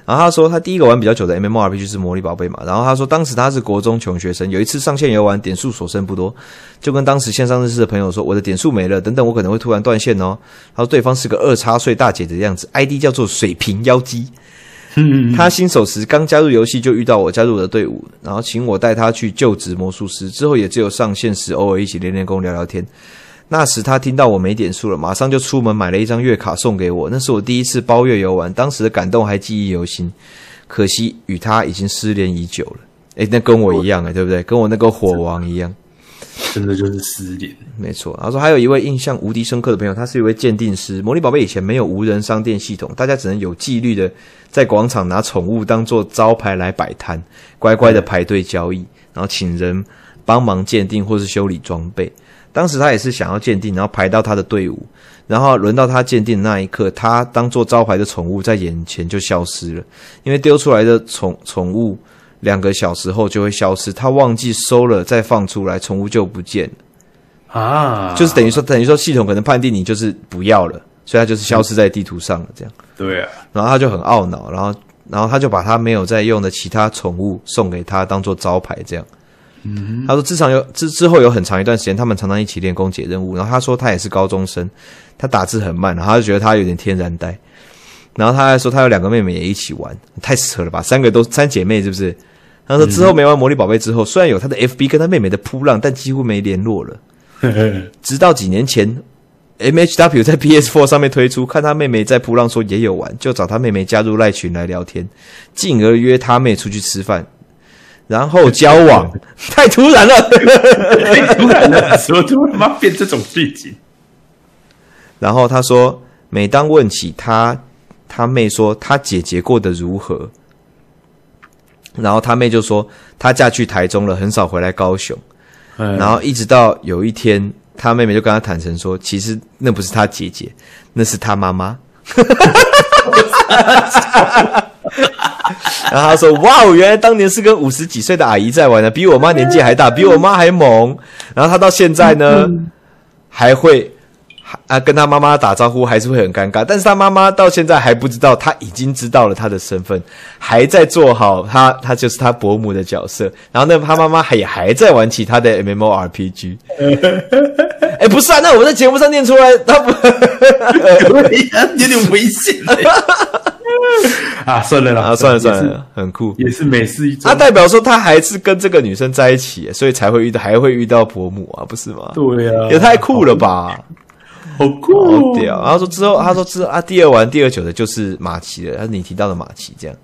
S2: 然后他说，他第一个玩比较久的 MMORPG 是《魔力宝贝》嘛。然后他说，当时他是国中穷学生，有一次上线游玩，点数所剩不多，就跟当时线上认识的朋友说，我的点数没了，等等，我可能会突然断线哦。他说对方是个二叉岁大姐的样子，ID 叫做水平妖姬。
S1: 嗯
S2: 他新手时刚加入游戏就遇到我，加入我的队伍，然后请我带他去就职魔术师。之后也只有上线时偶尔一起练练功、聊聊天。那时他听到我没点数了，马上就出门买了一张月卡送给我。那是我第一次包月游玩，当时的感动还记忆犹新。可惜与他已经失联已久了。诶，那跟我一样诶，对不对？跟我那个火王一样。
S1: 真的就是失联，
S2: 没错，啊他说还有一位印象无敌深刻的朋友，他是一位鉴定师。魔力宝贝以前没有无人商店系统，大家只能有纪律的在广场拿宠物当做招牌来摆摊，乖乖的排队交易，然后请人帮忙鉴定或是修理装备。当时他也是想要鉴定，然后排到他的队伍，然后轮到他鉴定的那一刻，他当做招牌的宠物在眼前就消失了，因为丢出来的宠宠物两个小时后就会消失，他忘记收了再放出来，宠物就不见了。
S1: 啊，
S2: 就是等于说，等于说系统可能判定你就是不要了，所以它就是消失在地图上了这样。
S1: 对 啊，
S2: 然后他就很懊恼，然后然后他就把他没有在用的其他宠物送给他当做招牌这样。嗯，他说至少有之之后有很长一段时间，他们常常一起练功解任务。然后他说他也是高中生，他打字很慢，然后他就觉得他有点天然呆。然后他还说他有两个妹妹也一起玩，太扯了吧？三个都三姐妹是不是？他说之后没玩魔力宝贝之后，虽然有他的 FB 跟他妹妹的扑浪，但几乎没联络了。
S1: 哎
S2: 直到几年前，MHW 在 PS4 上面推出，看他妹妹在扑浪说也有玩，就找他妹妹加入赖群来聊天，进而约他妹出去吃饭，然后交往，太突然了。
S1: 突然的时候突然妈变这种剧情，
S2: 然后他说，每当问起他他妹说他姐姐过得如何，然后他妹就说她嫁去台中了，很少回来高雄。
S1: 嗯
S2: 然后一直到有一天，他妹妹就跟他坦诚说，其实那不是他姐姐，那是他妈妈。 然后他说：“哇，原来当年是跟五十几岁的阿姨在玩的，啊比我妈年纪还大，比我妈还猛。然后他到现在呢，还会还啊跟他妈妈打招呼，还是会很尴尬。但是他妈妈到现在还不知道，他已经知道了他的身份，还在做好他他就是他伯母的角色。然后呢，他妈妈还也还在玩其他 的 MMORPG。哎，不是啊，那我在节目上念出来，他不。”
S1: 哎有点危险、欸啊，算了啦，
S2: 啊，算了算了，很酷。
S1: 也是，也是美式一种。
S2: 他啊代表说他还是跟这个女生在一起，所以才会遇到，还会遇到伯母啊，不是吗？
S1: 对啊，
S2: 也太酷了吧，
S1: 好酷、
S2: 好
S1: 哦，
S2: 屌！然后说之后，他说之后啊，第二玩第二久的就是马奇了，他是你提到的马奇这样。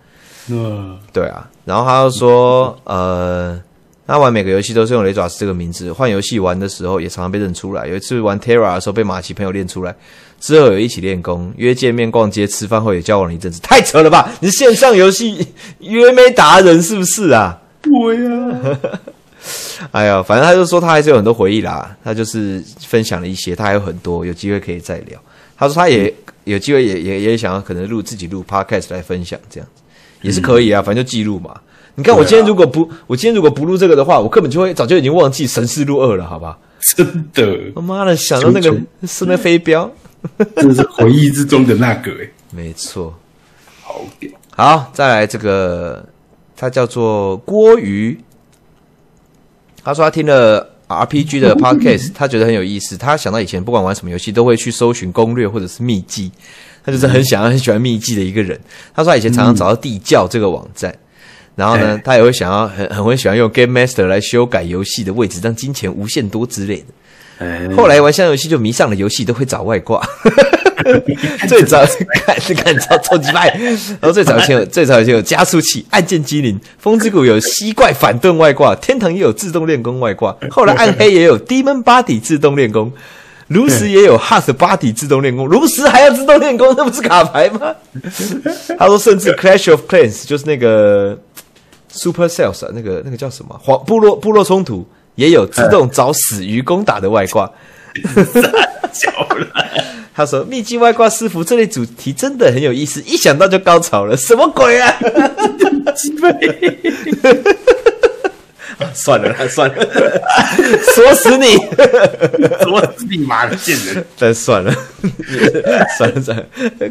S1: 嗯，
S2: 对啊，然后他又说，呃，他玩每个游戏都是用雷爪子这个名字，换游戏玩的时候也常常被认出来。有一次玩 Terra 的时候被马奇朋友练出来，之后有一起练功，约见面、逛街、吃饭后也交往了一阵子，太扯了吧！你是线上游戏约妹达人是不是啊？
S1: 对啊，
S2: 哎呀，反正他就说他还是有很多回忆啦，他就是分享了一些，他还有很多，有机会可以再聊。他说他也嗯有机会也也也想要可能录自己录 podcast 来分享，这样子也是可以啊，反正就记录嘛。你看我今天如果不、我今天如果不录这个的话，我根本就会早就已经忘记《神事录二》了，好吧？
S1: 真 的，
S2: 他妈的，想到那个
S1: 求
S2: 是那飞镖，
S1: 这是回忆之中的那个、欸，
S2: 没错。
S1: 好屌，
S2: 好，再来这个，他叫做郭瑜，他说他听了 RPG 的 podcast，他觉得很有意思。他想到以前不管玩什么游戏，都会去搜寻攻略或者是秘籍，他就是很想要很喜欢秘籍的一个人。他说他以前常常找到地窖这个网站。然后呢
S1: 哎，
S2: 他也会想要很很会喜欢用 Game Master 来修改游戏的位置，让金钱无限多之类的。
S1: 哎、
S2: 后来玩线上游戏就迷上了游戏，都会找外挂。最早看你看超超级派，然后最早以前有最早以前有加速器、按键机灵、风之谷有吸怪反盾外挂，天堂也有自动练功外挂，后来暗黑也有 Demon Body 自动练功，炉石也有 Heart Body 自动练功，炉石还要自动练功，那不是卡牌吗？他说，甚至 Clash of Clans 就是那个 Super Cells 啊，那个那个叫什么黄部落部落冲突，也有自动找死鱼攻打的外挂。他说：“秘境外挂私服这类主题真的很有意思，一想到就高潮了，什么鬼啊？ 啊算了啦，算了， 锁死你！
S1: 我是你妈的贱 人，
S2: 但算了，算了算了，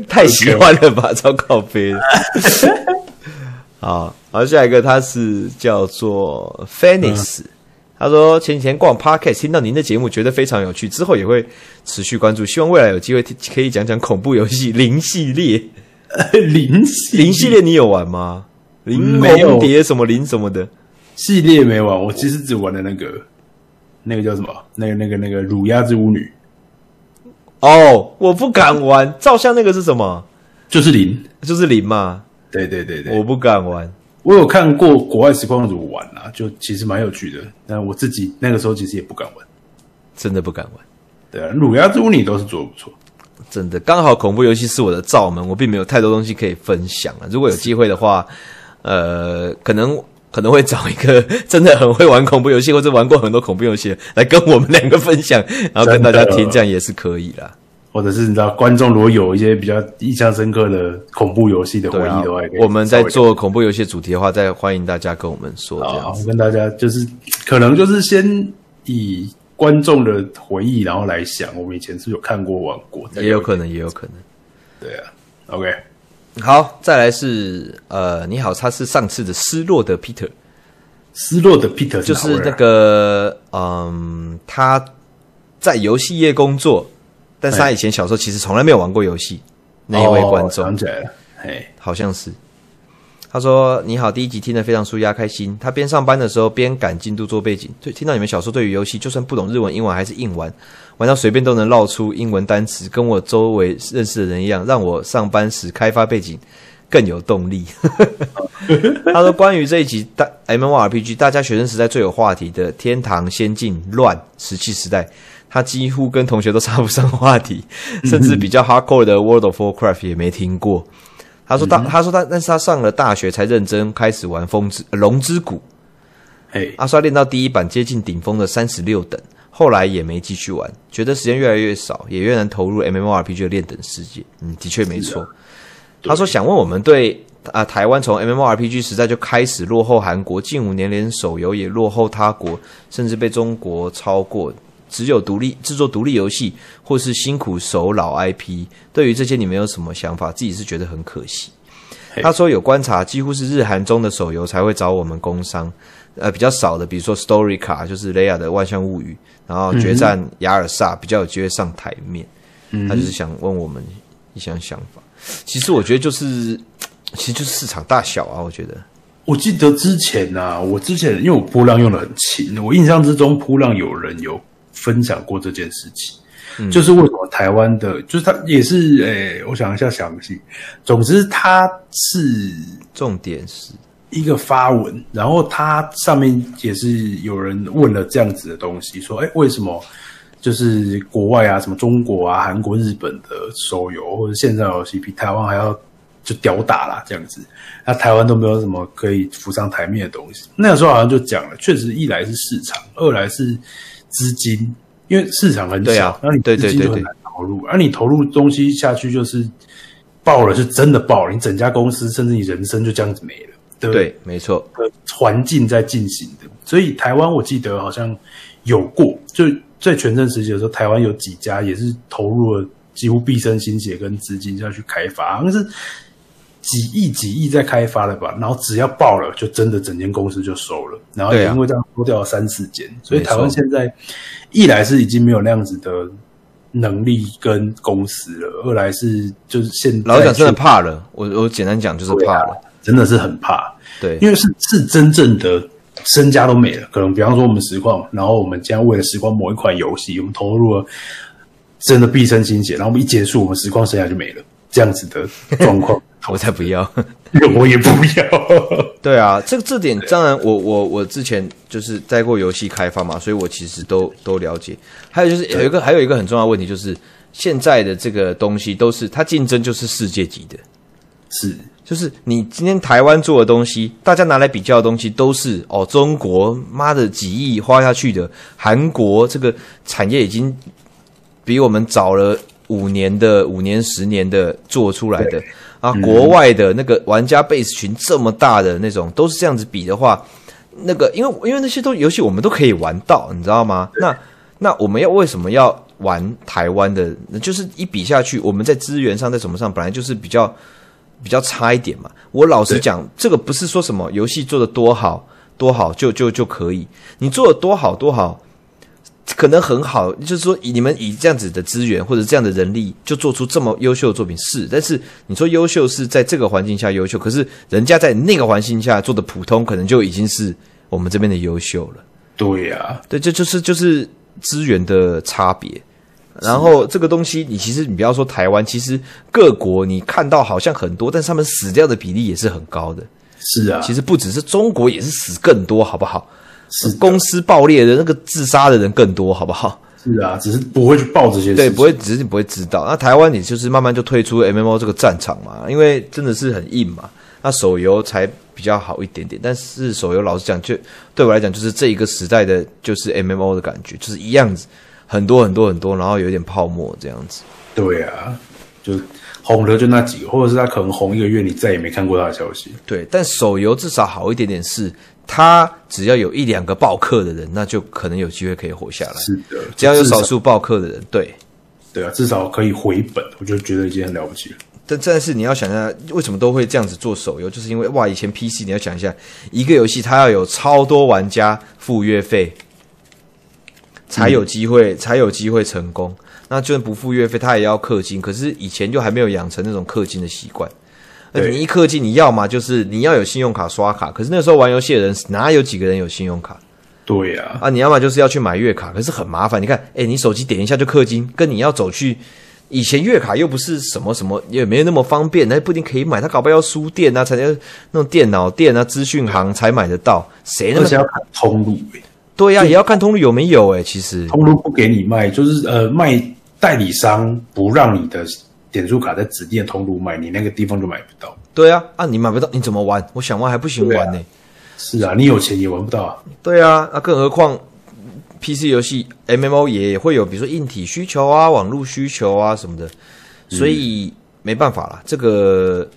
S2: 太喜欢了吧，超靠背的。 好，然后下一个他是叫做 Phoenix，、他说前几天逛 Parket 听到您的节目，觉得非常有趣，之后也会持续关注，希望未来有机会听可以讲讲恐怖游戏零系列。
S1: 零系
S2: 零系列你有玩吗？零
S1: 没有
S2: 红蝶什么零什么的，
S1: 系列没玩，我其实只玩了那个，那个叫什么？那个那个那个乳鸭之舞女，
S2: 哦，我不敢玩。照相那个是什么？
S1: 就是零，
S2: 就是零嘛，
S1: 对对对对，
S2: 我不敢玩。
S1: 我有看过国外实况组玩啊，就其实蛮有趣的。但我自己那个时候其实也不敢玩。
S2: 真的不敢玩。
S1: 对啊，乳牙之舞你都是做的不错。
S2: 真的，刚好恐怖游戏是我的罩门，我并没有太多东西可以分享了。如果有机会的话，呃，可能可能会找一个 真的很会玩恐怖游戏，或者玩过很多恐怖游戏的来跟我们两个分享，然后跟大家
S1: 真
S2: 听，
S1: 的
S2: 这样也是可以啦。
S1: 或者是你知道，观众如果有一些比较印象深刻的恐怖游戏的回
S2: 对啊
S1: 忆的话，也可，以
S2: 我们
S1: 稍
S2: 在
S1: 微
S2: 做恐怖游戏主题的话，再欢迎大家跟我们说这
S1: 啊，
S2: 样
S1: 我
S2: 子。
S1: 跟大家就是可能就是先以观众的回忆，然后来想我们以前是不是有看过玩过，
S2: 也有可能，也有可能。
S1: 对啊。OK，
S2: 好，再来是呃，你好，他是上次的失落的 Peter，
S1: 失落的 Peter
S2: 就
S1: 哪位
S2: 是
S1: 啊
S2: 那个嗯，他在游戏业工作，但是他以前小时候其实从来没有玩过游戏。那一位
S1: 哦
S2: 观众、
S1: 想起来了，哎，
S2: 好像是，他说：“你好，第一集听得非常舒压开心。他边上班的时候边赶进度做背景，对，听到你们小时候对于游戏，就算不懂日文、英文还是硬玩，玩到随便都能绕出英文单词，跟我周围认识的人一样，让我上班时开发背景更有动力。” 他说：“关于这一集大 M O R P G，大家学生时代最有话题的《天堂仙境乱》石器时代，他几乎跟同学都插不上话题，甚至比较 hardcore 的《World of Warcraft》也没听过。”他说大，他说他，但是他上了大学才认真开始玩风之呃龙之谷。
S1: 嘿，
S2: 阿帅练到第一版接近顶峰的三十六等，后来也没继续玩，觉得时间越来越少，也越能投入 MMORPG 的练等世界。嗯，的确没错。他说想问我们对啊、台湾从 MMORPG 时代就开始落后韩国，近五年连手游也落后他国，甚至被中国超过。只有独立制作独立游戏或是辛苦守老 IP，对于这些你们有什么想法？自己是觉得很可惜。他说有观察，几乎是日韩中的手游才会找我们工商，呃，比较少的，比如说 Story 卡，就是雷亚的《万象物语》，然后《决战雅尔萨》比较有机会上台面。他就是想问我们一些想法。其实我觉得就是，其实就是市场大小啊，我觉得。
S1: 我记得之前啊，我之前因为我波浪用的很勤，我印象之中波浪有人有分享过这件事情，
S2: 嗯
S1: 就是为什么台湾的，就是他也是诶、我想一下详细，总之他是
S2: 重点是，
S1: 一个发文，然后他上面也是有人问了这样子的东西，说，哎，为什么就是国外啊，什么中国啊、韩国、日本的手游或者线上游戏比台湾还要就屌打啦这样子，那台湾都没有什么可以浮上台面的东西。那个时候好像就讲了，确实一来是市场，二来是资金，因为市场很
S2: 对
S1: 小
S2: 啊，
S1: 那、你
S2: 对
S1: 资
S2: 对
S1: 金就
S2: 对
S1: 很
S2: 对
S1: 难投入，而、你投入东西下去就是爆了，是真的爆了，你整家公司甚至你人生就这样子没了。对不
S2: 对，没错，
S1: 的环境在呃进行的。所以台湾我记得好像有过，就在全盛时期的时候，台湾有几家也是投入了几乎毕生心血跟资金下去开发，好像是几亿几亿在开发了吧。然后只要爆了，就真的整间公司就收了，然后也
S2: 对啊
S1: 因为这样收掉了三四间。所以台湾
S2: 没错
S1: 现在一来是已经没有那样子的。能力跟公司了，二来是就是现在
S2: 老实讲真的怕了，我我简单讲就是
S1: 对
S2: 怕
S1: 啊
S2: 了，
S1: 真的是很怕。
S2: 对，
S1: 因为是是真正的身家都没了。可能比方说我们实况，然后我们今天为了实况某一款游戏，我们投入了真的毕生心血，然后我们一结束，我们实况生涯就没了，这样子的状况，
S2: 我才不要。
S1: 我也不要。
S2: 对啊，这这点当然我，我我之前就是在过游戏开发嘛，所以我其实都都了解。还有就是有一个还有一个很重要的问题，就是现在的这个东西都是它竞争就是世界级的，
S1: 是
S2: 就是你今天台湾做的东西，大家拿来比较的东西都是哦，中国妈的几亿花下去的，韩国这个产业已经比我们早了五年的、五年、十年的做出来的啊，国外的那个玩家 base 群这么大的那种，都是这样子比的话，那个因为因为那些都游戏我们都可以玩到，你知道吗？那那我们要为什么要玩台湾的？就是一比下去，我们在资源上在什么上本来就是比较比较差一点嘛。我老实讲，这个不是说什么游戏做的多好多好就就就可以，你做的多好多好。可能很好，就是说以你们以这样子的资源或者这样的人力，就做出这么优秀的作品是。但是你说优秀是在这个环境下优秀，可是人家在那个环境下做的普通，可能就已经是我们这边的优秀了。
S1: 对呀、啊，
S2: 对，这就是就是资源的差别。然后这个东西，你其实你不要说台湾，其实各国你看到好像很多，但是他们死掉的比例也是很高的。
S1: 是啊，
S2: 其实不只是中国，也是死更多，好不好？
S1: 是的
S2: 公司爆裂的那个自杀的人更多，好不好？
S1: 是啊，只是不会去报这些事情，
S2: 对，不会，只是你不会知道。那台湾也就是慢慢就退出 MMO 这个战场嘛，因为真的是很硬嘛。那手游才比较好一点点，但是手游老实讲，就对我来讲，就是这一个时代的就是 MMO 的感觉，就是一样子，很多很多很多，然后有点泡沫这样子。
S1: 对啊，就红的就那几个，或者是他可能红一个月，你再也没看过他的消息。
S2: 对，但手游至少好一点点是，它只要有一两个爆客的人，那就可能有机会可以活下来。
S1: 是的，
S2: 只要有
S1: 至少
S2: 少数爆客的人，对，
S1: 对啊，至少可以回本，我就觉得已经很了不起了。
S2: 但但是你要想一下，为什么都会这样子做手游，就是因为哇，以前 PC 你要想一下，一个游戏它要有超多玩家付月费，才有机会、才有机会成功。那就算不付月费，它也要氪金。可是以前就还没有养成那种氪金的习惯。而且
S1: 对
S2: 你一氪金，你要嘛就是你要有信用卡刷卡，可是那时候玩游戏的人哪有几个人有信用卡
S1: 对啊，
S2: 啊？你要么就是要去买月卡，可是很麻烦。你看，哎、你手机点一下就氪金，跟你要走去以前月卡又不是什么什么，也没有那么方便，那不一定可以买。他搞不好要书店啊，才要那种电脑店啊、资讯行才买得到。谁那
S1: 而且
S2: 么
S1: 要看通路、欸，
S2: 对啊呀、也要看通路有没有哎、其实
S1: 通路不给你卖，就是呃卖代理商不让你的点数卡在指定的通路卖，你那个地方就买不到。
S2: 对啊，啊，你买不到，你怎么玩？我想玩还不行玩呢、
S1: 是啊，你有钱也玩不到啊。
S2: 对啊，啊，更何况 PC 游戏 MMO 也会有，比如说硬体需求啊、网络需求啊什么的，所以没办法啦，这个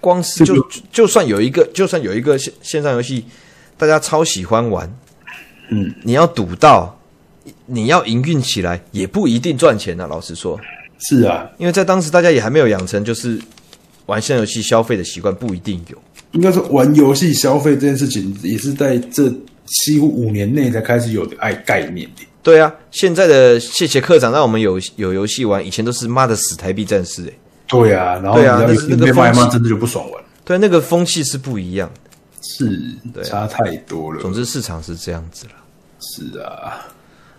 S2: 光是就就就算有一个，就算有一个线线上游戏，大家超喜欢玩，
S1: 嗯，
S2: 你要赌到，你要营运起来也不一定赚钱啊。老实说，
S1: 是啊，
S2: 因为在当时大家也还没有养成就是玩线上游戏消费的习惯，不一定有。
S1: 应该说玩游戏消费这件事情也是在这几乎五年内才开始有的爱概念的。
S2: 对啊，现在的谢谢科长让我们有有游戏玩，以前都是妈的死台币战士哎、
S1: 对啊，然后
S2: 对啊
S1: 你
S2: 但
S1: 要是
S2: 是那个
S1: 被卖
S2: 风
S1: 吗？
S2: 气
S1: 真的就不爽玩，
S2: 对，啊那个风气是不一样。
S1: 是差太多了
S2: 总。之市场是这样子了。
S1: 是啊，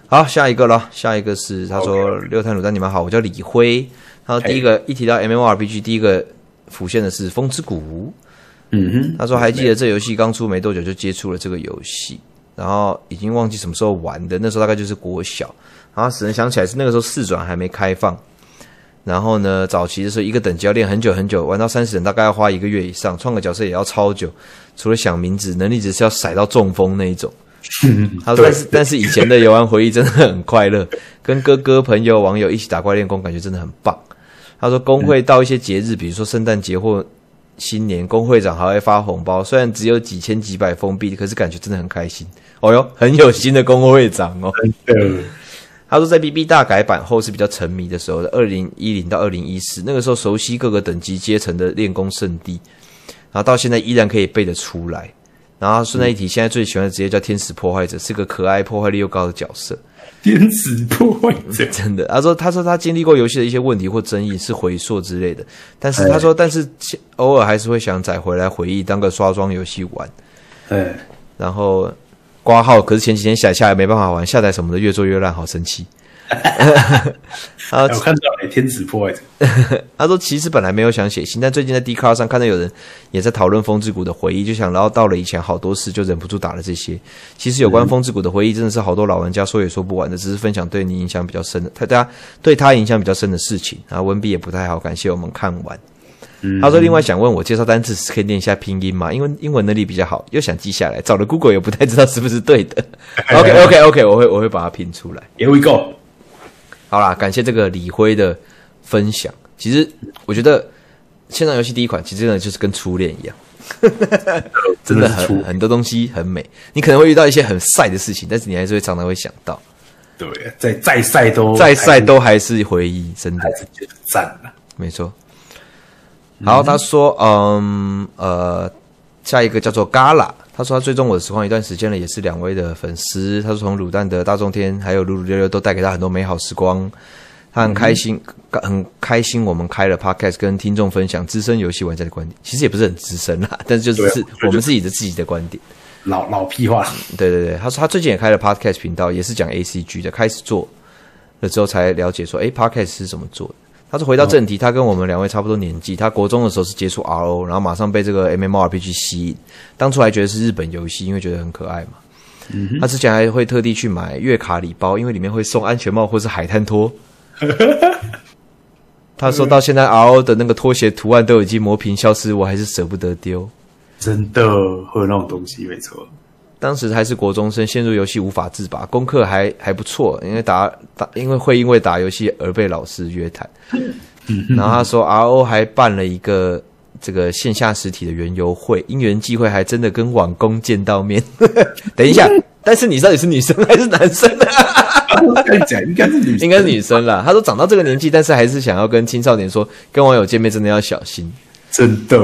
S2: 好，下一个了，下一个是他说六探卤蛋，你们好，我叫李辉。他说第一个一提到 MMORPG，第一个浮现的是《风之谷》。
S1: 嗯哼，
S2: 他说还记得这游戏刚出没多久就接触了这个游戏，然后已经忘记什么时候玩的，那时候大概就是国小，然后只能想起来是那个时候四转还没开放。然后呢，早期的时候一个等级要练很久很久，玩到三十等大概要花一个月以上，创个角色也要超久，除了想名字，能力值是要甩到中风那一种。他说：“但是但是以前的游玩回忆真的很快乐，跟哥哥、朋友、网友一起打怪练功，感觉真的很棒。”他说：“工会到一些节日，比如说圣诞节或新年，工会长还会发红包，虽然只有几千几百封闭，可是感觉真的很开心。哦哟，很有心的工会长哦。”
S1: 对，
S2: 他说，在 BB 大改版后是比较沉迷的时候，二零一零到二零一四那个时候，熟悉各个等级阶层的练功圣地，然后到现在依然可以背得出来。然后顺带一提，现在最喜欢的职业叫天使破坏者，是个可爱、破坏力又高的角色。
S1: 天使破坏者，
S2: 真的，他说，他说他经历过游戏的一些问题或争议，是回溯之类的。但是他说，但是偶尔还是会想载回来回忆，当个刷装游戏玩。嗯
S1: 哎，
S2: 然后挂号，可是前几天下下来没办法玩，下载什么的越做越烂，好生气。
S1: 我看到了天使破坏者，
S2: 他说：“其实本来没有想写信，但最近在 d 卡上看到有人也在讨论《风之谷》的回忆，就想到到了以前好多事，就忍不住打了这些。其实有关《风之谷》的回忆，真的是好多老玩家说也说不完的，只是分享对你影响比较深的，他大家对他影响比较深的事情啊。文笔也不太好，感谢我们看完。他说：“另外想问我介绍单词可以念一下拼音吗？因为英文能力比较好，又想记下来，找了 Google 也不太知道是不是对的。OK OK OK，我会我会把它拼出来。
S1: Here we go，
S2: 好啦，感谢这个李辉的分享。其实我觉得线上游戏第一款，其实真的就是跟初恋一样，
S1: 真
S2: 真的
S1: 是
S2: 很
S1: 出
S2: 很多东西很美。你可能会遇到一些很晒的事情，但是你还是会常常会想到，
S1: 对，再再赛都
S2: 再晒都还是回忆，真的
S1: 还是觉得赞啊了。
S2: 没错。好，他说，嗯呃，下一个叫做 Gala，他说他追踪我的实况一段时间了，也是两位的粉丝。他说从卤蛋的大众天还有鲁鲁六六都带给他很多美好时光，他很开心，嗯很开心我们开了 podcast 跟听众分享资深游戏玩家的观点，其实也不是很资深啦，但是就是
S1: 对啊
S2: 是
S1: 我觉得
S2: 我们
S1: 就
S2: 自己的自己的观点。
S1: 老老屁话，
S2: 对对对，他说他最近也开了 podcast 频道，也是讲 A C G 的，开始做了之后才了解说，诶 p o d c a s t 是怎么做的。他说回到正题，他跟我们两位差不多年纪，他国中的时候是接触 RO，然后马上被这个 MMORPG 吸引，当初还觉得是日本游戏，因为觉得很可爱嘛。他之前还会特地去买月卡礼包，因为里面会送安全帽或是海滩拖。他说到现在 RO 的那个拖鞋图案都已经磨平消失，我还是舍不得丢。
S1: 真的会有那种东西，没错。
S2: 当时还是国中生，陷入游戏无法自拔，功课还还不错，因为打打，因为会因为打游戏而被老师约谈。然后他说，RO 还办了一个这个线下实体的园游会，因缘际会还真的跟网工见到面。等一下，但是你到底是女生还是男生呢、
S1: 跟你讲，应该是女
S2: 应该是女生啦。他说长到这个年纪，但是还是想要跟青少年说，跟网友见面真的要小心。
S1: 真的，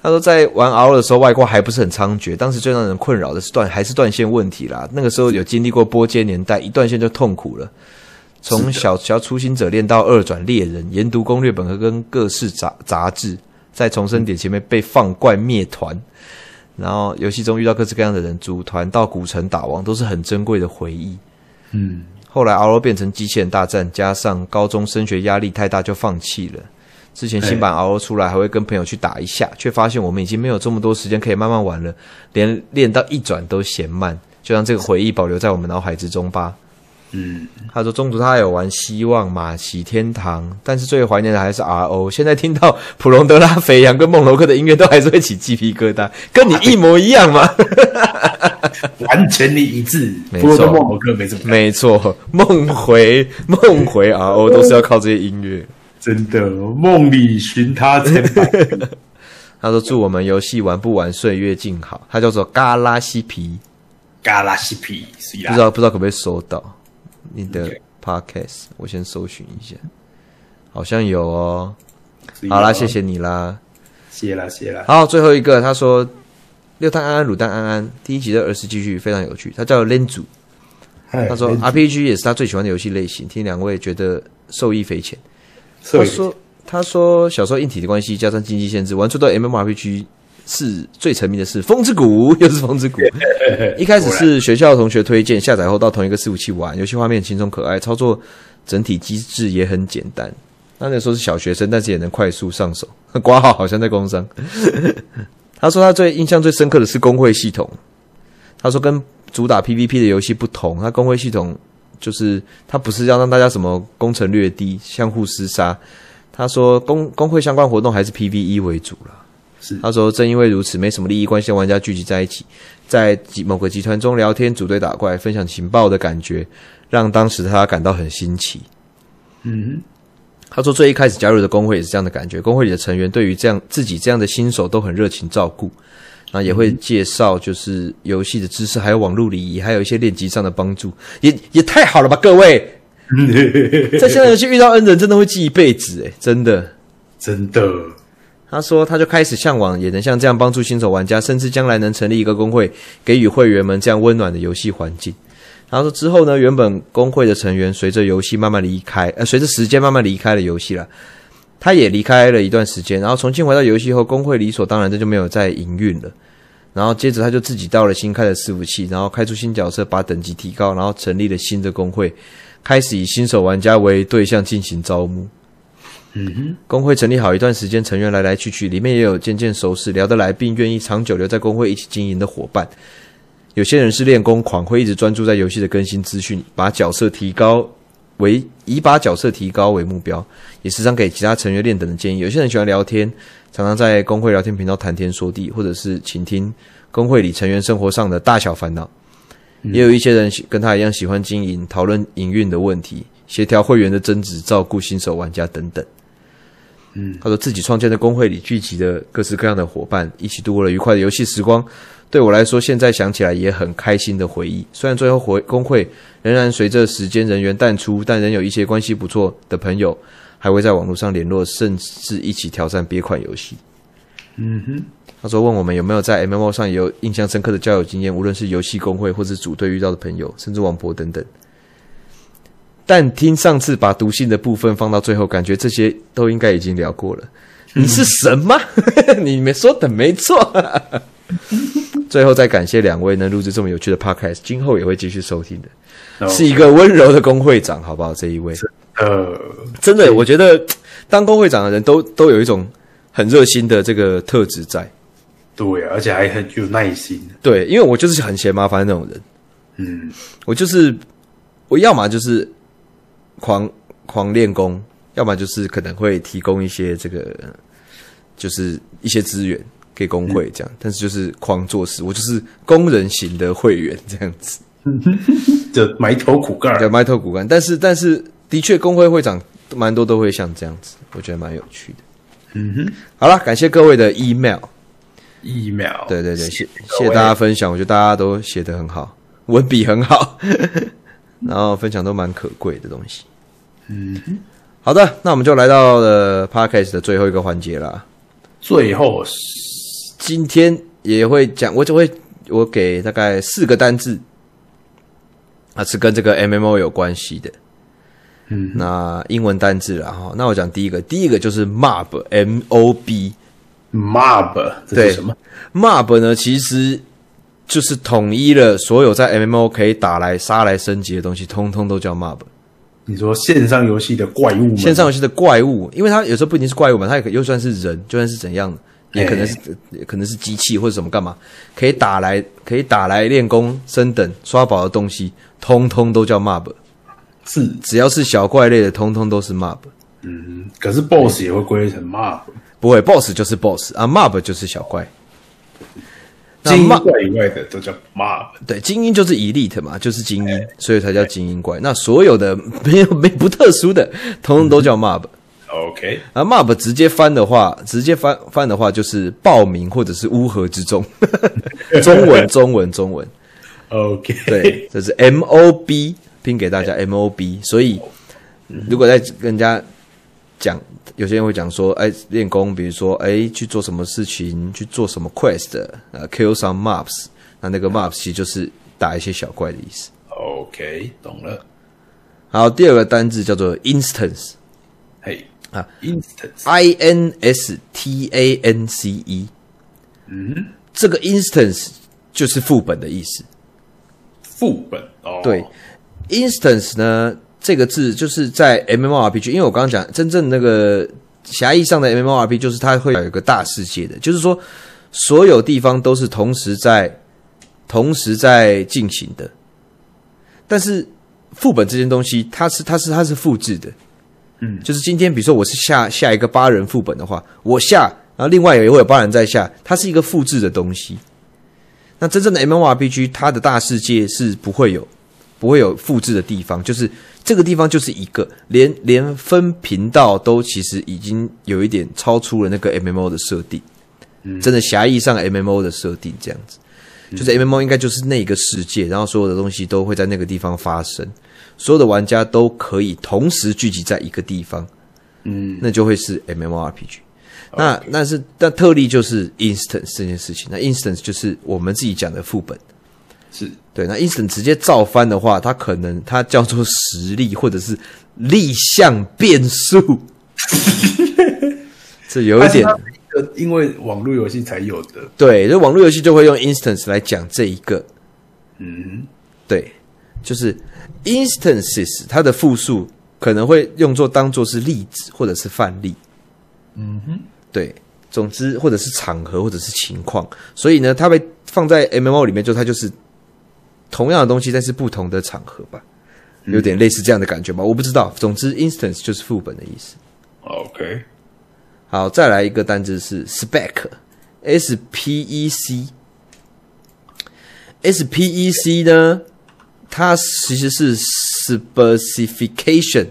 S2: 他说，在玩 RO 的时候，外挂还不是很猖獗。当时最让人困扰的是断，还是断线问题啦。那个时候有经历过波接年代，一断线就痛苦了。从小小初心者练到二转猎人，研读攻略本和跟各式杂杂志，在重生点前面被放怪灭团，然后游戏中遇到各式各样的人，组团到古城打王，都是很珍贵的回忆。
S1: 嗯，
S2: 后来 RO 变成机器人大战，加上高中升学压力太大，就放弃了。之前新版 RO 出来，还会跟朋友去打一下，却发现我们已经没有这么多时间可以慢慢玩了，连练到一转都嫌慢，就让这个回忆保留在我们脑海之中吧。
S1: 嗯，
S2: 他说中途他还有玩希望、马奇、天堂，但是最怀念的还是 RO。现在听到普隆德拉、肥羊跟梦楼克的音乐，都还是会起鸡皮疙瘩，跟你一模一样嘛。
S1: 完全的一致。
S2: 没
S1: 不过
S2: 错
S1: 跟孟某哥没什么，
S2: 没错，梦回梦回 RO 都是要靠这些音乐。
S1: 真的梦里寻他千百度。
S2: 他说祝我们游戏玩不玩岁月静好。他叫做嘎拉西皮，
S1: 嘎拉西皮，是
S2: 不
S1: 啦
S2: 知道不知道可不可以搜到你的
S1: OK
S2: podcast，我先搜寻一下，好像有哦。
S1: 是啦
S2: 好啦，谢，谢你啦。
S1: 谢啦，谢啦。
S2: 好，最后一个，他说六蛋安安、卤蛋安安，第一集的儿时记叙非常有趣。他叫 Len 祖，他
S1: 他
S2: 说啊 RPG 也是他最喜欢的游戏类型，听两位觉得受益匪浅。他说他说小时候硬体的关系，加上经济限制，玩出到 MMORPG 是最沉迷的是《风之谷》， 又是《风之谷》。一开始是学校同学推荐，下载后到同一个伺服器玩，游戏画面很轻松可爱，操作整体机制也很简单。那那时候是小学生，但是也能快速上手。 挂号好像在工商。 他说他最印象最深刻的是工会系统。他说跟主打 PVP 的游戏不同，他工会系统就是他不是要让大家什么攻城略地、相互厮杀。他说工工会相关活动还是 PVE 为主啦。
S1: 是
S2: 他说正因为如此，没什么利益关系的玩家聚集在一起，在集某个集团中聊天、组队打怪、分享情报的感觉，让当时他感到很新奇。
S1: 嗯，
S2: 他说最一开始加入的工会也是这样的感觉，工会里的成员对于这样自己这样的新手都很热情照顾，然后也会介绍就是游戏的知识，还有网络礼仪，还有一些练级上的帮助，也也太好了吧，各位！在现在游戏遇到恩人，真的会记一辈子诶、真的。
S1: 真的，
S2: 他说，他就开始向往，也能像这样帮助新手玩家，甚至将来能成立一个工会，给予会员们这样温暖的游戏环境。然后说之后呢，原本工会的成员随着游戏慢慢离开，呃，随着时间慢慢离开了游戏了。他也离开了一段时间，然后重新回到游戏后，工会理所当然的就没有再营运了。然后接着他就自己到了新开的伺服器，然后开出新角色，把等级提高，然后成立了新的工会，开始以新手玩家为对象进行招募。工会成立好一段时间，成员来来去去，里面也有渐渐熟识、聊得来并愿意长久留在工会一起经营的伙伴。有些人是练功狂，会一直专注在游戏的更新资讯，把角色提高为以把角色提高为目标，也时常给其他成员练等的建议。有些人喜欢聊天，常常在工会聊天频道谈天说地，或者是倾听工会里成员生活上的大小烦恼。也有一些人喜跟他一样喜欢经营，讨论营运的问题，协调会员的争执，照顾新手玩家等等。他说自己创建的工会里聚集的各式各样的伙伴，一起度过了愉快的游戏时光。对我来说，现在想起来也很开心的回忆。虽然最后回工会仍然随着时间人员淡出，但仍有一些关系不错的朋友还会在网络上联络，甚至一起挑战别款游戏。
S1: 嗯哼，
S2: 他说问我们有没有在 MMO 上也有印象深刻的交友经验，无论是游戏工会或是组队遇到的朋友，甚至王博等等。但听上次把读信的部分放到最后，感觉这些都应该已经聊过了。你是神吗？ 你们说的没错。最后再感谢两位能录制这么有趣的 podcast，今后也会继续收听的。
S1: 然后
S2: 是一个温柔的工会长，好不好？这一位
S1: 呃，
S2: 真的，我觉得当工会长的人都都有一种很热心的这个特质在。
S1: 对，而且还很有耐心。
S2: 对，因为我就是很嫌麻烦的那种人，
S1: 嗯，
S2: 我就是我要么就是狂狂练功，要么就是可能会提供一些这个就是一些资源给工会这样，但是就是狂做事，我就是工人型的会员这样子，
S1: 这埋头苦干儿，
S2: 对，埋头苦干。但是但是的确，工会会长蛮多都会像这样子，我觉得蛮有趣的。
S1: 嗯哼
S2: 好了，感谢各位的 email，
S1: ，email，
S2: 对对对，谢
S1: 各
S2: 谢
S1: 位
S2: 大家分享，我觉得大家都写得很好，文笔很好， 然后分享都蛮可贵的东西。嗯，好的，那我们就来到了 podcast 的最后一个环节啦。
S1: 最后
S2: 今天也会讲，我就会我给大概四个单字，啊，是跟这个 MMO 有关系的。嗯，那英文单字啦哈，那我讲第一个，第一个就是 mob，m o b，
S1: mob 这
S2: 对
S1: 是什么？
S2: Mob 呢，其实就是统一了所有在 MMO 可以打来、杀来、升级的东西，通通都叫 Mob。
S1: 你说线上游戏的怪物们，
S2: 线上游戏的怪物，因为它有时候不一定是怪物嘛，它也可又算是人，就算是怎样的，也可能是、也可能是机器或者什么干嘛，可以打来可以打来练功、升等、刷宝的东西，通通都叫 Mob。
S1: 是，
S2: 只要是小怪类的，通通都是 mob。
S1: 嗯，可是 BOSS 也会归类成 mob，
S2: 不会，boss 就是 boss 啊，mob 就是小怪。那
S1: 精英
S2: mob
S1: 怪以外的都叫 mob。
S2: 对，精英就是 elite 嘛，就是精英，所以才叫精英怪。那所有的 没有没不特殊的，通通都叫 mob。
S1: OK，
S2: 啊，mob 直接翻的话，直接翻翻的话就是暴民或者是乌合之众。中文，中文，中文，
S1: OK，
S2: 对，这是 M O B 拼给大家 M O B。所以如果在跟人家讲，有些人会讲说，哎，练功，比如说，哎，去做什么事情，去做什么 quest，呃，kill some mobs。那那个 mobs 其实就是打一些小怪的意思。
S1: OK，懂了。
S2: 好，第二个单字叫做 instance，I
S1: 嘿
S2: 啊
S1: ，instance，
S2: N S T A N C E。嗯，这个 instance 就是副本的意思。
S1: 副本哦，
S2: 对，instance 呢这个字就是在 MMORPG，因为我刚刚讲真正那个狭义上的 MMORPG 就是它会有一个大世界的，就是说所有地方都是同时在同时在进行的，但是副本这件东西它是它是它是复制的，嗯，就是今天比如说我是下下一个八人副本的话，我下然后另外也会有八人在下，它是一个复制的东西。那真正的 MMORPG，它的大世界是不会有不会有复制的地方，就是这个地方就是一个，连连分频道都其实已经有一点超出了那个 MMO 的设定，真的狭义上 MMO 的设定这样子，就是 MMO 应该就是那个世界，然后所有的东西都会在那个地方发生，所有的玩家都可以同时聚集在一个地方，嗯，那就会是 MMORPG。那那是那特例就是 instance 这件事情，那 instance 就是我们自己讲的副本，
S1: 是
S2: 对，那 instant 直接照翻的话，它可能它叫做实力或者是立项变数，这有一点
S1: 但是它是一个因为网络游戏才有的，
S2: 对。就网络游戏就会用 instance 来讲这一个，
S1: 嗯，
S2: 对，就是 instances 它的复数可能会用作当做是例子或者是范例，嗯哼，对，总之或者是场合或者是情况，所以呢，它被放在 MMO 里面就它就是同样的东西，但是不同的场合吧，有点类似这样的感觉吧，我不知道，总之 instance 就是副本的意思。
S1: OK，
S2: 好，再来一个单字是 spec，s p e c，s p e c 呢，它其实是 specification，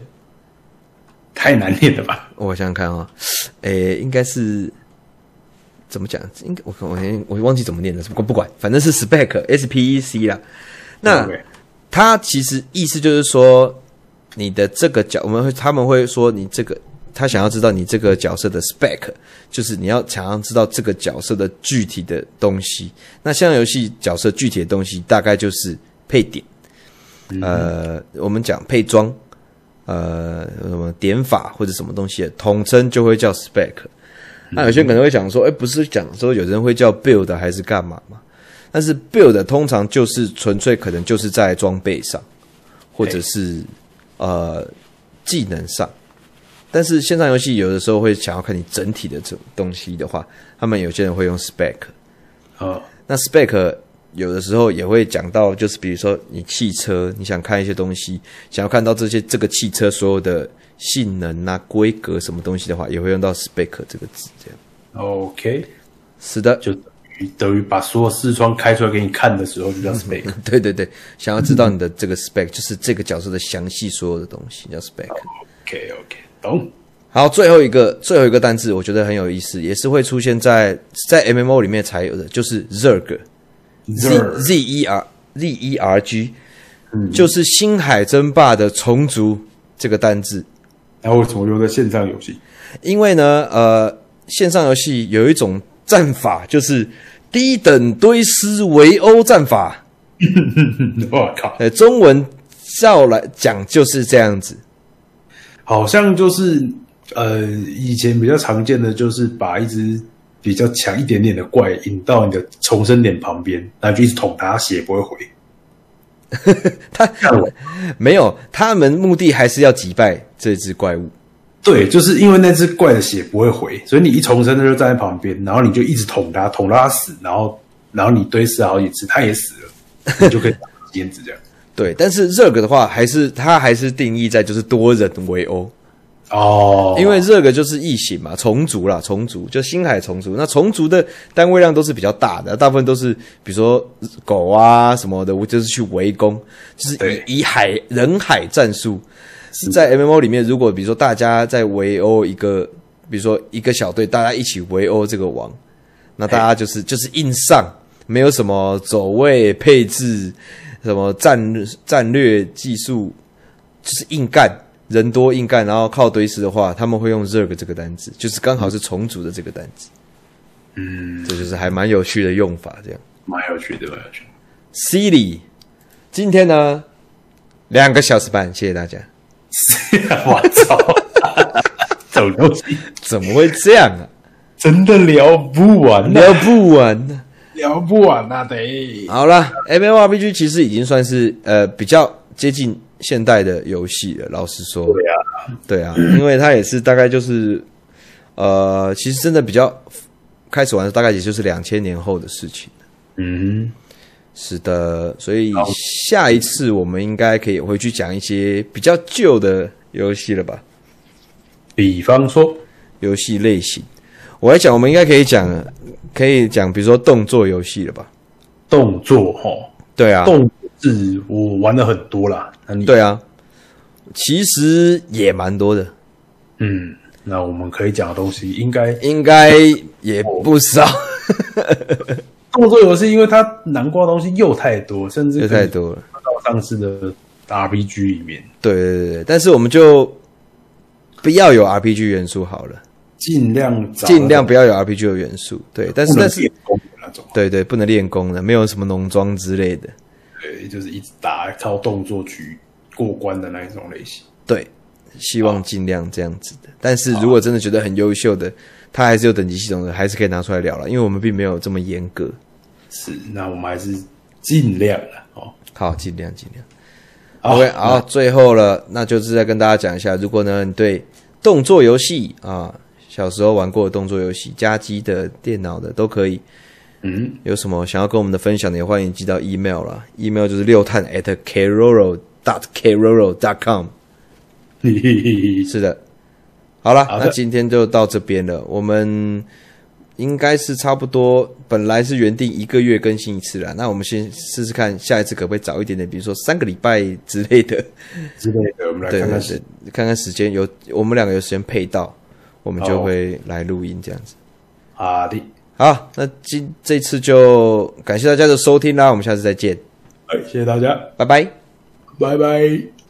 S1: 太难念了吧？
S2: 我想想看啊、诶、应该是怎么讲？应该我我我忘记怎么念了，不不管，反正是 spec，s p e c 啦。 那
S1: OK，
S2: 它其实意思就是说，你的这个角，我们会他们会说你这个，他想要知道你这个角色的 spec，就是你要想要知道这个角色的具体的东西。那像游戏角色具体的东西，大概就是配点，呃，我们讲配装，呃，什么点法或者什么东西的统称就会叫 spec。那有些人可能会想说，哎、不是讲说有人会叫 build 还是干嘛嘛？但是 build 通常就是纯粹可能就是在装备上，或者是呃技能上。但是线上游戏有的时候会想要看你整体的这种东西的话，他们有些人会用 spec。
S1: 好，
S2: 那 spec 有的时候也会讲到，就是比如说你汽车，你想看一些东西，想要看到这些这个汽车所有的性能啊、规格什么东西的话，也会用到 spec 这个字。这样
S1: OK，
S2: 是的，
S1: 就等于等于把所有视窗开出来给你看的时候， 就叫 spec。
S2: 对对对，想要知道你的这个 spec，就是这个角色的详细所有的东西叫 spec。
S1: OK OK，懂。
S2: 好，最后一个最后一个单字，我觉得很有意思，也是会出现在在 MMO 里面才有的，就是 zerg。Z
S1: Zer
S2: Z E R Z E R G，、就是《星海争霸》的重组这个单字。
S3: 那为什么又在线上游戏？
S2: 因为呢，呃，线上游戏有一种战法，就是低等堆尸围殴战法，
S1: 我靠，
S2: 呃，中文照来讲就是这样子。
S1: 好像就是呃，以前比较常见的就是把一只比较强一点点的怪引到你的重生点旁边，然后就一直捅它，血不会回。
S2: 他没有，他们目的还是要击败这只怪物。
S1: 对，就是因为那只怪的血不会回，所以你一重生，它就站在旁边，然后你就一直捅它，捅到它死，然后然后你堆死好几次，它也死了，你就可以打鞭子这样。
S2: 对，但是 Zerg 的话，还是它还是定义在就是多人围殴，
S1: 哦，
S2: 因为 Zerg 就是异形嘛，虫族啦，虫族就星海虫族。那虫族的单位量都是比较大的，大部分都是比如说狗啊什么的，我就是去围攻，就是
S1: 对
S2: 以以海人海战术。是在 MMO 里面，如果比如说大家在围殴一个，比如说一个小队，大家一起围殴这个王，那大家
S1: 哎
S2: 就是就是硬上，没有什么走位配置，什么战战略技术，就是硬干，人多硬干，然后靠堆尸的话，他们会用 Zerg 这个单词，就是刚好是重组的这个单词，
S1: 嗯，
S2: 这就是还蛮有趣的用法。这样
S1: 蛮有趣的，蛮有趣的。
S2: ，Siri，今天呢两个小时半，谢谢大家。
S1: 我操，这种东西
S2: 怎么会这样啊？
S1: 真的聊不完啊呐、
S2: 聊不完呢、
S1: 聊不完呐、得。
S2: 好啦 m m r p g 其实已经算是呃比较接近现代的游戏了。老实说，
S1: 对啊，
S2: 对啊，因为它也是大概就是呃，其实真的比较开始玩的大概也就是两千年后的事情。
S1: 嗯，
S2: 是的，所以下一次我们应该可以回去讲一些比较旧的游戏了吧？
S1: 比方说，
S2: 游戏类型，我来讲，我们应该可以讲，可以讲，比如说动作游戏了吧？
S1: 动作哈，
S2: 对啊，
S1: 动作是我玩了很多啦。那你
S2: 对啊，其实也蛮多的，
S1: 嗯，那我们可以讲的东西，应该
S2: 应该也不 少，
S1: 动作游戏，因为它囊括的东西又太多，甚至
S2: 这太多了。
S1: 到上次的 RPG 里面，
S2: 对对对对，但是我们就不要有 RPG 元素好了，
S1: 尽量找
S2: 尽量不要有 RPG 的元素。对，但是
S1: 不能
S2: 但是
S1: 练功的那种，
S2: 对对，不能练功的，没有什么浓妆之类的。
S1: 对，就是一直打靠动作去过关的那一种类型。
S2: 对，希望尽量这样子的。但是如果真的觉得很优秀的，它还是有等级系统的，还是可以拿出来聊了，因为我们并没有这么严格。
S1: 是，那我们还是尽量了哦。
S2: 好，尽量尽量。
S1: 好
S2: OK，好，最后了，那就是再跟大家讲一下，如果呢你对动作游戏啊，小时候玩过的动作游戏，家机的、电脑的都可以，
S1: 嗯，
S2: 有什么想要跟我们的分享的，也欢迎寄到 email 啦，email 就是六探 at kroro dot kroro dot com。
S1: 嘿嘿嘿嘿
S2: 是的，好了，
S1: 好的
S2: 那今天就到这边了，我们。应该是差不多，本来是原定一个月更新一次啦。那我们先试试看，下一次可不可以早一点点，比如说三个礼拜之类的。
S1: 之类的，我们来
S2: 对
S1: 看
S2: 对
S1: 看
S2: 对
S1: 是，
S2: 看看时间有我们两个有时间配到，我们就
S1: 好
S2: 会来录音这样子。
S1: 好的，
S2: 好，那今这次就感谢大家的收听啦，我们下次再见，
S1: 哎，谢谢大家，
S2: 拜拜。
S1: 拜拜。